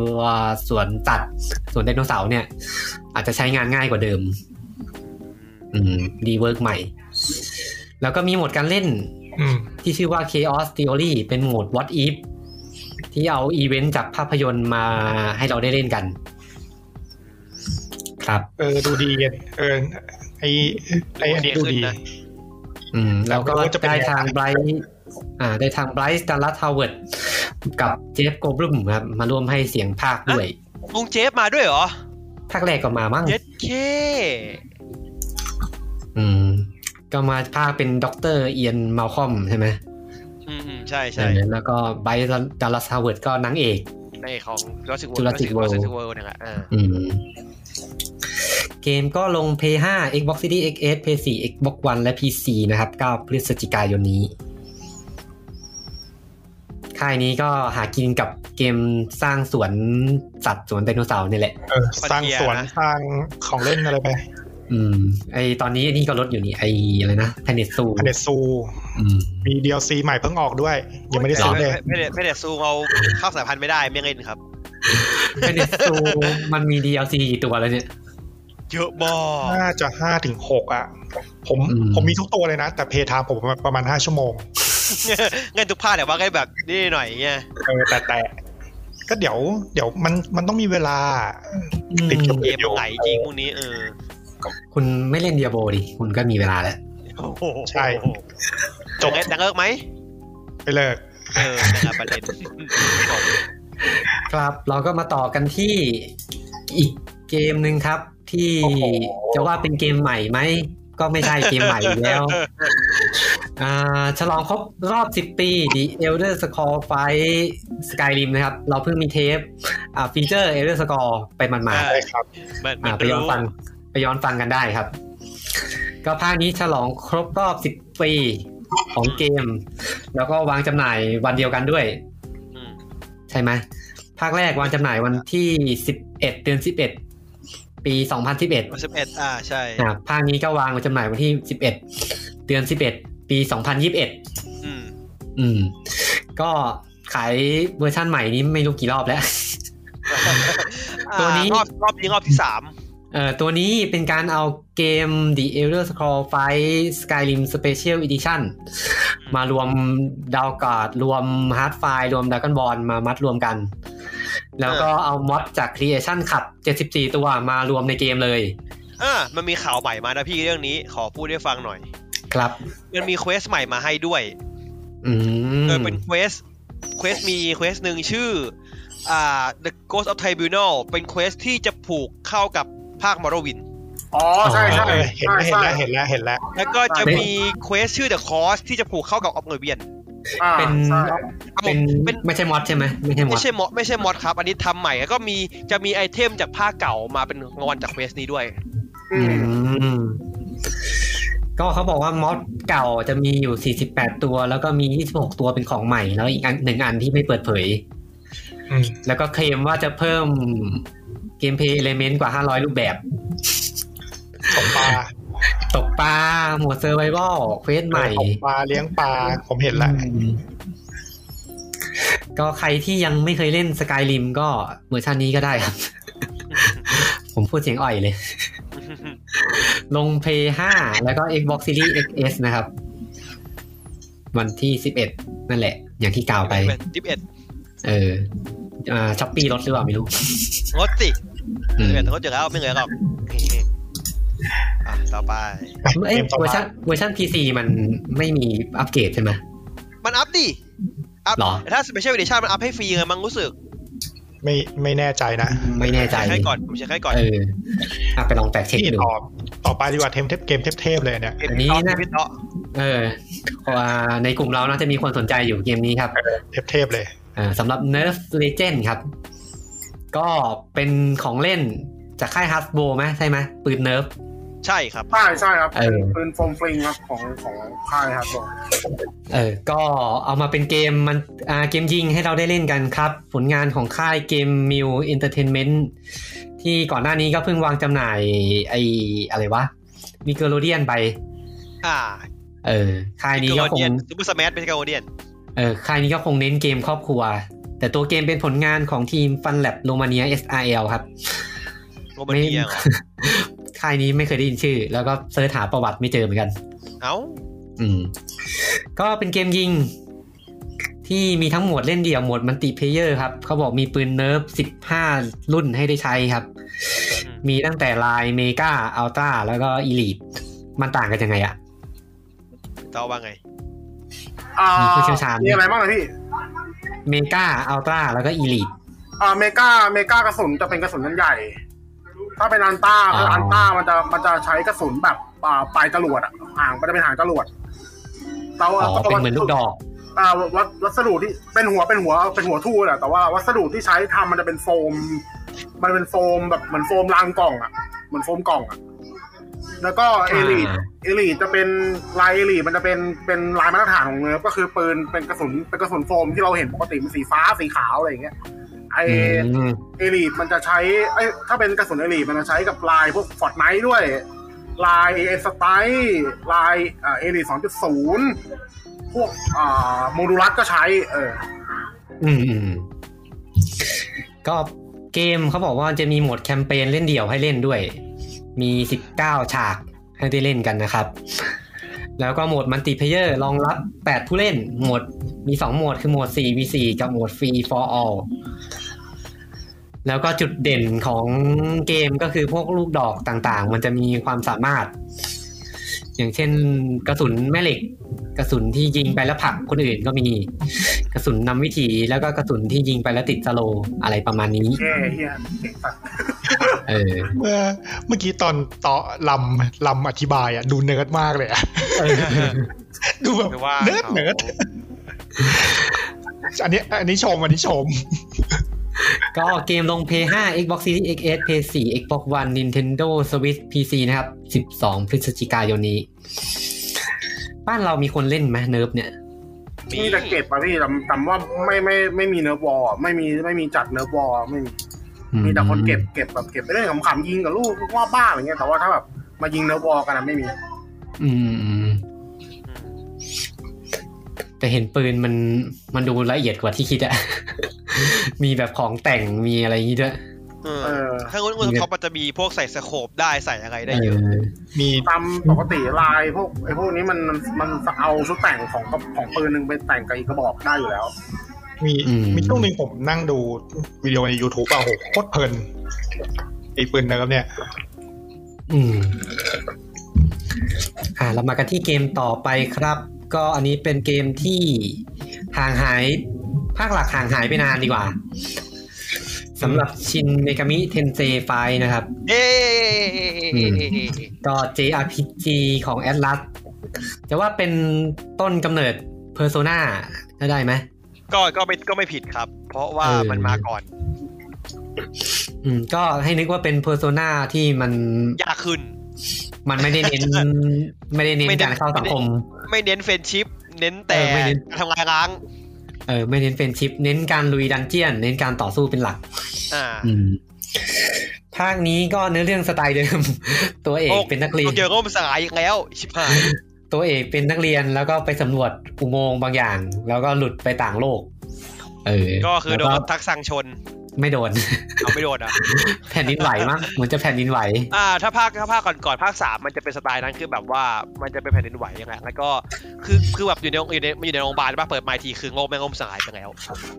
Speaker 1: สวนสัตว์สวนไดโนเสาร์เนี่ย อาจจะใช้งานง่ายกว่าเดิม อืมรีเวิร์กใหม่ แล้วก็มีโหมดการเล่น
Speaker 4: อืม
Speaker 1: ที่ชื่อว่า Chaos Theory เป็นโหมด What If ที่เอาอีเวนต์จากภาพยนตร์มาให้เราได้เล่นกัน ครับ
Speaker 4: เออดูดีเออไอไออันนี้
Speaker 2: ดู
Speaker 4: ดู
Speaker 2: ดี
Speaker 4: ดี
Speaker 2: ขึ้นนะ
Speaker 1: อืม แล้วก็
Speaker 4: แต่ไม่รู้ว่าจะเป็น
Speaker 1: ได้
Speaker 4: ยังไง
Speaker 1: ทางไบรท์อ่า ได้ทางไบรท์ดัลลัสทาวเวิร์ดกับเจฟโกบรุมครับ มาร่วมให้เสียงภาคด้วย
Speaker 2: ลุงเจฟมาด้วยเหรอ
Speaker 1: ภาคแรกก็มามั้ง
Speaker 2: เย็ดเค
Speaker 1: อืม ก็มาภาคเป็นด็อกเตอร์เอียนมาคอมใช่ไหม
Speaker 2: อืมๆใช่ใช่
Speaker 1: แล้วก็ไบรท์ดัลลัสทาวเวิร์ดก็นางเอก
Speaker 2: ในของจอร์จิกเวิร์
Speaker 1: Jurassic World
Speaker 2: เวิร์นี่ยแหละเออ
Speaker 1: อืม เกมก็ลง Play 5 Xbox Series XS Play 4 Xbox One และ PC นะครับ 9 พฤศจิกายนนี้ ค่ายนี้ก็หากินกับเกมสร้างสวนสัตว์สวนไดโนเสาร์นี่แหละ
Speaker 4: เออสร้างสวนสร้างของเล่นอะไรไป
Speaker 1: อืม ไอตอนนี้นี่ก็ลดอยู่นี่ ไออะไรนะ Planet Zoo
Speaker 4: อเนซู
Speaker 1: อืม
Speaker 4: มี DLC ใหม่เพิ่งออกด้วย ยังไม่ได้ซื้อเลย
Speaker 2: ไม่ได้ไม่ได้ซูมเอาเข้าสายพันธุ์ไม่ได้ไม่เล่นครับ
Speaker 1: Planet Zoo มันมี DLC กี่ตัวแล้วเนี่ย
Speaker 2: เยอะบอ
Speaker 4: น่าจะห้าถึงหกอ่ะ ผม
Speaker 1: อืม
Speaker 4: ผมมีทุกตัวเลยนะ แต่เพทามผมประมาณห้าชั่วโมง
Speaker 2: (laughs) เงินทุกภาคแต่ว่าก็แบบนี่หน่อยเงี้ย
Speaker 4: เออแต่แต่ก็เดี๋ยว เดี๋ยวมันมันต้องมีเวลา
Speaker 1: อืม
Speaker 4: ติดกับ
Speaker 2: เกมมันไหลจริงพวกนี้เออ
Speaker 1: คุณไม่เล่นเดียโบดิ คุณก็มีเวลาแล้ว
Speaker 2: โอ้โห
Speaker 4: ใช่
Speaker 2: จบแล้วดังเอิกไหม
Speaker 4: ไปเลิก
Speaker 2: เออนะครับประเด็น (laughs) ของ
Speaker 1: ครับ เราก็มาต่อกันที่อีกเกมหนึ่งครับ ที่
Speaker 4: โอ้โห
Speaker 1: จะว่าเป็นเกมใหม่ไหม ก็ไม่ใช่เกมใหม่อยู่ (laughs) แล้วอ่าฉลองครบรอบ 10 ปี The Elder Scrolls 5 Skyrim นะครับ เราเพิ่งมีเทปอ่าฟีเจอร์ Elder Scrolls ไปมันมา
Speaker 4: ได้ครับ
Speaker 2: มันมั
Speaker 1: อ่านไปย้อน
Speaker 2: รู้
Speaker 1: ฟังไปย้อนฟังกันได้ครับ ก็ภาคนี้ฉลองครบรอบ 10 ปีของเกม แล้วก็วางจำหน่ายวันเดียวกันด้วย
Speaker 2: อืม
Speaker 1: ใช่ไหมภาคแรกวางจำหน่ายวันที่ 11 เดือน 11 ปี 2011
Speaker 2: วันสิบเอ็ดอ่าใช่
Speaker 1: อ่าภาคนี้ก็วางจำหน่ายวันที่ 11 เดือน 11 ปี 2021
Speaker 2: อื
Speaker 1: (laughs)
Speaker 2: ม
Speaker 1: อืม ก็ขายเวอร์ชั่นใหม่นี้ไม่รู้กี่รอบแล้ว ตัวนี้
Speaker 2: อ่ารอบรอบนี้รอบที่สาม
Speaker 1: เอ่อตัวนี้เป็นการเอาเกม The Elder Scrolls 5 Skyrim Special
Speaker 2: (laughs)
Speaker 1: Edition มารวมดาวกาดรวมฮาร์ดไฟรวมด a ก o n บอลมามัดรวมกัน แล้วก็เอาม็อดจาก Creation ขับ 74 ตัวมารวมในเกมเลย
Speaker 2: อ่ามันมีข่าวใหม่มานะพี่เรื่องนี้ ขอพูดให้ฟังหน่อย
Speaker 1: ครับ
Speaker 2: มันมีเควสใหม่มาให้ด้วย
Speaker 1: อืม
Speaker 2: โดยเป็นเควสเควสมีเควสหนึ่งชื่ออ่า The Ghost of Tribunal เป็นเควสที่จะผูกเข้ากับภาค Morrowind
Speaker 3: อ๋อใช่ใช่
Speaker 4: เออเห็น
Speaker 3: ใช่
Speaker 4: แล้วเห็น
Speaker 3: ใช่
Speaker 4: แล้วเห็นแล้วเห็นแล้ว
Speaker 2: แล้วก็จะมีเควสชื่อ The Cross ที่จะผูกเข้ากับ Oblivion
Speaker 3: อ่า
Speaker 1: เป็น
Speaker 3: ใช่
Speaker 2: ครับผ
Speaker 1: เป็
Speaker 2: ม
Speaker 1: น
Speaker 2: เป็น
Speaker 1: ไม่ใช่ม็อดใช่ไหมไม่ใช่ม็อ
Speaker 2: ไม่
Speaker 1: ด
Speaker 2: ใช่มอดไม่ใช่มอดครับ อันนี้ทำใหม่แล้วก็มีจะมีไอเทมจากภาคเก่ามาเป็นงอนจากเควสนี้ด้วย
Speaker 3: อืม
Speaker 1: อืมก็เขาบอกว่าม็อดเก่าจะมีอยู่ 48 ตัว แล้วก็มี 26 ตัวเป็นของใหม่ แล้วอีกอันหนึ่งอันที่ไม่เปิดเผย
Speaker 4: อืม
Speaker 1: แล้วก็เคลมว่าจะเพิ่มเกมเพลย์เอลเมนต์กว่า 500 รูปแบบ
Speaker 4: ตกปลา
Speaker 1: ตกปลาหมวดเซอร์ไววัลเควสใหม่
Speaker 4: ตกปลาเลี้ยงปลาผมเห็นแล้ว
Speaker 1: อืมก็ใครที่ยังไม่เคยเล่นสกาย i ิมก็เวอร์ชันนี้ก็ได้ครับ (laughs) ผมพูดเสียงอ่อยเลย (laughs) ลง p พ5แล้วก็ Xbox Series XS นะครับ วันที่ 11 นั่นแหละ อย่างที่กล่าวไป
Speaker 2: เป็นสิบเอ็ด
Speaker 1: เออช้อปปี้ลดหรือเปล่าไม่รู้
Speaker 2: งดสิ เอ
Speaker 1: อื
Speaker 2: อ
Speaker 1: ม
Speaker 2: แต่เขาเจอแล้วไม่เหลือหรอกอ่ะต่อไป
Speaker 1: เอ้ย
Speaker 4: กมต่อ
Speaker 1: เวอ
Speaker 4: มา
Speaker 1: ร์ชันเวอร์ชัน PC มันไม่มีอัปเกรดใช่ไหม
Speaker 2: มันอัพดิ อัพ
Speaker 1: หรอ
Speaker 2: แต่ถ้า Special Edition มันอัพให้ฟรีไงมั้งรู้สึก
Speaker 4: ไม่ไม่แน่ใจนะ
Speaker 1: ไม่แน่ใจ
Speaker 2: เช็คให้ก่อนผมเช็คให้ก่อน
Speaker 1: เอออ่ะไปลองแตกเช็ค
Speaker 4: นี่
Speaker 1: ดู
Speaker 4: ตอบต่อไปดีกว่าเทมเทปเกมเทปๆเลยอันเนี่ย
Speaker 2: เก็บ
Speaker 1: อันนี้
Speaker 2: เนาะ
Speaker 1: นะ
Speaker 2: เก็บเนาะ
Speaker 1: เออเพราะว่าในกลุ่มเราน่าจะมีคนสนใจอยู่เกมนี้ครับ
Speaker 4: เทปเทพเลย
Speaker 1: เออสำหรับ Nerf Legend ครับ ก็เป็นของเล่นจากค่าย Hasbro ไหมใช่ไหมปืน Nerf
Speaker 2: ใช่ครับ
Speaker 3: ใช่ใช่ครับ
Speaker 1: เออ
Speaker 3: ปืนโฟมฟลิงครับของของค่ายครับผม
Speaker 1: เออ ก็เอามาเป็นเกมมันอ่าเกมยิงให้เราได้เล่นกันครับ ผลงานของค่ายเกมมิวเอนเตอร์เทนเมนต์ที่ก่อนหน้านี้ก็เพิ่งวางจำหน่ายไออะไรวะมิเกโลเดียนไป
Speaker 2: อ่า
Speaker 1: เออ ค่ายนี้ก็คง
Speaker 2: เดียนซูเปอร์สมาร์ทเป็นกาโอเดียน
Speaker 1: เออ ค่ายนี้ก็คงเน้นเกมครอบครัว แต่ตัวเกมเป็นผลงานของทีมฟันแลบโรมาเนีย SRL ครับ
Speaker 2: โรมาเนียเหรอ
Speaker 1: ค่ (laughs) ายนี้ไม่เคยได้ยินชื่อ แล้วก็เสิร์ชหาประวัติไม่เจอเหมือนกัน
Speaker 2: (laughs) เอ้า
Speaker 1: อืม ก็เป็นเกมยิง ที่มีทั้งโหมดเล่นเดี่ยวโหมดมัลติเพลเยอร์ครับ เขาบอกมีปืนเนิร์ฟ 15 รุ่นให้ได้ใช้ครับ มีตั้งแต่ลายเมกาอัลตราแล้วก็อีลีทมันต่างกันยังไงอะ
Speaker 2: เจ้าว่า
Speaker 1: (laughs)
Speaker 2: ไง
Speaker 3: อ่า
Speaker 1: มีผู้เชี่ยวชาญ
Speaker 3: มีอะไรบ้างนะพี่
Speaker 1: เมกาอัลตราแล้วก็อีลีท
Speaker 3: อ่าเมกาเมกากระสุนจะเป็นกระสุนนั้นใหญ่ ถ้าเป็นอันต้าคืออันต้ามันจะมันจะใช้กระสุนแบบอ่าปลายจรวดอะห่างมันจะเป็นหางจรวดแต่ว่า
Speaker 1: อ๋อ เป็นเหมือนลูกดอก
Speaker 3: อ่าวัสวัสดุที่เป็นหัวเป็นหัวเป็นหัวทู่แหละแต่ว่าวัสดุที่ใช้ทำมันจะเป็นโฟม มันเป็นโฟมแบบเหมือนโฟมรางกล่องอะเหมือนโฟมกล่องอะแล้วก็เอลีด
Speaker 1: อ่า
Speaker 3: เอลีจะเป็นลายเอลีมันจะเป็นเป็นลายมาตรฐานของเนื้อก็คือปืนเป็นกระสุนเป็นกระสุนโฟมที่เราเห็นปกติมันสีฟ้าสีขาวอะไรอย่างเงี้ยไอ
Speaker 1: อืม
Speaker 3: เอลีมันจะใช้ไอยถ้าเป็นกระสุนเอลีมันจะใช้กับลายพวกฟอร์ดไนท์ด้วย ลายเอสไตลายเอลีสองจุดศูนย์พวกอ่าโมดูลัสก็ใช้เออ
Speaker 1: อืมอืมก็เกมเขาบอกว่าจะมีโหมดแคมเปญเล่นเดี่ยวให้เล่นด้วย มี 19 ฉากให้ได้เล่นกันนะครับ แล้วก็โหมดมัลติเพเยอร์รองรับ 8 ผู้เล่น โหมดมี 2 โหมดคือโหมด 4v4 กับโหมด Free for all แล้วก็จุดเด่นของเกมก็คือพวกลูกดอกต่างๆ มันจะมีความสามารถ อย่างเช่นกระสุนแม่เหล็ก กระสุนที่ยิงไปแล้วผลักคนอื่นก็มี กระสุนนำวิถีแล้วก็กระสุนที่ยิงไปแล้วติดสโลว์อะไรประมาณนี้
Speaker 3: เย่เฮียเก่งสัส
Speaker 1: เออ
Speaker 4: เมื่อเมื่อกี้ตอนต่อลำลำอธิบายอ่ะดูเนิร์ดมากเลยอ่ะ ดูแบบ
Speaker 5: ไม่ว่า
Speaker 4: เนิร์ดเนิร์ดอันนี้อันนี้ชมอันนี้ชม
Speaker 1: ก็เกมลง Play 5 Xbox Series XS Play 4 Xbox One Nintendo Switch PC นะครับ 12 พฤศจิกายนนี้ บ้านเรามีคนเล่นไหมเนิร์ฟเนี่ย
Speaker 2: มี
Speaker 3: นี่แต่เก็บอะพี่จำจำว่าไม่ไม่ไม่มีเนื้อวอลไม่มีไม่มีจัดเนื้อวอลไม่มี มีแต่คนเก็บเก็บแบบเก็บไปเรื่อยขำๆยิงกับลูกรอบบ้านอะไรเงี้ยแต่ว่าถ้าแบบมายิงเนื้อบอลกันอะไม่มี
Speaker 1: อืมอืมแต่เห็นปืนมันมันดูละเอียดกว่าที่คิดอะ (laughs) มีแบบของแต่งมีอะไรอย่างงี้ด้วย
Speaker 2: เออ
Speaker 3: เออ
Speaker 2: ถ้าคุณคุณท็อปมันจะมีพวกใส่สโคปได้ใส่อะไรได้เยอะ
Speaker 1: เออ
Speaker 4: มี
Speaker 3: ตามปกติลายพวกไอ้พวกนี้มันมันมันเอาชุดแต่งของของปืนหนึ่งไปแต่งกับอีกกระบอกได้อยู่แล้ว
Speaker 4: มี
Speaker 1: อืม
Speaker 4: มีช่วงหนึ่งผมนั่งดูวิดีโอใน YouTube อ่ะโหโคตรเพลินไอ้ปืนเนิร์ดเนี่ย
Speaker 1: อืม อ่าเรามากันที่เกมต่อไปครับ ก็อันนี้เป็นเกมที่ห่างหาย ภาคหลักห่างหายไปนานดีกว่าสำหรับชินเมกามิเทนเซไฟนะครับ
Speaker 2: เอ๊
Speaker 1: อืม ก็ JRPG ของ Atlas จะว่าเป็นต้นกำเนิด Persona ก็ได้ไหม
Speaker 2: ก็ก็ไม่ก็ไม่ผิดครับ เพราะว่า
Speaker 1: เออ
Speaker 2: มันมาก่อน
Speaker 1: อืม ก็ให้นึกว่าเป็น Persona ที่มัน
Speaker 2: ยากขึ้น
Speaker 1: มันไม่ได้เน้น (laughs) ไม่ได้เน้น
Speaker 2: ไม่ได้
Speaker 1: การเข้าสังคม
Speaker 2: ไม่เน้นเฟรนชิพเน้นแต่
Speaker 1: เออไม่เน้น
Speaker 2: การทำลายล้าง
Speaker 1: เออไม่เน้นเฟรนชิพเน้นการลุยดันเจียน เน้นการต่อสู้เป็นหลัก
Speaker 2: อ่า
Speaker 1: ภาคนี้ก็เนื้อเรื่องสไตล์เดิม (laughs) ตัวเอกเป็นนักเรียน
Speaker 2: โตเกียวก็มนสลายอีกแล้ว ชิบหาย
Speaker 1: ตัวเอกเป็นนักเรียนแล้วก็ไปสำรวจอุโมงค์บางอย่าง แล้วก็หลุดไปต่างโลก เออ
Speaker 2: ก็คือโดน
Speaker 1: แล้ว
Speaker 2: รถทักสั่งชน
Speaker 1: ไม่โดน (laughs)
Speaker 2: เอาไม่โดนอ่ะ
Speaker 1: แผ่นดินไหว
Speaker 2: (laughs)
Speaker 1: มั้งเหมือนจะแผ่นดินไหว
Speaker 2: อ่า ถ้าภาคถ้าภาคก่อนๆภาคสามมันจะเป็นสไตล์นั้นคือแบบว่ามันจะเป็นแผ่นดินไหวยังไงแล้วก็คือคือแบบอยู่ในอยู่ในมันอยู่ในโรงพยาบาลป่ะเปิดไมค์ทีคือโง่แม่งล่มสลายไปแล้ว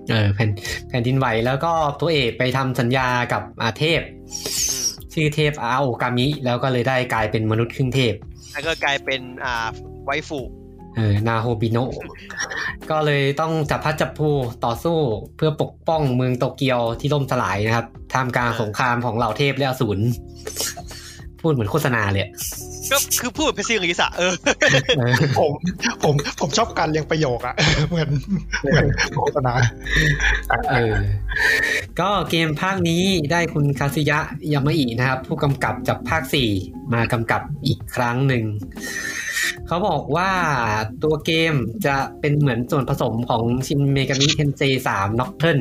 Speaker 1: เออแผ่นแผ่นดินไหวแล้วก็ตัวเอกไปทำสัญญากับอาเทพ
Speaker 2: อืม
Speaker 1: ชื่อเทพอาโอกามิ แล้วก็เลยได้กลายเป็นมนุษย์ครึ่งเทพ
Speaker 2: แล้วก็กลายเป็นอ่าไวฟู
Speaker 1: เออนาโฮบิโนะ (laughs) ก็เลยต้องจับพลัดจับผลูต่อสู้เพื่อปกป้องเมืองโตเกียวที่ล่มสลายนะครับท่ามกลางสงครามของเหล่าเทพและอสูรพูดเหมือนโฆษณา (laughs) เลยอะ
Speaker 2: ก็คือพูดเป็นซีรีส์อะเออ (laughs)
Speaker 1: เออ
Speaker 4: ผมผมผมชอบการเรียงประโยคอะ (laughs) เหมือนเหมือนโฆษณา
Speaker 1: เออ ก็เกมภาคนี้ได้คุณคาซิยะยามาอินะครับ ผู้กำกับจากภาค 4 มากำกับอีกครั้งหนึ่ง เขาบอกว่าตัวเกมจะเป็นเหมือนส่วนผสมของชินเมกามิเทนเซ3 n o c t u r n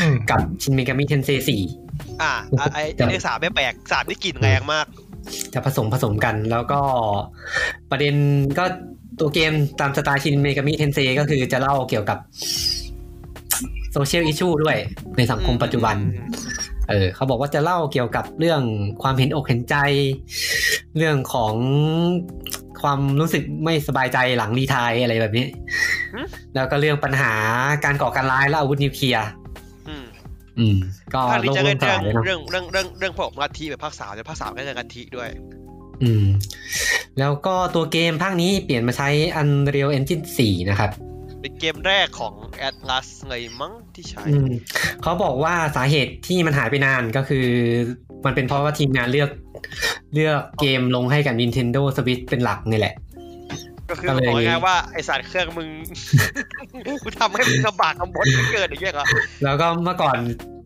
Speaker 4: อืม
Speaker 1: กับชินเมกามิเทนเซ4
Speaker 2: อ่าอ่ะไอไอ้เรื่องสามไม่แปลกสามนี่กลิ่นแรงมาก
Speaker 1: จะผสมผสมกันแล้วก็ประเด็นก็ ตัวเกมตามสไตล์ชินเมกามิเทนเซก็คือจะเล่าเกี่ยวกับโซเชียลอิชชูด้วยในสังคมปัจจุบัน เออเขาบอกว่าจะเล่าเกี่ยวกับเรื่องความเห็นอกเห็นใจ เรื่องของความรู้สึกไม่สบายใจหลังรีไทายอะไรแบบนี้
Speaker 2: หืม
Speaker 1: แล้วก็เรื่องปัญหาการก่อการร้ายและอาวุธนิวเคลียร์
Speaker 2: อืม
Speaker 1: อืม ก็
Speaker 2: ภาคนี้
Speaker 1: โลง
Speaker 2: จะ
Speaker 1: โล
Speaker 2: เล่
Speaker 1: งก
Speaker 2: นเรื่
Speaker 1: ลา
Speaker 2: อ
Speaker 1: ง
Speaker 2: ง
Speaker 1: เลยเนาะ
Speaker 2: เรื่องเรื่องเรื่องเรื่องพวกลัทธิแบบภาคสามแต่ภาคสามก็จะลัทธิด้วย
Speaker 1: อืม แล้วก็ตัวเกมภาคนี้เปลี่ยนมาใช้ Unreal Engine 4 นะครับ
Speaker 2: เป็นเกมแรกของ Atlas เลยมั้งที่ใช้
Speaker 1: อืมเขาบอกว่าสาเหตุที่มันหายไปนานก็คือ มันเป็นเพราะว่าทีมงานเลือก เลือกเกมลงให้กับ Nintendo Switch เป็นหลักนี่แหละ
Speaker 2: ก็คือ
Speaker 1: ก็เลย
Speaker 2: บอกง่ายๆว่าไอสารเครื่องมึง (laughs) กูทำให้มึงลำบากลำบนเหลือเกินอย่างเงี้ยเหรอ
Speaker 1: แล้วก็เมื่อก่อน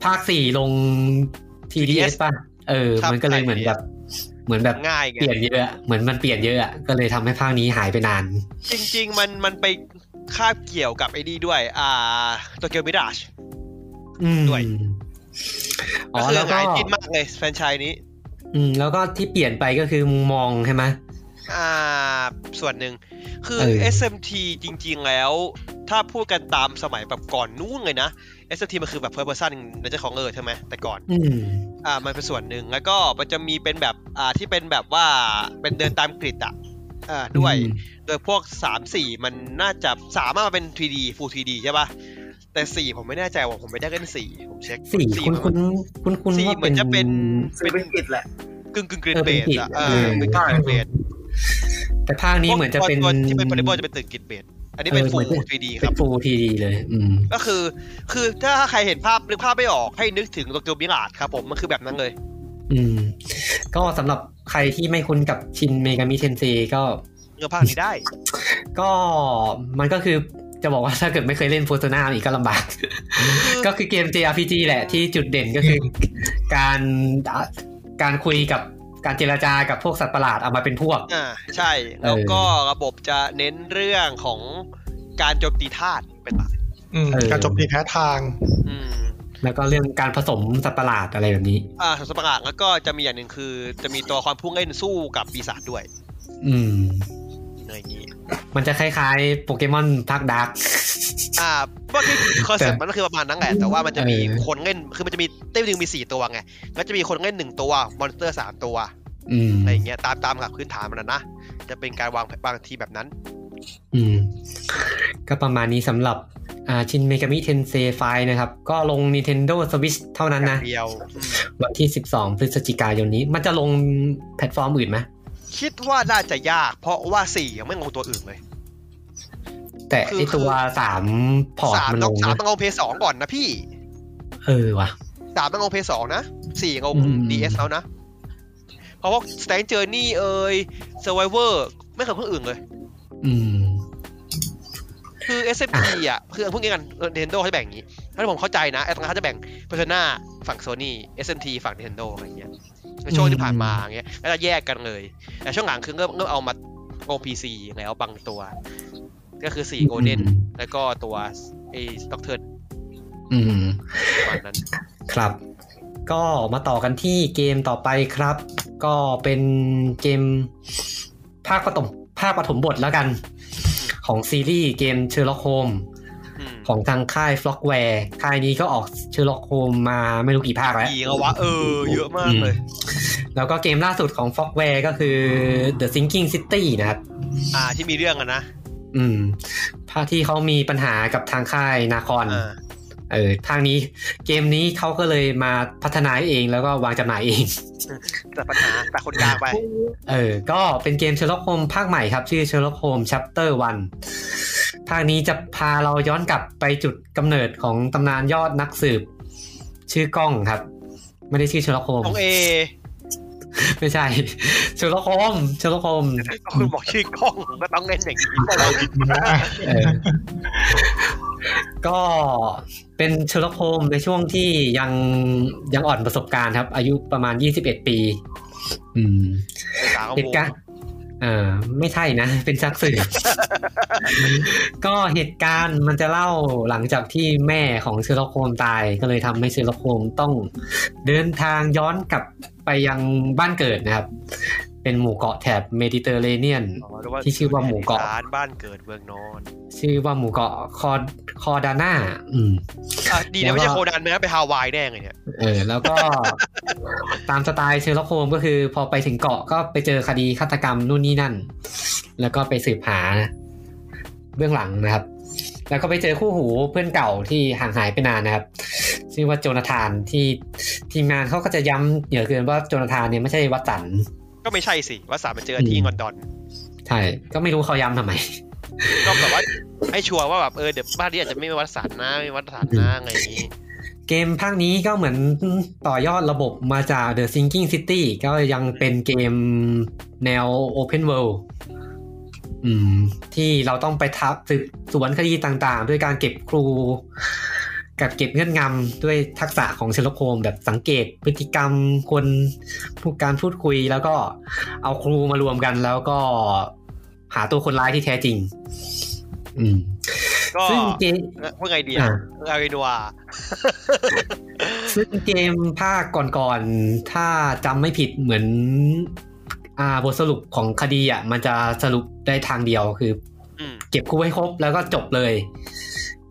Speaker 1: ภาคสี่ลง
Speaker 2: TDS
Speaker 1: TDS ป่ะ เออ
Speaker 2: ครับ
Speaker 1: มันก็เลยเหมือนแบบ เหมือนแบบ
Speaker 2: ง่ายไง
Speaker 1: เปลี่ยนเยอะ เหมือนมันเปลี่ยนเยอะ ก็เลยทำให้ภาคนี้หายไปนาน
Speaker 2: จริง ๆ มันมันไปคาบเกี่ยวกับไอ้นี่ด้วย อ่าตัวเกียวมิราช
Speaker 1: อืม
Speaker 2: ด้วย
Speaker 1: อ๋
Speaker 2: ก็
Speaker 1: อ
Speaker 2: คือ
Speaker 1: แล้ว
Speaker 2: ห
Speaker 1: ก็
Speaker 2: ลายกินมากเลยแฟรนไชายนี้
Speaker 1: อืมแล้วก็ที่เปลี่ยนไปก็คือมุมมองใช่ไหม
Speaker 2: อ่า ส่วนหนึ่งคือ
Speaker 1: เออ
Speaker 2: SMT จริง ๆ แล้ว ถ้าพูดกันตามสมัยแบบก่อนนู้นเลยนะ SMT มันคือแบบ first person ในเจ้าของเออใช่ไหมแต่ก่อน
Speaker 1: อืม
Speaker 2: อ่ามันเป็นส่วนหนึ่งแล้วก็มันจะมีเป็นแบบอ่าที่เป็นแบบว่าเป็นเดินตามกริดอ่ะอ่าด้วย
Speaker 1: อืม
Speaker 2: โดยพวกสามสี่มันน่าจะสามารถมาเป็น 3D full 3D ใช่ปะแต่สี่ผมไม่แน่ใจว่าผมไม่ได้เล่นสี่ผมเช็ค
Speaker 1: สี่คุณ
Speaker 2: มั
Speaker 1: คุ
Speaker 2: น
Speaker 1: ณคุณคุณ
Speaker 2: สี่
Speaker 1: ว่า
Speaker 2: เหมื
Speaker 1: เป็
Speaker 2: อน นจะเป็น
Speaker 3: ซื้อเป็นกิจแหละ
Speaker 2: กึ่งกึ่งกริด
Speaker 1: เออ
Speaker 2: เบ
Speaker 1: เป็น
Speaker 2: ส
Speaker 1: กริด
Speaker 2: อ่ะเอ
Speaker 1: เอ
Speaker 2: อ
Speaker 1: อ
Speaker 2: เป็นกึ่งกริดเบส
Speaker 1: แต่ภาคนี้เหมือนจะเป็น
Speaker 2: พวกตัวที่เป็น portable จะเป็นตึกกริดเบสอันนี้เป็น
Speaker 1: เออเหมือน
Speaker 2: full 3D ค
Speaker 1: เป็
Speaker 2: รั
Speaker 1: น
Speaker 2: บ
Speaker 1: ฟูทีดีเลย อืม
Speaker 2: ก็คือ คือถ้าใครเห็นภาพนึกภาพไม่ออกให้นึกถึงโตเกียวมิราชครับผมมันคือแบบนั้นเลย
Speaker 1: อืม ก็สำหรับใครที่ไม่คุ้นกับชินเมกามิเทนเซก็
Speaker 2: เงือภาคนี้ได้
Speaker 1: ก็มันก็คือจะบอกว่าถ้า (laughs) เกิดไม่เคยเล่นโฟโตนาอีกก็ลำบาก ก็คือเกม JRPG แหละที่จุดเด่นก็คือการการคุยกับการเจรจากับพวกสัตว์ประหลาดเอามาเป็นพวก
Speaker 2: อ่าใช่แล้วก็ระบบจะเน้นเรื่องของการโจมตีธาตุเป็นหลัก
Speaker 4: อืม
Speaker 1: เออ
Speaker 4: การจบตีแพ้ทาง
Speaker 2: อืม
Speaker 1: แล้วก็เรื่องการผสมสัตว์ประหลาดอะไรแบบนี้
Speaker 2: อ่าสัตว์ประหลาดแล้วก็จะมีอย่างหนึ่งคือ จะมีตัวละครพุ่งเล่นสู้กับปีศาจด้วย
Speaker 1: อืม
Speaker 2: อะไรอย่างนี้
Speaker 1: มันจะคล้ายๆโปเกมอนพักดาร์ก
Speaker 2: อ่าว่าที่คอนเซ็ปต์
Speaker 1: แต่
Speaker 2: มันก็คือประมาณนั้นแหละแต่ว่ามันจะมี
Speaker 1: เออ
Speaker 2: คนเล่นคือมันจะมีเต้มหนึ่งมีสี่ตัวไงก็จะมีคนเล่นหนึ่งตัวมอนสเตอร์สามตัว
Speaker 1: อืม
Speaker 2: อะไรอย่างเงี้ยตามตามหลักพื้นฐานมันนะนะจะเป็นการวางบางทีแบบนั้น
Speaker 1: อืม ก็ประมาณนี้สำหรับอ่าชินเมกามิเทนเซไฟนะครับ ก็ลง Nintendo Switch เท่านั้นนะ
Speaker 2: เดียวอืม
Speaker 1: วันที่ 12 พฤศจิกายนนี้ มันจะลงแพลตฟอร์มอื่นไหม
Speaker 2: คิดว่าน่าจะยาก เพราะว่าสี่ยังไม่ลงตัวอื่นเลย
Speaker 1: แต่
Speaker 2: คือ
Speaker 1: ไอตัวสามพอร์ต
Speaker 2: สาม
Speaker 1: มันล
Speaker 2: ต้อง
Speaker 1: ง
Speaker 2: สาม
Speaker 1: นะ
Speaker 2: ต้องลงเพย์สองก่อนนะพี่
Speaker 1: เออว่ะ
Speaker 2: สามต้องลงเพย์สองนะสี่ลง
Speaker 1: อืม
Speaker 2: DS แล้วนะ เพราะว่าสแตนเจอร์นี่เอ่ย Survivor ไม่เคยเพิ่งอื่นเลย
Speaker 1: อืม
Speaker 2: คือ SMT อ่ะ (coughs) คือพวกนี้กัน Nintendo เขาจะแบ่งอย่างนี้ ถ้าผมเข้าใจนะไอ้ตรงนั้นเขาจะแบ่ง Persona ฝั่ง Sony SMT ฝั่ง Nintendo อะไรอย่างเงี้ยในช่วงที่ผ่านมาอย่างเงี้ยแล้วจะแยกกันเลย แต่ช่วงหลังคือเริ่มเริ่มเอามาลง PC แล้วบางตัว ก็คือสี่โกลเด้น
Speaker 1: อืม
Speaker 2: แล้วก็ตัวไอ้ด็อกเตอร์
Speaker 1: อืม
Speaker 2: ประมาณนั้น
Speaker 1: ครับ ก็มาต่อกันที่เกมต่อไปครับ ก็เป็นเกมภาคปฐมภาคปฐมบทแล้วกัน ของซีรีส์เกมเชอร์ล็อกโฮม
Speaker 2: อืม
Speaker 1: ของทางค่ายฟล็อกแวร์ค่ายนี้ก็ออกเชอร์ล็อกโฮมมาไม่รู้กี่ภาคแล้ว
Speaker 2: ดีแล้ววะเออ เยอะมากเลย
Speaker 1: แล้วก็เกมล่าสุดของ f o g w a r e ก็คือ The Sinking City นะครับ
Speaker 2: อ่าที่มีเรื่องอะนะ
Speaker 1: อืม ภาคที่เขามีปัญหากับทางค่ายนาคอน
Speaker 2: อ่า
Speaker 1: เออ ทางนี้เกมนี้เขาก็เลยมาพัฒนาเองแล้วก็วางจำหน่ายเอง
Speaker 2: แต่ปัญหาแต่คนกลางไป
Speaker 1: เออ ก็เป็นเกม Sherlock Holmes ภาคใหม่ครับ ชื่อ Sherlock Holmes Chapter 1 ภาคนี้จะพาเราย้อนกลับไปจุดกำเนิดของตำนานยอดนักสืบ ชื่อกล้องครับ ไม่ได้ชื่อ Sherlock Holmes
Speaker 2: ของเอ
Speaker 1: ไม่ใช่ (laughs) Sherlock Holmes Sherlock Holmes
Speaker 2: คุณบอกชื่อกล้องก็ต้องเล่น
Speaker 1: (laughs)
Speaker 2: อย่างนี้ก็เลย
Speaker 1: เออก็เป็นเชลโคมในช่วงที่ยังยังอ่อนประสบการณ์ครับ อายุประมาณ 21 ปี อืม
Speaker 2: เป็นสาว
Speaker 1: เหตุการณ์เออไม่ใช่นะ (laughs) เป็นชักสืบ ก็เหตุการณ์มันจะเล่าหลังจากที่แม่ของเชลโคมตาย ก็เลยทำให้เชลโคมต้องเดินทางย้อนกลับไปยังบ้านเกิดนะครับ เป็นหมู่เกาะแถบเมดิเตอร์เรเนียน ที่ชื่อว่าหมู่เกาะ
Speaker 2: อีสนบ้านเกิดเมืองนอน
Speaker 1: ชื่อว่าหมู่เกาะคอคอดาน่าอืม
Speaker 2: อ่ะดีนะไม่ใช่
Speaker 1: แล้วก็
Speaker 2: โคนันนะไปฮาวายแน่เลยเนี่ย
Speaker 1: เออแล้วก็ ตามสไตล์เชอร์ล็อกโฮมก็คือ พอไปถึงเกาะก็ไปเจอคดีฆาตกรรมนู่นนี่นั่น แล้วก็ไปสืบหาเบื้องหลังนะครับ แล้วก็ไปเจอคู่หูเพื่อนเก่าที่ห่างหายไปนานนะครับ ชื่อว่าโจนาธานที่ทีมงานเขาก็จะย้ำเหนือเกินว่าโจนาธานเนี่ยไม่ใช่วัตสัน
Speaker 2: ก็ไม่ใช่สิว่าสามมันเจอที่
Speaker 1: อืม
Speaker 2: ลอนดอน
Speaker 1: ใช่ ก็ไม่รู้เขาย้ำทำไม
Speaker 2: ก็แบบว่าให้ชัวร์ว่าแบบเออเดี๋ยวบ้านนี้อาจจะไม่มีวัดสันนะไม่มีวัดสันนะอะไรอย่างงี้
Speaker 1: เกมภาคนี้ก็เหมือนต่อยอดระบบมาจาก The Sinking City ก็ยังเป็นเกมแนว Open World อืม ที่เราต้องไปทับสืบสวนคดีต่างๆ ด้วยการเก็บครู กับเก็บเงื่อนงำด้วยทักษะของเชลโคมแบบสังเกตพฤติกรรมคนผู้การพูดคุยแล้วก็เอาครูมารวมกันแล้วก็หาตัวคนร้ายที่แท้จริง อืม
Speaker 2: ก็
Speaker 1: ซึ่งเกม
Speaker 2: ว่าไงดีอะ
Speaker 1: อ่า
Speaker 2: เอาเรนัว
Speaker 1: ซึ่งเกมภาคก่อนๆ ถ้าจำไม่ผิดเหมือน อ่าบทสรุปของคดีอ่ะ มันจะสรุปได้ทางเดียวคือ
Speaker 2: อืม
Speaker 1: เก็บคู่ให้ครบแล้วก็จบเลย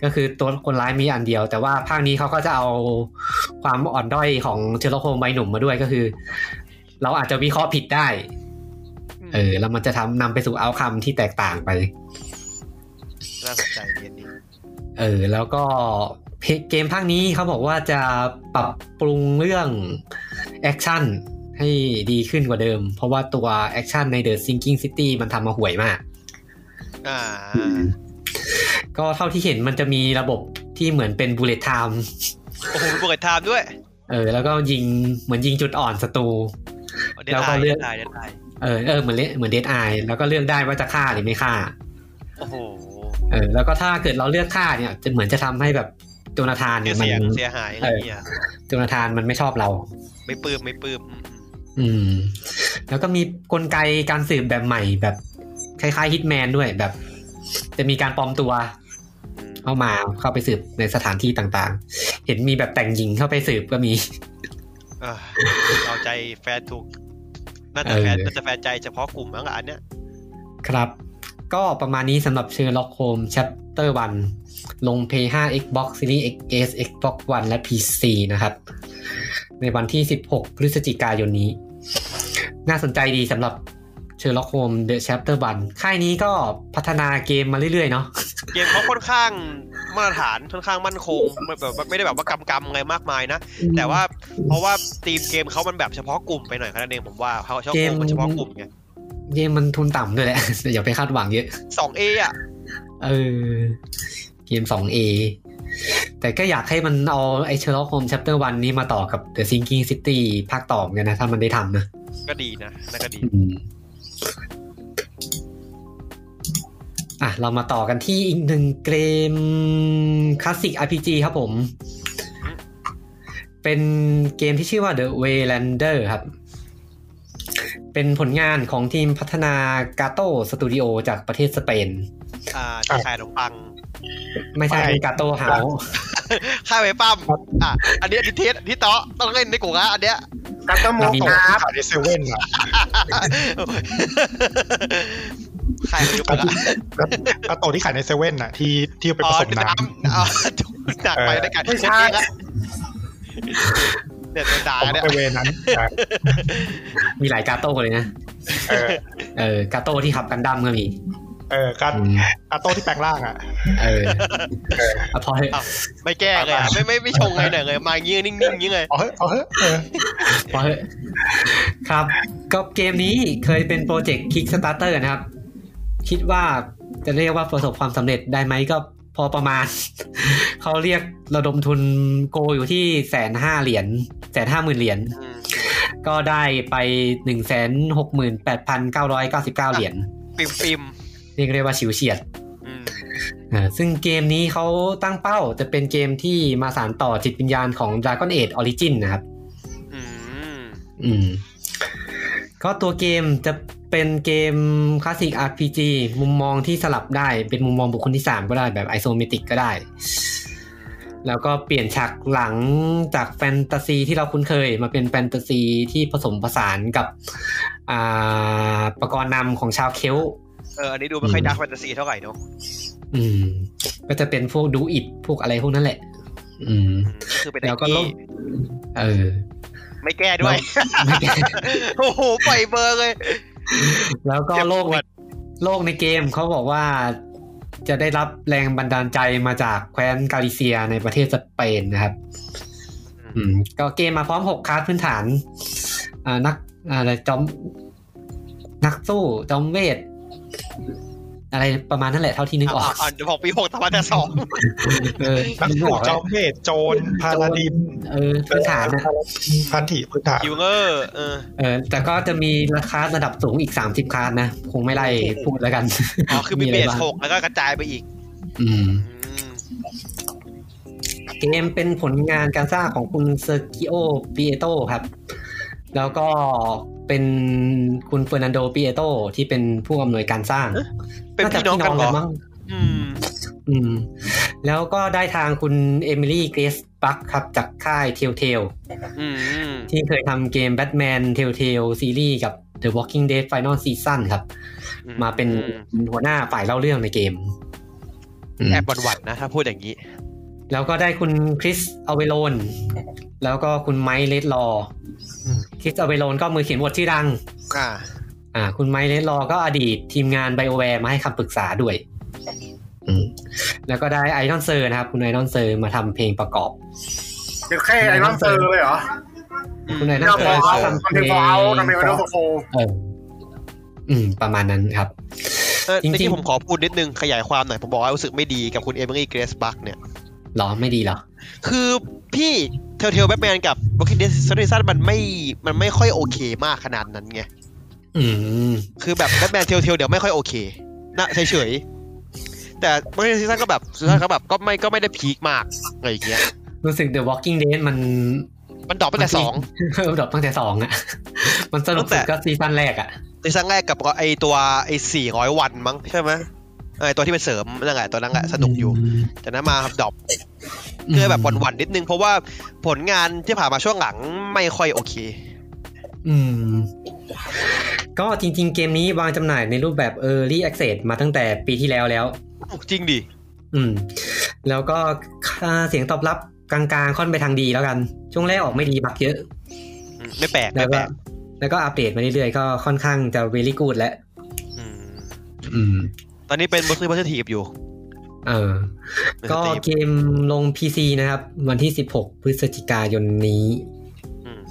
Speaker 1: ก็คือตัวคนร้ายมีอันเดียว แต่ว่าภาคนี้เขาก็จะเอาความอ่อนด้อยของเชอร์ล็อกโฮมส์ใบหนุ่มมาด้วยก็คือ เราอาจจะวิเคราะห์ผิดได้
Speaker 2: อืม
Speaker 1: เออ แล้วมันจะทำนำไปสู่เอาคำที่แตกต่างไป
Speaker 2: น่าสนใจเรียนดี
Speaker 1: เออแล้วก็เพเกมภาคนี้เขาบอกว่าจะปรับปรุงเรื่องแอคชั่นให้ดีขึ้นกว่าเดิม เพราะว่าตัวแอคชั่นใน The Sinking City มันทำมาห่วยมาก
Speaker 2: อ่า
Speaker 1: ก็เท่าที่เห็นมันจะมีระบบที่เหมือนเป็น Bullet Time
Speaker 2: โอ้โหเปิดไทม์ด้วย
Speaker 1: เออแล้วก็ยิงเหมือนยิงจุดอ่อนศัตรู
Speaker 2: เดี๋ยว
Speaker 1: แล้วก็
Speaker 2: ตาย
Speaker 1: เลื
Speaker 2: เดี๋
Speaker 1: อย ก
Speaker 2: วตายเดี๋ยวตาย
Speaker 1: เออเออเหมือนเลเหมือนเดดไอแล้วก็เลือกได้ว่าจะฆ่าหรือไม่ฆ่า
Speaker 2: โอ้โห
Speaker 1: เออแล้วก็ถ้าเกิดเราเลือกฆ่าเนี่ยจะเหมือนจะทำให้แบบโจนาธานเนี่
Speaker 2: เสี
Speaker 1: ย ยมัน
Speaker 2: เสียงเสียหายอะไรเงี้ย
Speaker 1: โจนาธานมันไม่ชอบเรา
Speaker 2: ไม่ปลื้มไม่ปลื้มอืมอืม
Speaker 1: อืม แล้วก็มีกลไกการสืบแบบใหม่แบบคล้ายๆฮิตแมนด้วยแบบ จะมีการปลอมตัว
Speaker 2: อืม
Speaker 1: เข้ามาเข้าไปสืบในสถานที่ต่างๆ เห็นมีแบบแต่งหญิงเข้าไปสืบก็มี
Speaker 2: เอ้ย (laughs) เอาใจแฟนถูก น่าจะ
Speaker 1: เออ
Speaker 2: แฟนน่าจะแฟนใจเฉพาะกลุ่มมั้งอ่ะอันเนี้ย
Speaker 1: ครับ ก็ประมาณนี้สำหรับเชอร์ล็อกโฮมชัปเตอร์1ลง p 5 Xbox Series XS Xbox One และ PC นะครับ ในวันที่ 16 พฤศจิกายนนี้ น่าสนใจดีสำหรับเชอร์ล็อกโฮมเดอะชัปเตอร์1ค่ายนี้ก็พัฒนาเกมมาเรื่อยๆเนาะ
Speaker 2: เกมเขาค่อนข้างมาตรฐานค่อนข้างมั่นคงไม่แบบไม่ได้แบบว่ากำกำอะไรมากมายนะ แต่ว่าเพราะว่าธีมเกมเขามันแบบเฉพาะกลุ่มไปหน่อยแค่นั้นเองผมว่าเขาชอบ
Speaker 1: เกม
Speaker 2: โกงคนเฉพาะกลุ่มไง
Speaker 1: เกมมันทุนต่ำด้วยแหละ (laughs) อย่าไปคาดหวังเยอะ
Speaker 2: สองเออะ
Speaker 1: เออ เกม 2A แต่ก็อยากให้มันเอาไอ้ Sherlock Holmes Chapter 1 นี้มาต่อกับ The Sinking City ภาคต่อเหมือนกันนะ ถ้ามันได้ทำนะ
Speaker 2: ก็ดีนะน่าก็ดี
Speaker 1: อืมอ่ะ เรามาต่อกันที่อีกหนึ่งเกมคลาสสิก RPG ครับผม เป็นเกมที่ชื่อว่า The Waylander ครับ เป็นผลงานของทีมพัฒนากาโต s t u d i o จากประเทศสเปน
Speaker 2: อ่าที่ขายขนมปัง (laughs)
Speaker 1: ไม่ใช่
Speaker 4: ไม่
Speaker 1: กาโตเฮาส์
Speaker 2: ค่ายไว้ปั๊มอ่ะอันเนี้ยดิเทสที่เตาะต้องเล่นในกลุ่มนะอันเนี้ย (laughs)
Speaker 3: กัตเตอร์โม
Speaker 4: โต
Speaker 3: ครั
Speaker 4: ที่ขา
Speaker 3: บ
Speaker 4: ยในเซเว่นอ่ะ
Speaker 2: ขายขนมปังอ่ะ
Speaker 4: กาโตที่ขายในเซเว่นอ่ะที่ที่เอาไป
Speaker 2: อ๋
Speaker 4: ผ
Speaker 2: อ
Speaker 4: สม
Speaker 2: น้
Speaker 4: น้
Speaker 2: ำอ๋ (laughs) อหนักไปด้วยกัน
Speaker 3: ไม่ใช่
Speaker 2: เองอะเนี่ยโดนด่า
Speaker 4: ำผม
Speaker 2: เนี่ย
Speaker 4: ไปเวนั้นนะ
Speaker 1: มีหลายกาโตเลยนะ
Speaker 4: เออ
Speaker 1: เออกาโตที่ขับกันดั้มก็มี
Speaker 4: เออการกาโตที่แปลงร่างอ่ะ
Speaker 1: เออเอาพอเถอะ
Speaker 2: อ่ะ ไม่แก้เลยอะไม่ไม่ไม่ชงเลยหน่อยเลยมายืนนิ่งๆอย่างนี้เลย
Speaker 4: เอาเฮ้ยเอาเฮ้ยเออ
Speaker 1: พอเถอะครับก็เกมนี้เคยเป็นโปรเจกต์ Kickstarter นะครับ คิดว่าจะเรียกว่าประสบความสำเร็จได้ไหมก็พอประมาณ (laughs) เขาเรียกระดมทุนโกอยู่ที่แสนห้าเหรียญแสนห้าหมื่นเหรียญก็ได้ไปหนึ่งแสนหกหมื่นแปดพันเก้าร้อยเก้าสิบเก้าเหรียญ
Speaker 2: ปิมปิม
Speaker 1: เรียกได้ว่าฉิวเฉียด
Speaker 2: ๆอืม
Speaker 1: อ่าซึ่งเกมนี้เขาตั้งเป้าจะเป็นเกมที่มาสานต่อจิตวิญญาณของ Dragon Age Origin นะครับ
Speaker 2: อืม
Speaker 1: อืม ก็ตัวเกมจะเป็นเกมคลาสสิก RPG มุมมองที่สลับได้เป็นมุมมองบุคคลที่ 3 ก็ได้แบบ isometric ก็ได้ แล้วก็เปลี่ยนฉากหลังจากแฟนตาซีที่เราคุ้นเคยมาเป็นแฟนตาซีที่ผสมผสานกับ อ่าประกรณ์นำของชาวเคลต์
Speaker 2: เอออันนี้ดูไม่ค่อยดาร์กแฟนตาซีเท่าไหร่เนอะ
Speaker 1: อืม ก็จะเป็นพวกดูอิดพวกอะไรพวกนั้นแหละ อืม
Speaker 2: อืมก็คือเป็นไอ้
Speaker 1: แล้วก็ลบ
Speaker 2: ที่
Speaker 1: เออ
Speaker 2: ไม่แก้ด้วย
Speaker 1: ไม่แก้
Speaker 2: โอ้โหปล่อยเบอร์เลย
Speaker 1: แล้วก็
Speaker 2: เจ็บปวด
Speaker 1: โลกในโลกในเกมเขาบอกว่าจะได้รับแรงบันดาลใจมาจากแคว้นกาลิเซียในประเทศสเปนนะครับ อืม ก็เกมมาพร้อมหกคลาสพื้นฐานอ่านักอาอะไรจอมนักสู้จอมเวท อะไรประมาณนั่นแหละเท่าที่นึกออก
Speaker 2: อ่านเดี๋ยวบอกปีหกสองพันสอง
Speaker 1: เออ
Speaker 4: นัก
Speaker 1: นึก
Speaker 4: สู้
Speaker 1: ออก
Speaker 4: จ
Speaker 1: แล้
Speaker 4: อ
Speaker 1: ว
Speaker 4: มเวทโจรพาลาดิน
Speaker 1: เออพื้นฐานนะ
Speaker 4: พันธีพื้นฐาน
Speaker 2: ยูเงอร์เออ
Speaker 1: เออ แต่ก็จะมีคลาสระดับสูงอีกสามสิบคลาสนะ คงไม่ไล่พูดแล้วกัน
Speaker 2: อ๋อคือมีเบ
Speaker 1: ะ
Speaker 2: ส
Speaker 1: ไราง
Speaker 2: หกแล้วก็กระจายไปอีก
Speaker 1: อืม
Speaker 2: อืม
Speaker 1: เกมเป็นผลงานการสร้างของคุณเซอร์กิโอปีเอโตครับ แล้วก็เป็นคุณเฟอร์นันโดปีเอโตที่เป็นผู้อำนวยการสร้าง
Speaker 2: เป็นพี่น้องกันเหรอ
Speaker 1: มั้ง
Speaker 2: อืม
Speaker 1: อืม แล้วก็ได้ทางคุณเอมิลี่เกรสบัคครับจากค่ายเทลเทล
Speaker 2: อืม
Speaker 1: ที่เคยทำเกมแบทแมนเทลเทลซีรีส์กับ The Walking Dead Final Season ครับ มาเป็นหัวหน้าฝ่ายเล่าเรื่องในเกมอืม
Speaker 2: แอบหวั่นๆนะถ้าพูดอย่างนี้
Speaker 1: แล้วก็ได้คุณคริสอเวโลน แล้วก็คุณไมค์เลดลอว์
Speaker 2: อืม
Speaker 1: คริสอเวโลนก็มือเขียนบทชื่อดัง
Speaker 2: อ่า
Speaker 1: อ่า คุณไมค์เลดลอว์ก็อดีตทีมงานไบโอแวร์มาให้คำปรึกษาด้วย แล้วก็ได้ไอรอนเซอร์นะครับ คุณไอรอนเซอร์มาทำเพลงประกอบ
Speaker 3: เป็นแค่ไอ้น้ำเซอร์เลยเหรอ
Speaker 1: คุณไอรอน
Speaker 3: เรา
Speaker 1: เซอ
Speaker 3: ฟอ
Speaker 1: ร์
Speaker 3: ลเอา
Speaker 1: ทำ
Speaker 3: ทำ
Speaker 1: เพ
Speaker 3: เพ
Speaker 1: ลง
Speaker 3: ลงฟอลเอาทำเพลงไอดอลโฟล
Speaker 1: เอออืม ประมาณนั้นครับ
Speaker 2: เออ
Speaker 1: จริงๆ
Speaker 2: จริงๆผมขอพูดนิดนึง ขยายความหน่อย ผมบอกว่ารู้สึกไม่ดีกับคุณเอมิลี่เกรสบักเนี่ย
Speaker 1: หรอไม่ดีเหรอ
Speaker 2: คือพี่เทลเทลแบทแมนกับ Walking Dead Season มันไม่มันไม่ค่อยโอเคมากขนาดนั้นไง
Speaker 1: อืม
Speaker 2: คือแบบแบทแมนเทลเทลเดี๋ยวไม่ค่อยโอเคนะเฉยๆ แต่ Walking Dead Season ก็แบบซีซั่นก็แบบก็ไม่ก็ไม่ได้พีคมากอะไรอย่างเงี้ย
Speaker 1: รู้สึก The Walking Dead มัน
Speaker 2: มันดรอปตั้งแต่สอง
Speaker 1: เออดรอปตั้งแต่สองอะ (laughs) มันสนุกสุดก็ซีซั่นแรกอะ
Speaker 2: ซีซั่นแรกกับไอตัวไอสี่ร้อยวันมั้งใช่ไหมไอตัวที่เป็นเสริมนั่นแหละตัวนั้นแหละสนุกอยู่ แต่นั้นมาดรอป
Speaker 1: อืม
Speaker 2: ก็เลยแบบหวั่นๆนิดนึง เพราะว่าผลงานที่ผ่านมาช่วงหลังไม่ค่อยโอเค
Speaker 1: อืม ก็จริง ๆ เกมนี้วางจำหน่ายในรูปแบบ Early Access มาตั้งแต่ปีที่แล้วแล้ว
Speaker 2: จริงดิ
Speaker 1: อืม แล้วก็ค่าเสียงตอบรับกลางๆ ค่อนไปทางดีแล้วกัน ช่วงแรกออกไม่ดีบักเยอะ
Speaker 2: ไม่แปลก
Speaker 1: แล้ว
Speaker 2: ไม่
Speaker 1: ก็
Speaker 2: แปลก
Speaker 1: แล้วก็อัปเดตมาเรื่อยๆ ก็ค่อนข้างจะ very good แล้ว
Speaker 2: อืม
Speaker 1: อืม
Speaker 2: ตอนนี้เป็นบอสซี่บอสทีฟอยู่
Speaker 1: เออ
Speaker 2: ในส
Speaker 1: ก็
Speaker 2: ตรีม
Speaker 1: เกมลง PC นะครับ วันที่ 16 พฤศจิกายนนี้
Speaker 2: อืม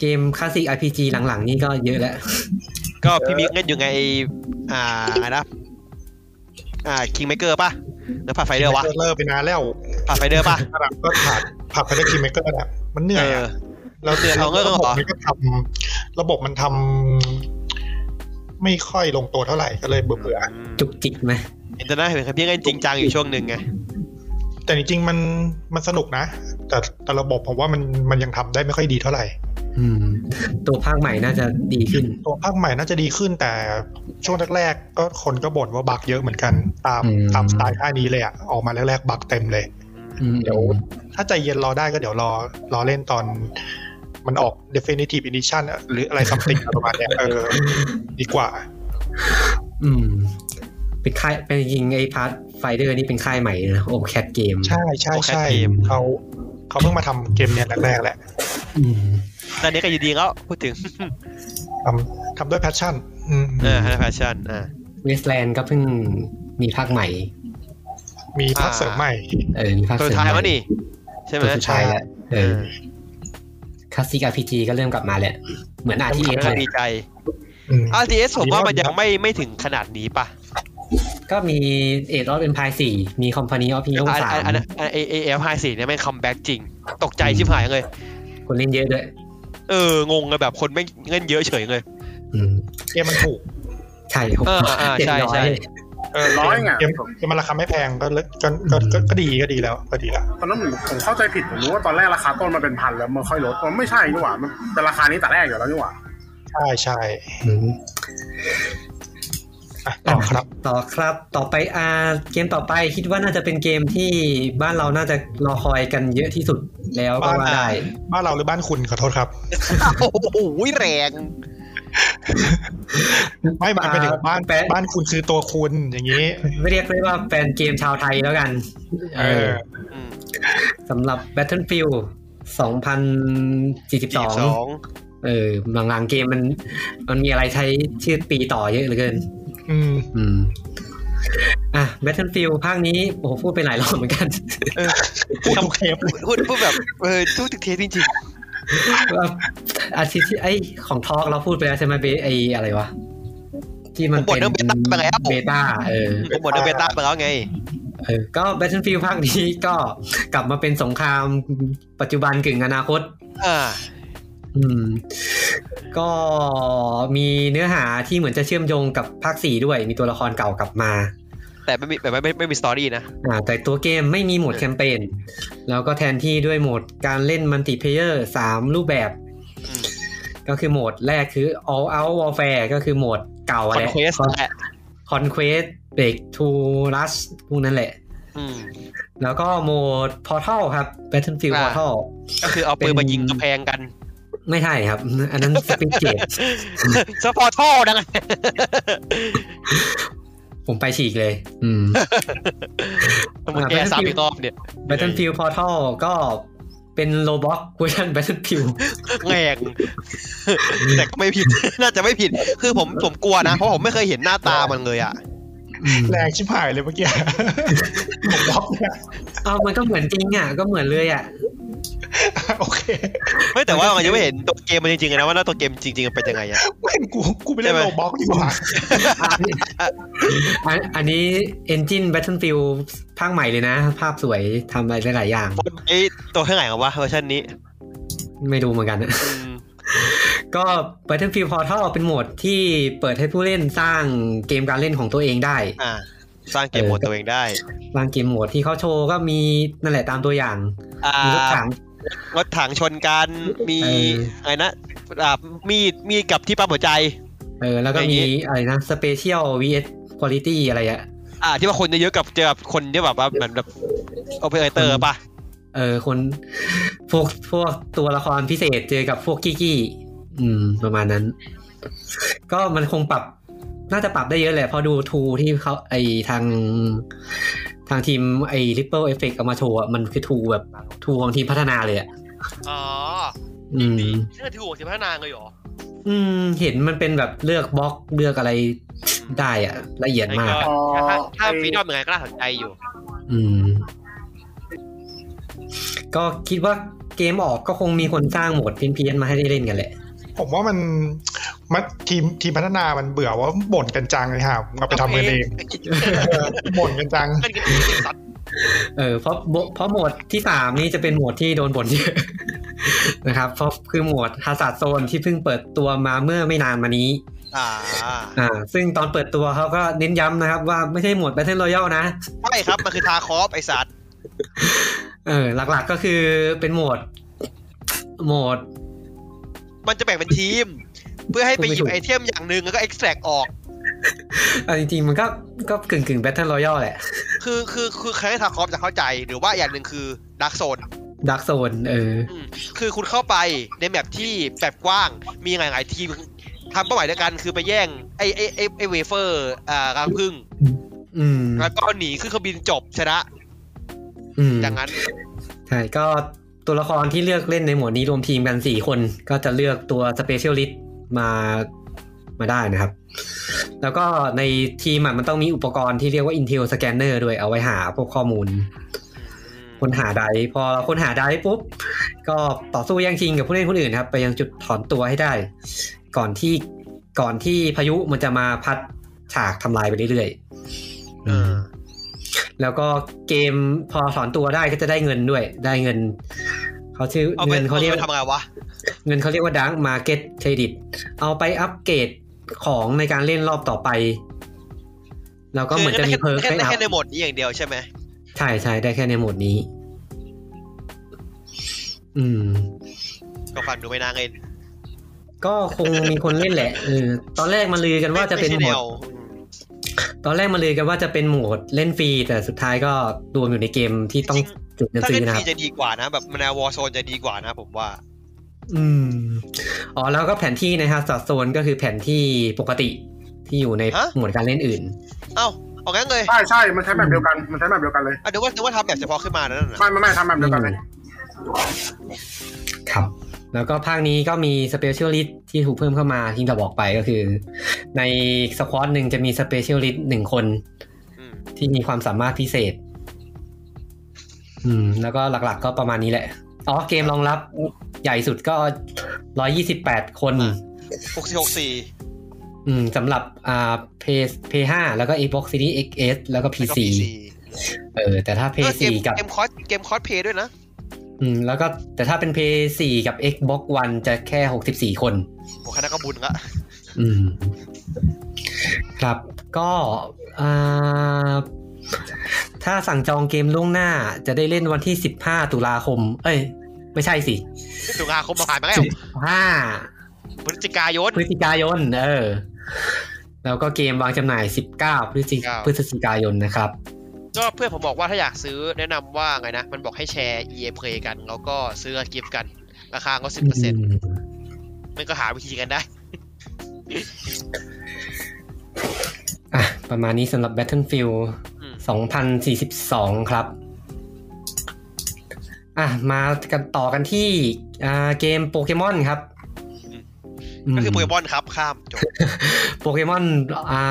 Speaker 1: เกมคลาสสิก RPG หลังๆ นี่ก็เยอะแล้ว
Speaker 2: ก็พี่มิกเล่นอยู่ไงไอ้อ่าอะไรนะอ่าคิงเมเกอร์ป่ะหรือผ่าไฟเดอร์วะ
Speaker 4: เลิกไปนานแล้ว
Speaker 2: ผ่าไฟเดอร์ป่ะ
Speaker 4: ระดับก็ผ่านผ่านไปได้คิมเมกเกอร์แบบมันเหนื่
Speaker 2: เอ
Speaker 4: อย
Speaker 2: อ
Speaker 4: อะ แล้ว
Speaker 2: เนี่ยเอาเงิน
Speaker 4: ระบบ
Speaker 2: เหรอ
Speaker 4: มันก็ทำระบบมันทำไม่ค่อยลงตัวเท่าไหร่ก็เลยเบื่อ
Speaker 1: จุกจิกไหม
Speaker 2: เห็นแต่น่าเห็นครับพี่เล่นจริงจังอยู่ช่วงหนึ่งไง
Speaker 4: ๆแต่จริงๆมันมันสนุกนะ แต่แต่ระบบผมว่ามันมันยังทำได้ไม่ค่อยดีเท่าไหร่
Speaker 1: อืม ตัวภาคใหม่น่าจะดีขึ้น
Speaker 4: ตัวภาคใหม่น่าจะดีขึ้นแต่ช่วงแรกๆก็คนก็บ่นว่าบักเยอะเหมือนกัน ตาม
Speaker 1: อืม
Speaker 4: ตามสไตล์ค่ายนี้เลยอะออกมาแรกๆบักเต็มเลย
Speaker 1: อืม
Speaker 4: เดี๋ยว ถ้าใจเย็นรอได้ก็เดี๋ยวรอ รอเล่นตอนมันออก definitive edition อะหรืออะไรสัมติงประมาณเนี้ยเออดีกว่า
Speaker 1: อืม เป็นค่ายเป็นจริงๆไอ้พาร์ทไฟเดอร์นี่เป็นค่ายใหม่นะโอแคทเกม
Speaker 4: ใช่ใช่
Speaker 2: โอเค
Speaker 4: ใช่
Speaker 2: ทีม
Speaker 4: เขาเขาเพิ่งมาทำเกมเนี้ยแรกๆแหละ
Speaker 1: อืม
Speaker 2: ตอนนี้ก็อยู่ดีแล้วพูดถึง
Speaker 4: ทำทำด้วยแพชชั่น อืม
Speaker 2: เออฮันแฟชั่นอ่า
Speaker 1: เวสแลนด์ก็เพิ่งมีภาคใหม่
Speaker 4: มีภาค
Speaker 2: อ่า
Speaker 4: เสริมใหม่
Speaker 1: เออ มีภาค
Speaker 2: ตัว
Speaker 1: เสริม
Speaker 2: สุด
Speaker 1: ให
Speaker 2: ท้าย
Speaker 1: ม่
Speaker 2: วะนี่ ใช่ไหม
Speaker 1: ตัวสุดท้ายแล้วเอ
Speaker 2: เอ
Speaker 1: อ
Speaker 2: อ
Speaker 1: คลาสสิกอาร์พีจีก็เริ่มกลับมาแหละ เหมือนอาทีเอส
Speaker 2: ก็
Speaker 1: เลย
Speaker 2: ดีใจ
Speaker 4: อืม
Speaker 2: RTS ผมว่ามัน
Speaker 4: ดีมาก
Speaker 2: ยังไม่ไม่ถึงขนาดนี้ป่ะ
Speaker 1: ก็มีเอ e อ f เ m ็นพายสี่มีคอมพานีออฟพีโร่
Speaker 2: อัน
Speaker 1: สาม
Speaker 2: อันอันเอเอฟไฮสี่เนี่ยแม่งคัมแบ็กจริง ตกใจชิบหายเลย
Speaker 1: คนเล่นเยอะด้วย
Speaker 2: เออ งงเลยแบบคนไม่งเงินเยอะเฉยเลย
Speaker 1: อืม
Speaker 4: เกมมันถูก
Speaker 1: ใช่ครับ
Speaker 2: เอออ่า
Speaker 1: เจ็ด
Speaker 2: ใช่
Speaker 1: ร้อ
Speaker 2: ใช่
Speaker 1: ย
Speaker 4: เออ
Speaker 3: ร้อยไง
Speaker 4: เกมเกมมันราคาไม่แพงก็เลยก็ก็ก็ก็ดีก็ดีแล้วก็ดีแล้ว
Speaker 3: ตอนนั้นผมผมเข้าใจผิดผมรู้ว่าตอนแรกราคาต้นมันเป็นพันแล้วมันค่อยลดมันไม่ใช่นี่หว่ามันเป็นราคานี้แต่แรกอยู่แล้วนี่หว่า
Speaker 4: ใช่ใช่
Speaker 1: อืม
Speaker 4: อ่ะต่อครับ
Speaker 1: ต่อครับต่อไปอาเกมต่อไปคิดว่าน่าจะเป็นเกมที่บ้านเราน่าจะรอคอยกันเยอะที่สุดแล้วก็ว่าได้
Speaker 4: บ้านเราหรือบ้านคุณขอโทษครับ
Speaker 2: โอ้โหแรง
Speaker 4: ไม่หมายไปถึงบ้าน
Speaker 1: แปะ
Speaker 4: บ้านคุณคือตัวคุณอย่างนี้
Speaker 1: เรียกได้ว่าแฟนเกมชาวไทยแล้วกัน
Speaker 4: เออ
Speaker 2: อืม
Speaker 1: สำหรับ Battlefield
Speaker 2: สี่สอ
Speaker 1: 2042
Speaker 2: ง
Speaker 1: เออ บางหลังเกมมัน มันมีอะไรใช้ชื่อปีต่อเยอะเหลือเกิน
Speaker 4: อืม
Speaker 1: อืม อ่ะ Battlefield ภาคนี้ โอ้โห พูดไปหลายรอบเหมือนกัน
Speaker 4: พูดทุกเทปเลย
Speaker 2: พูดพูดแบบเออทุกเทปจริง
Speaker 1: ว่าอาทิตย์ที่ไอของทอล์กเราพูดไปแล้วใช่ไหมเบไออะไรวะ ที่มันเป็นเบต้าเออ
Speaker 2: ๆผมบอกเดอะเบต้าไปแล้วไง
Speaker 1: เออก็ Battlefield ภาคนี้ก็กลับมาเป็นสงครามปัจจุบันกึ่งอนาคต
Speaker 2: อ่า
Speaker 1: อืม ก็มีเนื้อหาที่เหมือนจะเชื่อมโยงกับภาคสี่ด้วย มีตัวละครเก่ากลับมา
Speaker 2: แต่ไม่มีแต่ไม่ไม่ไม่มีสตอรี่นะ
Speaker 1: อ่าแต่ตัวเกมไม่มีโหมดแคมเปญแล้วก็แทนที่ด้วยโหมดการเล่นมัลติเพเยอร์สามรูปแบบ
Speaker 2: อืม
Speaker 1: ก็คือโหมดแรกคือ all out warfare ก็คือโหมดเก่า
Speaker 2: ค
Speaker 1: อะ
Speaker 2: อ
Speaker 1: แห
Speaker 2: น
Speaker 1: ละ
Speaker 2: เควสแหละ
Speaker 1: conquest break to rush พวกนั้นแหละ
Speaker 2: อืม
Speaker 1: แล้วก็โหมด portal ครับ battlefield
Speaker 2: อ่า
Speaker 1: portal
Speaker 2: ก็คือเอาปืนมายิง
Speaker 1: เป็น
Speaker 2: กำแพงกัน
Speaker 1: ไม่ใช่ครับ อันนั้น speed gate
Speaker 2: (laughs) สปอร์ท่อนะ
Speaker 1: ผมไปฉีกเลย อื (laughs) ม
Speaker 2: มึงแกสามอีกรอบเนี่ย
Speaker 1: battlefield portal ก็เป็น roblox เวอร์ชัน battlefield
Speaker 2: แรง (laughs) แต่ก็ไม่ผิด (laughs) น่าจะไม่ผิด คือผมผมกลัวนะ เพราะผมไม่เคยเห็นหน้าตามันเลยอ่ะ
Speaker 1: อืม
Speaker 4: แรงชิบหายเลยเมื่อกี้ (laughs) ผมบล็อกเนี่ย (laughs)
Speaker 1: เอามันก็เหมือนจริงอ่ะ ก็เหมือนเลยอ่ะ
Speaker 4: โอเค
Speaker 2: ไม่แต่ว่าเรายังไม่เห็นตัวเกมมันจริงๆเลยนะว่าหน้าตัวเกมจริงๆมันเป็นยังไงอ่ะ
Speaker 4: แม่งกูกูไปเล่
Speaker 2: ใช่
Speaker 4: น
Speaker 2: ไหม
Speaker 4: โลบล็อกดีกว่า
Speaker 1: อันอันนี้ Engine Battlefield ภาคใหม่เลยนะ ภาพสวยทำอะไรหลายๆอย่าง
Speaker 2: ไอตัวเท่าไหร่ของวะเวอร์ชันนี้
Speaker 1: ไม่ดูเหมือนกัน (laughs) นะ
Speaker 2: อืม
Speaker 1: ก็ Battlefield Portal เป็นโหมดที่เปิดให้ผู้เล่นสร้างเกมการเล่นของตัวเองได้
Speaker 2: อ่า สร้างเกมโหมดตัวเองได้
Speaker 1: บางเกมโหมดที่เขาโชว์ก็มีนั่นแหละตามตัวอย่าง
Speaker 2: อ่า
Speaker 1: มีรถถัง
Speaker 2: รถถังชนกัน มี
Speaker 1: เออ
Speaker 2: อะไรนะอ่ามีดมีดกับที่ปั๊มหัวใจ
Speaker 1: เออ แล้วก็มี
Speaker 2: อย่างงี้
Speaker 1: อะไรนะ Special VS Quality อะไรอะ
Speaker 2: อ่า ที่ว่าคนเยอะๆกับเจอกับคนที่แบบว่าเหมือนแบบโอเปอเรเตอร์ป่ะ
Speaker 1: เออ คนพวกพวกตัวละครพิเศษเจอกับพวกกี้กี้อืม ประมาณนั้น ก็มันคงปรับ น่าจะปรับได้เยอะแหละเพอดูทูที่เขาไอทาง ทางทีมไอ Ripple Effect เอามาโชว์อะมันคือทูแบบทูของทีมพัฒนาเลยอ่ะ
Speaker 2: อ๋อ
Speaker 1: อืม
Speaker 2: นี่คือถือหัวสิบห้านางเลยเหรอ
Speaker 1: อืม เห็นมันเป็นแบบเลือกบล็อกเลือกอะไรได้อ่ะ ละเอียดมาก
Speaker 2: ไอ้ก็
Speaker 3: อ๋อ
Speaker 2: ถ้า
Speaker 3: ไอ้
Speaker 2: ฟีดอมยังไงก็น่าสนใจอยู่
Speaker 1: อืม ก็คิดว่าเกมออกก็คงมีคนสร้างโหมดเพี้ยนๆมาให้ได้เล่นกันแหละ
Speaker 4: ผมว่ามันมันทีมทีมพัฒนามันเบื่อว่าบ่นกันจังเลยฮะเอาไปทำกันเองเออ (laughs) บ่นกันจัง
Speaker 2: มันก็สัตว์
Speaker 1: เออเพราะโบเพราะโหมดที่สามนี่จะเป็นโหมดที่โดนบ่นเย (laughs) อะ นะครับ เพราะคือโหมดฮา s า r d ดโซนที่เพิ่งเปิดตัวมาเมื่อไม่นานมานี้
Speaker 2: อ่า
Speaker 1: อ่า ซึ่งตอนเปิดตัวเขาก็เน้นย้ำนะครับ ว่าไม่ใช่โหมด Battle Royale นะ
Speaker 2: ใช่ครับ มันคือทาคอฟไอสัตว์
Speaker 1: เออ หลักๆก็คือเป็นโหมด โหมด
Speaker 2: มันจะแบ่งเป็นทีม เพื่อให้ไปหยิบไอเทมอย่างหนึ่งแล้วก็เอ็ก a c t ออก
Speaker 1: เอ่อจริงๆ มันก็ก็กึ่งกึ่งๆ Battle Royale แหละ
Speaker 2: คือคือคือใครให้ทาคอฟจะเข้าใจหรือว่าอย่างหนึ่งคือดักโซน
Speaker 1: Dark Zone เออ
Speaker 2: คือคุณเข้าไปในแมปที่แบบกว้างมีหลายๆทีมทำเป้าหมายเด้วยวกันคือไปแย่งไอไอไอไอเวเฟอร์อ่ารังพึ่ง
Speaker 1: อืม
Speaker 2: แล้วก็หนีขึ้นเครื่องบินจบชนะ
Speaker 1: อืม
Speaker 2: อย่างนั้น
Speaker 1: ใช่ก็ตัวละครที่เลือกเล่นในโหมดนี้รวมทีมกันสี่คน ก็จะเลือกตัว Specialist มามาได้นะครับ แล้วก็ในทีมอะมันต้องมีอุปกรณ์ที่เรียกว่า Intel Scanner ด้วยเอาไว้หาพวกข้อมูล ค้นหาได้พอค้นหาได้ปุ๊บ ก็ต่อสู้แย่งชิงกับผู้เล่นคนอื่นครับ ไปยังจุดถอนตัวให้ได้ ก่อนที่ก่อนที่พายุมันจะมาพัดฉากทำลายไปเรื่อยๆ
Speaker 2: เออ
Speaker 1: แล้วก็เกมพอถอนตัวได้ก็จะได้เงินด้วย ได้เงินเขาชื่อ
Speaker 2: เอาไป
Speaker 1: เงินเขา
Speaker 2: เอา
Speaker 1: เรียก
Speaker 2: ไปทำอะไรวะ
Speaker 1: เงินเขาเรียกว่าดังมาเก็ตเครดิตเอาไปอัปเกรดของในการเล่นรอบต่อไป แล้วก็เหมือนจะมีเพิร์ก
Speaker 2: แค่
Speaker 1: ให้อัพ
Speaker 2: แค่ในโหมดนี้อย่างเดียวใช่ไหม
Speaker 1: ใช่ใช่ได้แค่ในโหมดนี้ อืม
Speaker 2: ก็ฟังดูไม่น่าเล่น
Speaker 1: ก็คงมีคนเล่นแหละเออตอนแรกมันลือกันว่าจะเป็น
Speaker 2: ไม่
Speaker 1: โหม
Speaker 2: ใช่แน
Speaker 1: ด
Speaker 2: ว
Speaker 1: ตอนแรกมาเลยกันว่าจะเป็นโหมดเล่นฟรี แต่สุดท้ายก็รวมอยู่ในเกมที่ต้องจุดเงิน
Speaker 2: ถ้า
Speaker 1: ซื้อน
Speaker 2: เล่
Speaker 1: นะค
Speaker 2: ฟ
Speaker 1: รั
Speaker 2: รี
Speaker 1: บ
Speaker 2: จะดีกว่านะ แบบมานาวอโซนจะดีกว่านะ ผมว่า
Speaker 1: อืม อ๋อแล้วก็แผนที่นะฮะสัดโซนก็คือแผนที่ปกติที่อยู่ใน
Speaker 2: ฮะ
Speaker 1: หมวดการเล่นอื่น
Speaker 2: เอ้าเอางั้นเลย
Speaker 3: ใช่ใช่มันใช้แบบเดียวกันมันใช้แบบเดียวกันเลย
Speaker 2: อ่ะเดี๋ยวว่าเดี๋ยวว่าทำแบบเฉพาะขึ้นมานั่นน่ะ
Speaker 3: ไม่ไม่ไม่ทำแบบเดียวกันเลย
Speaker 1: ครับ แล้วก็ภาคนี้ก็มีสเปเชียลิสต์ที่ถูกเพิ่มเข้ามาที่เราบอกไปก็คือ ในสควอตหนึ่งจะมีสเปเชียลิสต์หนึ่งคน
Speaker 2: อืม
Speaker 1: ที่มีความสามารถพิเศษ อืม แล้วก็หลักๆก็ประมาณนี้แหละ อ๋อ เกมรองรับใหญ่สุดก็ 128 คน
Speaker 2: หกสี่หกสี่
Speaker 1: อืมสำหรับอ่า PS PS5 แล้วก็ Xbox Series XS แล้วก็
Speaker 2: แล้วก็
Speaker 1: PC เออ แต่ถ้า
Speaker 2: เออ
Speaker 1: PS4
Speaker 2: เกม
Speaker 1: กับ
Speaker 2: เกมคอสเกมคอสเพย์ด้วยนะ
Speaker 1: อืม แล้วก็แต่ถ้าเป็น PS4 กับ Xbox One จะแค่ 64 คน
Speaker 2: โอ้คณะก็บุญละ (laughs)
Speaker 1: อืม ครับก็อ่าถ้าสั่งจองเกมล่วงหน้าจะได้เล่นวันที่ 15 ตุลาคม เอ้ย ไม่ใช่สิ
Speaker 2: ตุลาคมผ่านมาแล้ว
Speaker 1: 5
Speaker 2: พฤศจิกายน
Speaker 1: พฤศจิกายน เออ แล้วก็เกมวางจำหน่าย 19 พฤศจิ
Speaker 2: 19
Speaker 1: พฤศจิกายนนะครับ
Speaker 2: ก็เพื่อนผมบอกว่าถ้าอยากซื้อแนะนำว่าไงนะ มันบอกให้แชร์ EA Play กัน แล้วก็ซื้อกิฟต์กัน ราคาก็สิบเปอร์เซ็นต์มันก็หาวิธีกันได้
Speaker 1: อ่ะ ประมาณนี้สำหรับ Battlefield
Speaker 2: อืม
Speaker 1: 2042 ครับ อ่ะ มากันต่อกันที่อ่าเกมโปเกมอนครับ
Speaker 2: ก็คือ
Speaker 1: ม
Speaker 2: โปเกมอนครับข้ามจบ
Speaker 1: โปเกมอนอ่า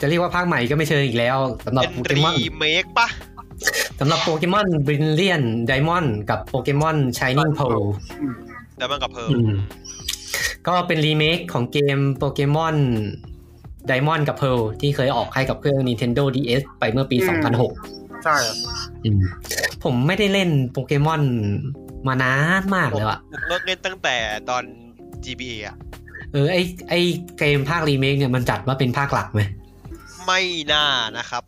Speaker 1: จะเรียกว่าภาคใหม่ก็ไม่เชิงอีกแล้วสำหรับ
Speaker 2: เป็น
Speaker 1: โปเก
Speaker 2: รี
Speaker 1: มอน
Speaker 2: เมคปะ
Speaker 1: สำหรับโปเกมอนบริลเลียนไดมอนกับโปเกมอนชายนิ่งโพ
Speaker 2: แต่มันกับเพิ่ม
Speaker 1: อืม ก็เป็นรีเมคของเกมโปเกมอนไดมอนกับเพ l ที่เคยออกให้กับเครื่อง Nintendo DS ไปเมื่อปี 2006
Speaker 3: ใช่
Speaker 1: อืมผมไม่ได้เล่นโปเกมอนมานานมากแล้วอะ
Speaker 2: ผมเลิกเล่นตั้งแต่ตอน GBA อะ
Speaker 1: เออไอไอเกมภาครีเมคเนี่ยมันจัดว่าเป็นภาคหลักไหม
Speaker 2: ไม่น่านะครับ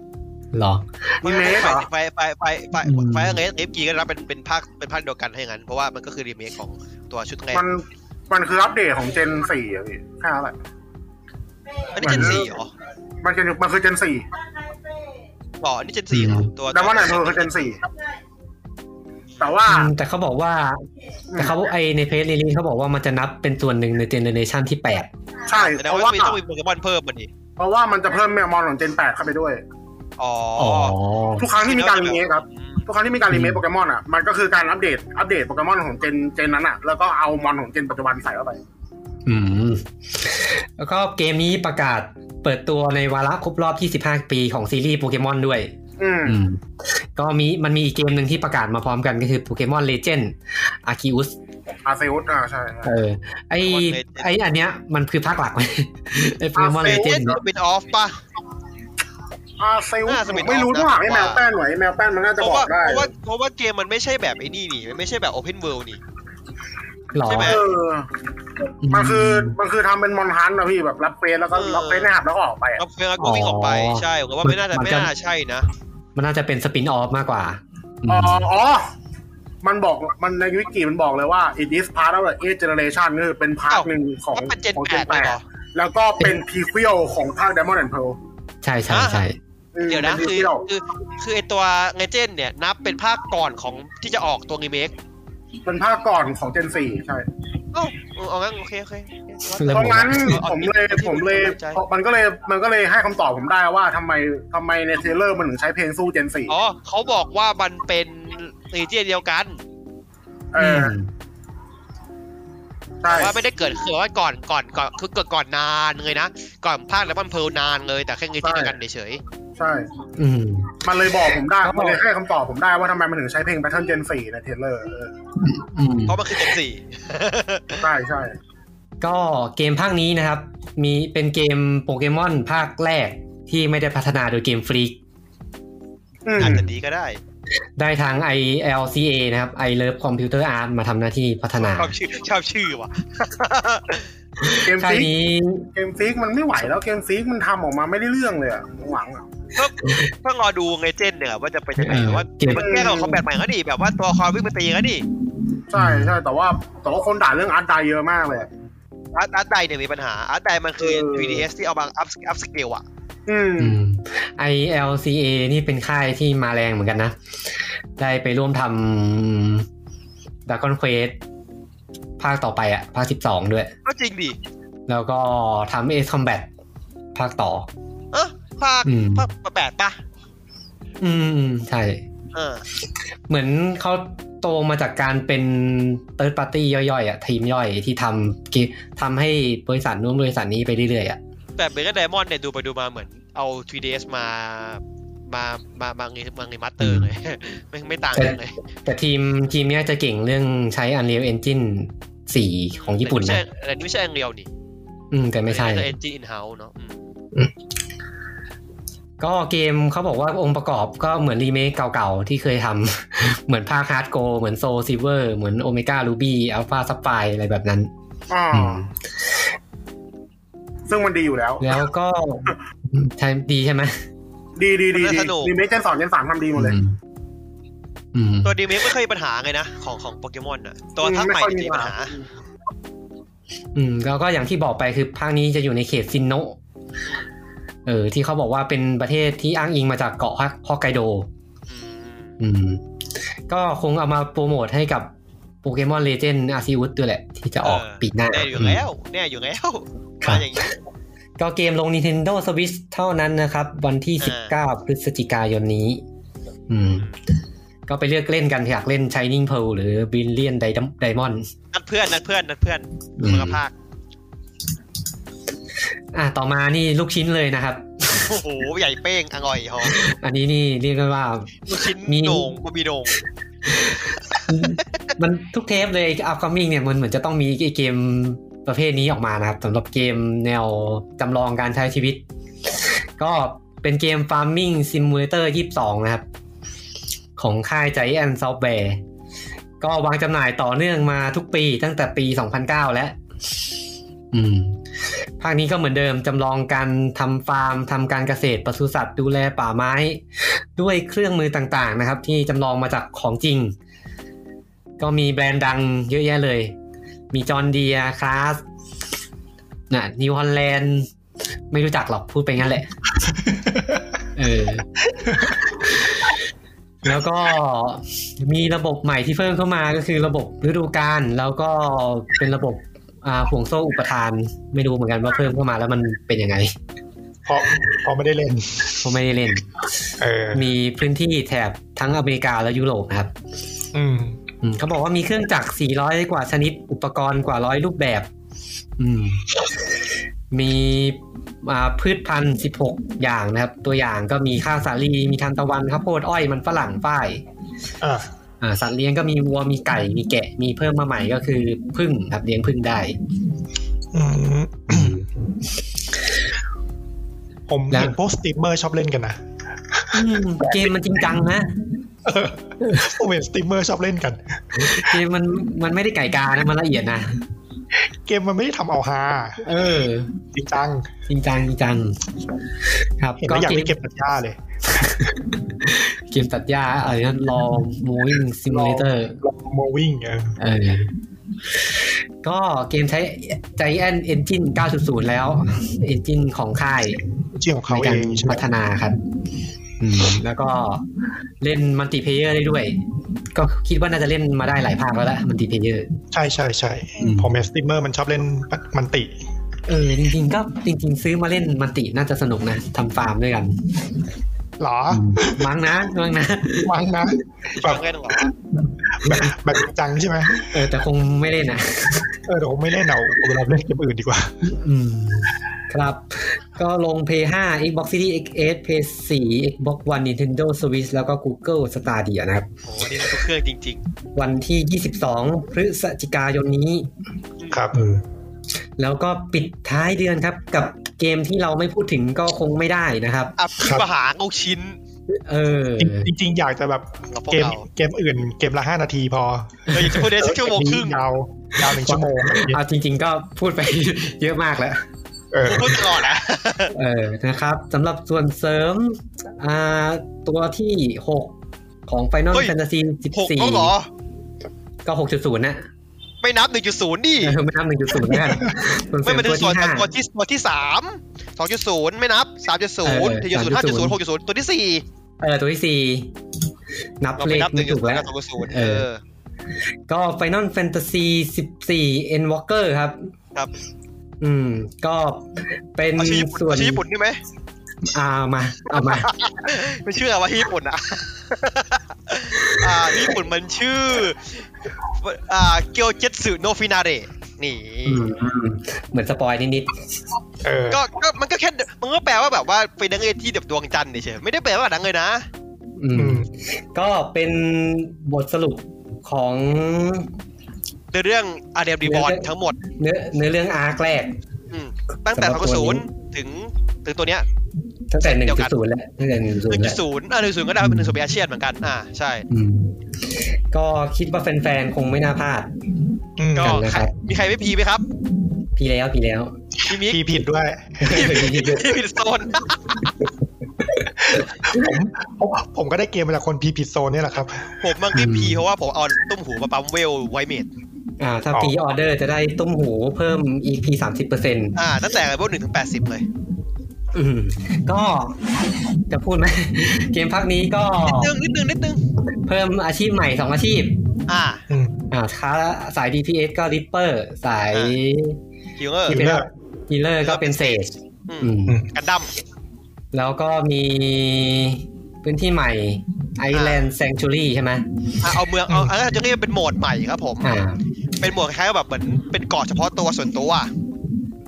Speaker 1: หรอ
Speaker 3: รีเมคเหรอ
Speaker 2: ไฟไฟไฟไฟ
Speaker 1: อืม
Speaker 2: ไฟเรสเอฟกีก็รับเป็นเป็นภาคเป็นภาคเดียวกันให้งั้น เพราะว่ามันก็คือรีเมคของตัวชุดแรก
Speaker 3: มันมันคืออัปเดตของเจนสี่อะพี่แค่นั้นแหละ
Speaker 2: อันนี้เจนสี่เหรอ
Speaker 3: มันคือมันคือเจนสี่
Speaker 2: ต่ออันนี้เจนสี่เหรอตัว
Speaker 3: แต่ว่าไหนมันคือเจนสี่แต่ว่า
Speaker 1: อืมแต่เขาบอกว่าแต่เขาไอในเพจรีลีเขาบอกว่ามันจะนับเป็นส่วนหนึ่งในเจเนเรชันที่แปด
Speaker 3: ใช่
Speaker 2: แต่
Speaker 3: เพ
Speaker 2: ว่า
Speaker 3: ราะว่า
Speaker 2: ต้องมีโปเกมอนเพิ่มมันดิ
Speaker 3: เพราะว่ามันจะเพิ่มแมวมอนของเจนแปดเข้าไปด้วย
Speaker 2: อ๋อ
Speaker 3: ทุกครั้งที่มีการรีเมคครับ ทุกครั้งที่มีการรีเมค
Speaker 1: อืม
Speaker 3: โปเกมอนอ่ะ มันก็คือการอัปเดต อัปเดตโปเกมอนของเจน เจนนั้นอ่ะ แล้วก็เอามอนของเจนปัจจุบันใส่เข้าไป
Speaker 1: อืม แล้วก็เกมนี้ประกาศเปิดตัวในวาระครบรอบ 25 ปีของซีรีส์โปเกมอนด้วย
Speaker 3: อืม
Speaker 1: อืม ก็มีมันมีอีกเกมหนึ่งที่ประกาศมาพร้อมกันก็คือโปเกมอนเลเจนด์อาคิอุส
Speaker 3: อาเซอุสอ่าใช่
Speaker 1: เออ ไอ
Speaker 2: Pokemon Legend
Speaker 1: ไออันเนี้ย (laughs) มันคือภาคหลักไหมไอโปเกมอนเล
Speaker 2: เป็น
Speaker 1: เจ
Speaker 2: เอน ส
Speaker 1: ด์
Speaker 2: เป็นออฟป่ะ
Speaker 3: อาเซอุส
Speaker 2: น่าจะเป็น
Speaker 3: ไม่รู้
Speaker 2: ออฟ
Speaker 3: ว่า
Speaker 2: นะ
Speaker 3: ไอ้แมว
Speaker 2: ว่า
Speaker 3: แป้นไหนแมวแป้นมันน่าจะ
Speaker 2: เพ
Speaker 3: บ
Speaker 2: ราะ
Speaker 3: อ
Speaker 2: ว่าก
Speaker 3: ได้
Speaker 2: เพราะว่าเพราะว่าเกมมันไม่ใช่แบบไอ้นี่นี่มันไม่ใช่แบบโอเพนเวิลด์นี่
Speaker 1: หรอ
Speaker 2: ใช่ไหม
Speaker 3: เออ มันคือ มันคือทำเป็นมอนฮันต์นะพี่แบบรับเฟสแล้วก็
Speaker 2: เออ
Speaker 3: รับเฟสในหับแล้วก็ออกไปอะ
Speaker 2: เราเพื่อนก็วิ่งออกไปใช่ผมว่าไม่น่าจะไม่น่าใช่นะ
Speaker 1: มันน่าจะเป็นสปินออฟมากกว่า
Speaker 3: อ๋ออ๋อ มันบอก มันในวิกิมันบอกเลยว่า it is part of the eighth generation ก็คือเป็นพาร์ท
Speaker 2: อ้าว
Speaker 3: หนึ่งของ
Speaker 2: ว่าเป็นเจน
Speaker 3: ของ
Speaker 2: แป
Speaker 3: เจ
Speaker 2: ด
Speaker 3: น
Speaker 2: เล
Speaker 3: แป
Speaker 2: ย
Speaker 3: ด
Speaker 2: เหรอ
Speaker 3: แล้วก็เป็นพรีเควลของภาค Diamond and Pearl
Speaker 1: ใช่ใช่ใช่
Speaker 3: อืม
Speaker 2: เดี๋ยวนะ
Speaker 3: ป็
Speaker 2: คือ
Speaker 3: prequel
Speaker 2: คือคือไอตัวเลเจนด์เนี่ยนับเป็นภาคก่อนของที่จะออกตัวรีเมค
Speaker 3: เป็นภาคก่อนของเจนสี่ใช่
Speaker 2: เอ้าเอางั้นโอเคโอเค
Speaker 1: แล้วหม
Speaker 3: เพราะ
Speaker 1: ด
Speaker 3: งั้น
Speaker 1: ละ
Speaker 3: ผมเลยผมเลยมันก็เลยมันก็เลยให้คำตอบผมได้ว่าทำไมทำไมในเทรลเลอร์มันถึงใช้เพลงสู้เจนสี่
Speaker 2: อ๋อเขาบอกว่ามันเป็นรีเจนเดียวกัน
Speaker 3: เออ
Speaker 1: ม
Speaker 3: ใช่
Speaker 2: ว่าไม่ได้เกิดคือว่าก่อนก่อนก่อนคือเกิดก่อนนานเลยนะ ก่อนภาคแล้วมันเพลนานเลยแต่แค่รีเจนเดียวกันเฉย
Speaker 3: ใช่
Speaker 1: อืม
Speaker 3: มันเลยบอกผมได้
Speaker 1: ครับผม
Speaker 3: มันเลยให้คำตอบผมได้ว่าทำไมมันถึงใช้เพลง Battle Gen 4ในเทรลเลอร์เออ
Speaker 1: อืม
Speaker 2: ๆเพราะมันคือเจนสี่
Speaker 3: ใช่ใช่
Speaker 1: ก็เกมภาคนี้นะครับ มีเป็นเกมโปเกมอนภาคแรกที่ไม่ได้พัฒนาโดยเกมฟรีก
Speaker 3: อืม
Speaker 2: อาจจะดีก็ได้
Speaker 1: ได้ทาง ILCA นะครับ I Love Computer Art มาทำหน้าที่พัฒนา
Speaker 2: ชอบชื่อชอบชื่อว่ะ
Speaker 3: เกม
Speaker 1: ค่าย
Speaker 3: ฟิก
Speaker 1: นี้
Speaker 3: เกมฟิกมันไม่ไหวแล้วเกมฟิกมันทำออกมาไม่ได้เรื่องเลยอะหวังอะ
Speaker 2: ต้องรอดูเลเจนด์เนี่ยว่าจะเป็นยังไง
Speaker 1: เอ่อ
Speaker 2: แต่ว่า
Speaker 1: เกม
Speaker 2: มันแค่เราคอมแบทใหม่ก็ดีแบบว่าตัวละคอวิ่งมาตีก็ดี
Speaker 3: ใช่ใช่แต่ว่าแต่ว่าคนด่าเรื่องอาร์ตไดเยอะมากเลย
Speaker 2: อาร์ตอาร์ตไดเนี่ยมีปัญหาอาร์ตไดมันคือ
Speaker 3: เออ
Speaker 2: 3ds ที่เอาบางอัพอัพสเกลอะ
Speaker 3: อืม
Speaker 1: อืม ILCA นี่เป็นค่ายที่มาแรงเหมือนกันนะ ได้ไปร่วมทำ Dragon Quest ภาคต่อไปอะภาค 12 ด้วย
Speaker 2: ก็จริงดิ
Speaker 1: แล้วก็ทำ Ace Combat ภาคต่อ
Speaker 2: เออภาค
Speaker 1: อืม
Speaker 2: ภาคแปดปะ
Speaker 1: อืมอืมใช่
Speaker 2: เออ
Speaker 1: เหมือนเขาโตมาจากการเป็น Third Party ย่อยๆอะทีมย่อยที่ทำกิทำให้บริษัทนู้นบริษัทนี้ไปเรื่อยๆอะ
Speaker 2: แต่เบรกไดมอนเนี่ยดูไปดูมาเหมือนเอา 3ds มามามามางี้มางี้มาสเตอร์เลย ไม่ไม่ต่างกันเลย
Speaker 1: แต่ทีมทีมเนี้ยจะเก่งเรื่องใช้ Unreal Engine 4 ของญี่ปุ่น
Speaker 2: แต่
Speaker 1: นะ
Speaker 2: ไม่ใช่แต่นี่ไม่ใช่อันเรียวนี่
Speaker 1: อืม แต่ไม่ใช่
Speaker 2: เอนจินอินเฮาเนาะอืม
Speaker 1: ก็เกมเขาบอกว่าองค์ประกอบก็เหมือนรีเมคเก่าๆ ที่เคยทำ (laughs) เหมือนภาคฮาร์ดโกเหมือนโซซิเวอร์เหมือนโอเมก้ารูบี้อัลฟาซับไฟอะไรแบบนั้น
Speaker 3: อ่า
Speaker 1: อืม
Speaker 3: ซึ่งมันดีอยู่แล้ว
Speaker 1: แล้วก็ (laughs) ใช่ดีใช่ไหม
Speaker 3: ดีดีดีดีดีเมเจนสองเจนสามทำดีหมดเลย
Speaker 1: อืมอืม
Speaker 2: ตัวดีเมไม่เคยมีปัญหาไงนะของของโปเกมอนอะตัวภาคใหม่เนี่ยจะมีปัญหา
Speaker 1: อืมแล้วก็อย่างที่บอกไปคือภาคนี้จะอยู่ในเขตซินโนะเออ ที่เขาบอกว่าเป็นประเทศที่อ้างอิงมาจากเกาะฮอกไกโด
Speaker 2: อืม
Speaker 1: อืม ก็คงเอามาโปรโมทให้กับโปเกมอนเลเจนด์อาซิอุสด้วยแหละ ที่จะออก
Speaker 2: เออ
Speaker 1: ปีหน้า
Speaker 2: แน่อยู่แล้วแน่อยู่แล้ว
Speaker 1: ครั
Speaker 2: มา
Speaker 1: บ
Speaker 2: อย่างนี้
Speaker 1: ก็เกมลง Nintendo Switch เท่านั้นนะครับ วันที่
Speaker 2: อ่า
Speaker 1: 19 พฤศจิกายนนี้ อืม ก็ไปเลือกเล่นกันอยากเล่น Shining Pearl หรือ Brilliant Diam- Diamond
Speaker 2: นัดเพื่อนนัดเพื่อนนัดเพื่อน
Speaker 1: อืม
Speaker 2: คนละภาค
Speaker 1: อ่ะต่อมานี่ลูกชิ้นเลยนะครับ
Speaker 2: โอ้โหใหญ่เป้งอร่อยหอม
Speaker 1: อันนี้นี่เรียกได้ว่า
Speaker 2: ลูกชิ้น
Speaker 1: มี
Speaker 2: โด่งบะหมี่โด่ง
Speaker 1: มันทุกเทปเลย upcoming เนี่ยมันเหมือนจะต้องมีไอ้เกมประเภทนี้ออกมานะครับสำหรับเกมแนวจำลองการใช้ชีวิต ก็เป็นเกม Farming Simulator 22 นะครับ ของค่าย Giant Software ก็วางจำหน่ายต่อเนื่องมาทุกปีตั้งแต่ปี 2009 แล้ว อืม ภาคนี้ก็เหมือนเดิมจำลองการทำฟาร์มทำการเกษตรปศุสัตว์ดูแลป่าไม้ ด้วยเครื่องมือต่างๆนะครับ ที่จำลองมาจากของจริง ก็มีแบรนด์ดังเยอะแยะเลย มีจอ h ์นเดียคลาสน่ะนิวฮอลแลนด์ไม่รู้จักหรอกพูดไปงั้นแหละ เออ แล้วก็มีระบบใหม่ที่เพิ่มเข้ามาก็คือระบบฤดูกาลแล้วก็เป็นระบบอ่าห่วงโซ่อุปทาน ไม่รู้เหมือนกันว่าเพิ่มเข้ามาแล้วมันเป็นยังไง
Speaker 4: เพราะเพราะไม่ได้เล่น
Speaker 1: เพราะไม่ได้เล่น
Speaker 4: เออ
Speaker 1: มีพื้นที่แถบทั้งอเมริกาและยุโรปนะครับ
Speaker 4: อืม
Speaker 1: อืมเขาบอกว่ามีเครื่องจักร 400 กว่าชนิด อุปกรณ์กว่าร้อยรูปแบบ อืม มีอ่าพืชพันธุ์ 16 อย่างนะครับ ตัวอย่างก็มีข้าวสาลี มีทานตะวันข้าวโพดอ้อยมันฝรั่งฝ้าย
Speaker 4: อ่ะ
Speaker 1: อ่าสัตว์เลี้ยงก็มีวัว มีไก่ มีแกะ มีเพิ่มมาใหม่ก็คือพึ่งครับเลี้ยงพึ่งได้
Speaker 4: อืมผมเห็นพวกสตรีมเมอร์ชอบเล่นกันนะ
Speaker 1: อืมเกมมันจริงจังนะ
Speaker 4: เออผมเห็นสตรีมเมอร์ชอบเล่นกัน
Speaker 1: เกมมันมันไม่ได้ไก่กานะมันละเอียดนะ
Speaker 4: เกมมันไม่ได้ทำเอาฮา
Speaker 1: เออ
Speaker 4: จริงจัง
Speaker 1: จริงจังจริงจัง ครับ
Speaker 4: เห็นแล้วอยากได้เก็บปัญญาเลย
Speaker 1: เกมตัดหญ้าอะไรนะรอ moving simulator
Speaker 4: ลองมาวิ่งเออ
Speaker 1: เออ ก็เกมใช้ Giant Engine 9.0 แล้ว Engine ของค่าย
Speaker 4: ชื่อของเขาเอก
Speaker 1: ในาง ร
Speaker 4: ใช่ไหม
Speaker 1: พัฒนาครับ อืม แล้วก็เล่นมัลติเพเยอร์ได้ด้วย ก็คิดว่าน่าจะเล่นมาได้หลายภาคแล้วละมัลติเพเยอร์
Speaker 4: ใช่ใช่ใช่
Speaker 1: อืม
Speaker 4: ผมเห็นสตรีมเมอร์มันชอบเล่นมันติ
Speaker 1: เออ จริง ๆ ก็จริง ๆ ซื้อมาเล่นมัลติน่าจะสนุกนะทำฟาร์มด้วยกัน
Speaker 4: เหรอ
Speaker 1: มั้งนะมั้งนะ
Speaker 4: วังนะแบบ
Speaker 2: ทำไงหรอ
Speaker 4: แบบแบบจริงจังใช่ไหม
Speaker 1: เออ แต่คงไม่เล่นนะ
Speaker 4: เออเดี๋ยวผมไม่เล่นเอาเอาเวลาเล่นเกมอื่นดีกว่า
Speaker 1: อืม ครับ ก็ลง Play 5 Xbox Series X8 Play 4 Xbox One Nintendo Switch แล้วก็ Google Stadia นะครับ
Speaker 2: โอ้โหนี่มันทุกเครื่องจริง
Speaker 1: วันที่ 22 พฤศจิกายนนี้
Speaker 4: ครับ
Speaker 1: แล้วก็ปิดท้ายเดือนครับ กับเกมที่เราไม่พูดถึงก็คงไม่ได้นะครับ
Speaker 2: ๆ อับที่
Speaker 4: ครับ
Speaker 2: ประหารลูกชิ้น
Speaker 1: เออ
Speaker 4: จริงจริง ๆ อยากจะแบบ
Speaker 2: กับพวก
Speaker 4: เกม
Speaker 2: เรา
Speaker 4: เกมอื่น เกมละห้านาทีพอ
Speaker 2: เราอยากจะพูดได้สักชั่วโมงครึ่ง
Speaker 4: ยาวยาวหนึ่งชั่วโมงอะไรอย่างเงี้ย
Speaker 1: เอาจริง ๆ ก็พูดไป (laughs) เยอะมากแล้ว
Speaker 4: เออ
Speaker 2: พูดตลอดนะ
Speaker 1: เออ นะครับสำหรับส่วนเสริม อ่า ตัวที่ 6 ของ Final Fantasy
Speaker 2: หกก็เหรอ
Speaker 1: 14 ก็ 6.0 นะ
Speaker 2: ไม่นับหนึ่งจุดศูนย์ดิ
Speaker 1: เออไม่นับหนึ่งจุดศูนย์แน่มันเป็น
Speaker 2: ไม่มาถึ
Speaker 1: ตั
Speaker 2: ง
Speaker 1: ว
Speaker 2: ส่วน
Speaker 1: ที่ห้า
Speaker 2: ตัวที่ตัวที่สามสองจุดศูนย์ไม่นับสามจุดศูนย์สี่จุดศูนย์ห้าจุดศูนย์หกจุดศูนย์ตัวที่สี่
Speaker 1: เออตัวที่สี่นับ
Speaker 2: เรา
Speaker 1: เล
Speaker 2: ไม่
Speaker 1: ข
Speaker 2: นับหนึ่
Speaker 1: ไม่
Speaker 2: งจุด
Speaker 1: ถู
Speaker 2: ศู
Speaker 1: กแล้ว
Speaker 2: นย์กับสองจุดศูนย์
Speaker 1: เอ
Speaker 2: เอ
Speaker 1: อ
Speaker 2: อ
Speaker 1: ก็ Final Fantasy 14 Endwalker ครับ
Speaker 2: ครับ
Speaker 1: อืม ก็เป็น
Speaker 2: เอาชื่อญี่ปุ่น
Speaker 1: ส่วน
Speaker 2: เอาชื่อญี่ปุ่นได้ไหม
Speaker 1: อ่ามาเอา
Speaker 2: (laughs)
Speaker 1: มา
Speaker 2: ไม่ชื่ออะไรวะญี่ปุ่นอ่ะ อ่าญี่ปุ่นมันชื่ออ่าเกียวเจ็ตสึโนฟินาเรนี่
Speaker 1: อืมเหมือนสปอยนิด
Speaker 4: เออ
Speaker 2: ก็ก็มันก็แค่มันก็แปลว่าแบบว่าเป็นนักเรียนที่แบบดวงจันทร์เฉยๆไม่ได้แปลว่าดังเลยนะ
Speaker 1: ๆอื
Speaker 4: อื
Speaker 1: ม
Speaker 4: ม
Speaker 1: ก็เป็นบทสรุปของ
Speaker 2: ในเรื่องอาเดมดีบอลทั้งหมด
Speaker 1: เนื้อเนื้อเรื่องอาร์คแรก
Speaker 2: อืมตั้งแต่
Speaker 1: สำหรั
Speaker 2: สอ
Speaker 1: บ
Speaker 2: ง
Speaker 1: ตัว
Speaker 2: ศู
Speaker 1: นี้
Speaker 2: นย์ถึงถึงตัวเนี้ย
Speaker 1: ตั้งแต่
Speaker 2: เดียวกัน
Speaker 1: 1.0 แล้วตั้งแต่
Speaker 2: หนึ่
Speaker 1: 1.0
Speaker 2: ง
Speaker 1: แล้
Speaker 2: จุ
Speaker 1: ว
Speaker 2: ดศูนย์อ่าหนึ่งศูนย์ก็ได้เป็นหนึ่งศูนย์เป็นอาเชียนเหมือนกันอ่าใช่
Speaker 1: อืม ก็คิดว่าแฟนๆ คงไม่น่าพลาด
Speaker 4: อืม
Speaker 2: ก็
Speaker 1: กันนะครับ
Speaker 2: มีใครไม่พีไหมครับ
Speaker 1: พี่แล้วพี่
Speaker 2: (laughs)
Speaker 1: แล้ว
Speaker 2: พี่มิก
Speaker 4: พี่ผิดด้วย
Speaker 2: พี่มิกพี่ผิดโซน
Speaker 4: ผมผมผมก็ได้เกมมาจากคนพีผิดโซนเนี่ยแหละครับ
Speaker 2: ผมมังคีพีเพราะว่าผมเอาตุ้มหูมาปั๊มเวลไวเมด
Speaker 1: อ่า ถ้า
Speaker 4: อ๋อ
Speaker 1: พีออเดอร์จะได้ต้มหูเพิ่ม EP สามสิบเปอร์เซ็นต์
Speaker 2: อ่าตั้งแต่เลเวลหนึ่งถึงแปดสิบเลย
Speaker 1: ก็จะพูดไหม เกมพักนี้ก็
Speaker 2: นิดนึงนิดนึงนิดนึง
Speaker 1: เพิ่มอาชีพใหม่สองอาชีพ
Speaker 2: อ่า
Speaker 4: อืม
Speaker 1: อ่าค้าสาย DPS ก็ Ripper สาย
Speaker 2: ฮิวเออร์
Speaker 1: ที่เป็น h
Speaker 4: Healer
Speaker 1: e a l e r ก็เป็น Sage อืม
Speaker 2: กันดั้ม
Speaker 1: แล้วก็มีพื้นที่ใหม่ Island Sanctuary ใช่ไหม
Speaker 2: อ่ะเอาเมืองเอาอันนั้นจะเรียกเป็นโหมดใหม่ครับผม
Speaker 1: อ่า
Speaker 2: เป็นโหมดคล้ายๆกับแบบเหมือนเป็นเกาะเฉพาะตัวส่วนตัว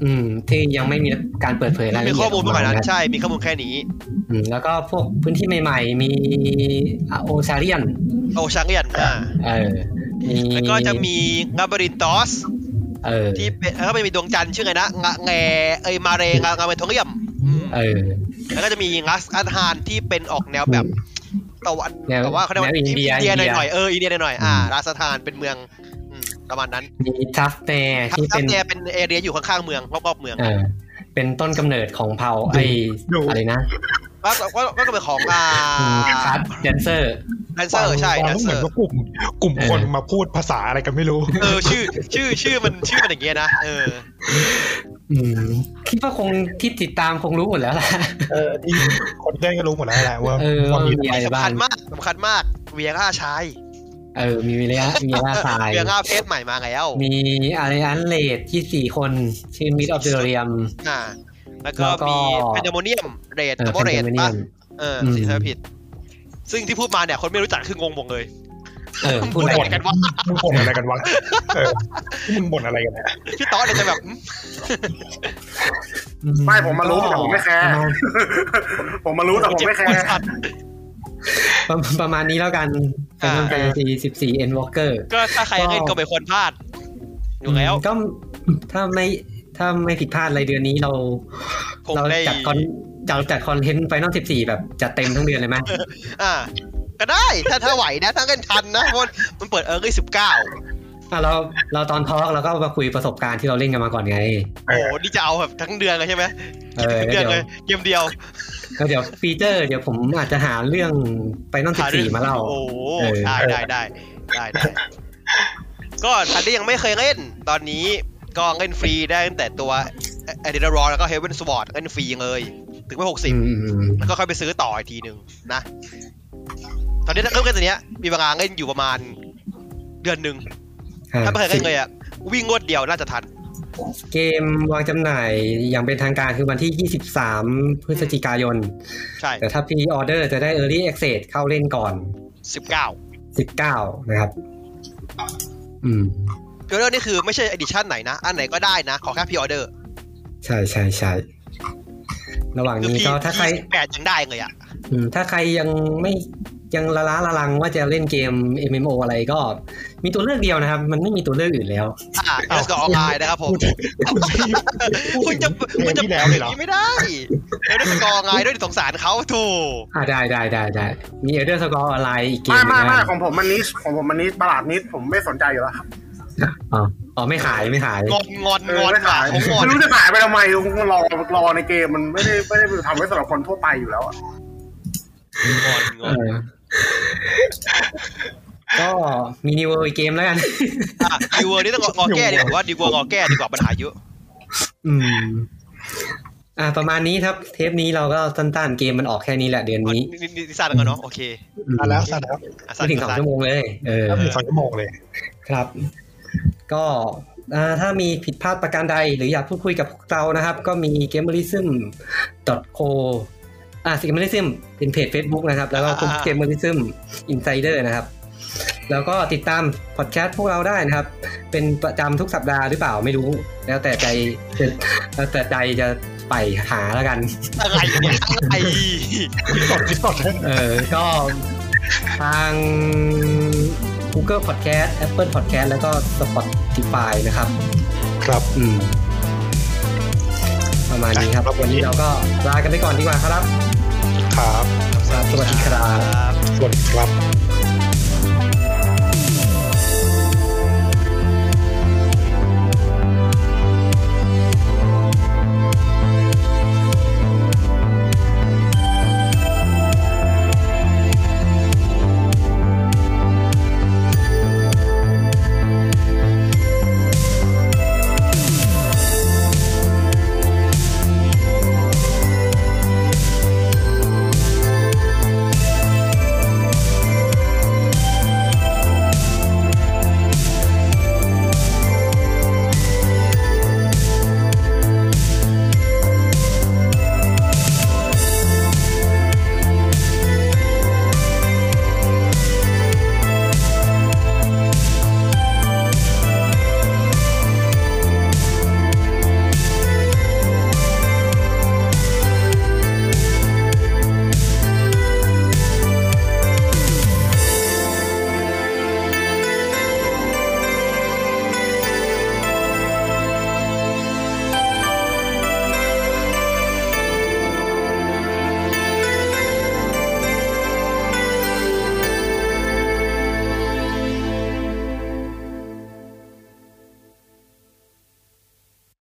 Speaker 1: อืม ที่ยังไม่มีการเปิดเผยรายละ
Speaker 2: มี
Speaker 1: เอียด
Speaker 2: ข้อมู
Speaker 1: ก
Speaker 2: ลเมื่อไหร่
Speaker 1: า
Speaker 2: นั้น
Speaker 1: นะ
Speaker 2: ใช่มีข้อมูลแค่นี้
Speaker 1: อืมแล้วก็พวกพื้นที่ใหม่ ๆ มีโอซาเรียน
Speaker 2: โอชังเอียนอ่า
Speaker 1: เออมี
Speaker 2: แล้วก็จะมีงาบรินตอส
Speaker 1: เออ
Speaker 2: ที่เป็นแล้วก็เป็นมีดวงจันทร์ชื่อไงนะงะแงเอยมาเรงางาเมทองเอียมอืม
Speaker 1: เออ
Speaker 2: แล้วก็จะมีงัสอันฮานที่เป็นออกแนวแบบตะวัน
Speaker 1: แนว
Speaker 2: แต่ว่าเขาเรียกว่า
Speaker 1: แนวอินเดีย
Speaker 2: เดียห
Speaker 1: อินเดีย
Speaker 2: น่อยๆเอออินเดียหน่อยๆอ่า
Speaker 1: อืม
Speaker 2: ราสถานเป็นเมืองอืมประมาณนั้น
Speaker 1: มีทัฟแน
Speaker 2: ทับ
Speaker 1: ที่
Speaker 2: ทั
Speaker 1: เป็
Speaker 2: บ
Speaker 1: น
Speaker 2: แนเป็นเอเรียอยู่ข้างๆเมืองรอบๆเมือง
Speaker 1: เออเป็นต้นกำเนิดของเผ่าไอ้
Speaker 4: ดู
Speaker 1: อะไรนะ
Speaker 2: ว่าว่าว่าก็เป็นของอ่า
Speaker 1: คัสแดนเซอร์
Speaker 2: แดนเซอร์ใช่แดน
Speaker 4: ฟังแล้ว
Speaker 2: เซ
Speaker 4: เหมื
Speaker 2: อ
Speaker 4: อน
Speaker 2: ร์
Speaker 4: ว่ากลุ่ม กลุ่ม
Speaker 1: เออ
Speaker 4: คนมาพูดภาษาอะไรกันไม่รู้
Speaker 2: เออชื่อชื่อชื่อมันชื่อมันอย่างเงี้ยนะเออ
Speaker 1: อืมคิดว่าคงที่ติดตามคงรู้หมดแล้วล่ะ
Speaker 4: เออที่คนได้ก็รู้หมดแล้วแหละว่า
Speaker 1: เออ
Speaker 4: ว่ามี
Speaker 1: มีอะไร
Speaker 2: สำ
Speaker 1: บ้า
Speaker 2: คั
Speaker 1: ง
Speaker 2: ญมากสำคัญมากเวียง่าชาย
Speaker 1: เออ มีวิริยะมีล่าทราย
Speaker 2: เวียง่าเพศใหม่มาแล้ว
Speaker 1: มีอะไรอันเลดที่สี่คน ชื่อมิดออฟเดอเรียม
Speaker 2: อ่าแล้วก็
Speaker 1: แล้วก็
Speaker 2: มีแพนดามเนียมเรดดับเบิลเรด
Speaker 1: เนี
Speaker 2: ปะ
Speaker 1: ม
Speaker 2: เออ
Speaker 1: อืม
Speaker 2: สิถ้าผิด ซึ่งที่พูดมาเนี่ย คนไม่รู้จักคืองงหมดเลย
Speaker 1: เออพู
Speaker 2: พู
Speaker 1: ด
Speaker 2: ด
Speaker 1: อะไร
Speaker 2: อะไร
Speaker 1: กั
Speaker 2: กัน นวะ
Speaker 4: มึงบ่นอะไรกันวะเออมึงบ่นอะไรกันนะ
Speaker 2: พี่ต๊อดเนี่ยจะแบบอืม
Speaker 3: ไม่ผมมารู้แต่ผมไม่แคร์
Speaker 1: ประาณ
Speaker 3: (laughs) ผมมารู้แต่ผมไม่แค
Speaker 2: เจ็บปวด
Speaker 3: ร์
Speaker 2: สัตว์
Speaker 1: ประมาณประมาณนี้แล้วกัน
Speaker 2: อ่า
Speaker 1: แฟนซีสิบสี่เอ็นวอลเกอร์
Speaker 2: ก็ถ้าใครเล่นก็ไม่ควรพลาด อยู่แล้ว
Speaker 1: ก็ถ้าไม่ถ้าไม่ผิดพลาดอะไรเดือนนี้เรา
Speaker 2: คง
Speaker 1: เรา
Speaker 2: ได้
Speaker 1: จัดคอนเราจัดคอนเทนต์ไฟนอลสิบสี่แบบจัดเต็มทั้งเดือนเลยไหม
Speaker 2: อ่า ก็ได้ ถ้าถ้าไหวนะ ถ้าเล่นทันนะเพราะมันเปิดเออร์เลยสิบเก้า
Speaker 1: อ่ะเราเราตอนทอล์กเราก็มาคุยประสบการณ์ที่เราเล่นกันมาก่อนไง
Speaker 2: โอ้โหนี่จะเอาแบบทั้งเดือนเลยใช่ไหม
Speaker 1: เออ
Speaker 2: ทั้งเดื
Speaker 1: แล้วน
Speaker 2: อ
Speaker 1: เดี๋ยว
Speaker 2: เลย เกมเดียว
Speaker 1: แล้วเดี๋ยวฟีเจอร์ เดี๋ยวผมอาจจะหาเรื่องไปนอนสิบ
Speaker 2: หาเรื่อง
Speaker 1: สี่มาเล่า
Speaker 2: โอ้โห
Speaker 1: เออ
Speaker 2: ได้ได้ได้ได้
Speaker 1: (laughs)
Speaker 2: ได้ ก็ถ้าที่ยังไม่เคยเล่น ตอนนี้ก็เล่นฟรีได้ตั้งแต่ตัวเอเดนรอแล้วก็เฮเวนสวอร์ดเล่นฟรีเลย ถึงไม่หกสิบ
Speaker 1: อืมอืม
Speaker 2: แล้วก็ค่อยไปซื้อต่ออีกทีหนึ่งนะ ตอนนี้เริ่มกันตอนเนี้ยมีเวลาเล่นอยู่ประมาณเดือนหนึ่ง
Speaker 1: อ่ะ
Speaker 2: ถ้าไม่เคยเล่นเลยอ่ะวิ่งงวดเดียวน่าจะทัน
Speaker 1: เกมวางจำหน่ายอย่างเป็นทางการคือวันที่ 23 พฤศจิกายน
Speaker 2: ใช่
Speaker 1: แต่ถ้าพีออเดอร์จะได้ Early Access เข้าเล่นก่อน
Speaker 2: สิบเก้า
Speaker 1: 19 นะครับ อืม
Speaker 2: พรีออเดอร์นี่คือไม่ใช่อดิชั่นไหนนะ อันไหนก็ได้นะ ขอแค่พรีออเดอร์
Speaker 1: ใช่ใช่ใช่ระหว่าง
Speaker 2: คือ
Speaker 1: นี้
Speaker 2: พี่
Speaker 1: ก็ถ้าใคร
Speaker 2: แปดยังได้เลยอ่ะ
Speaker 1: อืมถ้าใครยังไม่ยังละล้าละลังว่าจะเล่นเกม MMO อะไรก็ มีตัวเลือกเดียวนะครับ มันไม่มีตัวเลือกอื่นแล้ว
Speaker 2: อ่าเอสก็ออนไลน์นะครับผม คุณจะคุณจะ
Speaker 4: ที่
Speaker 2: แบ
Speaker 4: แล้ว
Speaker 2: บอ
Speaker 4: เล
Speaker 2: ย
Speaker 4: เหร
Speaker 2: ย่าง
Speaker 4: อ
Speaker 2: นี้ไม่ได้เอลเดอร์สกอร์ไงด้วยสงสารเขาถูก
Speaker 1: อ่าได้ได้ได้ได้มีเอเดอร์สกอร์อะไรอีกเกม
Speaker 3: ไม่
Speaker 1: หนึ่
Speaker 3: ไม่
Speaker 1: ง
Speaker 3: ไม่
Speaker 1: นะ
Speaker 3: ของผมมันนิชของผมมันนิชประหลาดนิชผมไม่สนใจอยู่แล้วครับ
Speaker 1: อ๋ออ๋อไม่ขายไม่ขาย
Speaker 2: งอนงอน
Speaker 3: เอง อ
Speaker 2: อน
Speaker 3: ไม่
Speaker 2: หมา
Speaker 3: ขาย
Speaker 2: ของงอน
Speaker 3: ไม่รู้จะขายไปทำไมรอรอในเกมมันไม่ได้ไม่ได้ทำไว้สำหรับคนทั่วไปอยู่แล้วอะ
Speaker 2: งอนง
Speaker 1: เอ
Speaker 2: อ
Speaker 1: อ
Speaker 2: น
Speaker 1: ก็มีนิวเวอร์เกมแล้วกัน (laughs)
Speaker 2: อ่ะดิวเวอร์นี่ต้องงอแก้ดีกว่าผมว่าดิวเวอร์งอแก้ดีกว่าปัญหาเยอะ
Speaker 1: อืม อ่า ประมาณนี้ครับ เทปนี้เราก็สั้นๆเกมมันออกแค่นี้แหละเดือนนี้
Speaker 2: นี่นี่นี่สร้างแล้วกันเนาะโอเค
Speaker 4: อ่ะแล้วสัตว์แล้ว
Speaker 2: อ่ะสร้า
Speaker 1: ไม่ถึงสอง
Speaker 2: สร้า
Speaker 1: ชั่วโมงเลย เออ
Speaker 4: ก็มีสองชั่วโมงเลย
Speaker 1: ครับ ก็อ่าถ้ามีผิดพลาดประการใด หรืออยากพูดคุยกับพวกเรานะครับ ก็มี g a m e r i s m co อ่า g a m e r i s m เป็นเพจ Facebook นะครับ แล้วก็กลุ่ม
Speaker 2: อ่า
Speaker 1: g a m e r i s m Insider นะครับ แล้วก็ติดตามพอดแคสต์พวกเราได้นะครับ เป็นประจำทุกสัปดาห์หรือเปล่าไม่รู้ แล้วแต่ใจจะแล้วแต่ใจจะไปหาแล้วกัน
Speaker 2: อะไรเนี่ยอะไร
Speaker 1: เออ ก็ทาง Google Podcast Apple Podcast แล้วก็ Spotify นะครับ
Speaker 4: ครับ
Speaker 1: อืม ประมาณนี้ครับ
Speaker 4: ครับ
Speaker 1: วันนี้เราก็ลากันไปก่อนดีกว่าครับ
Speaker 4: ครับ
Speaker 1: ครับสวัสดีครับ
Speaker 2: บ
Speaker 4: ส่วนครับ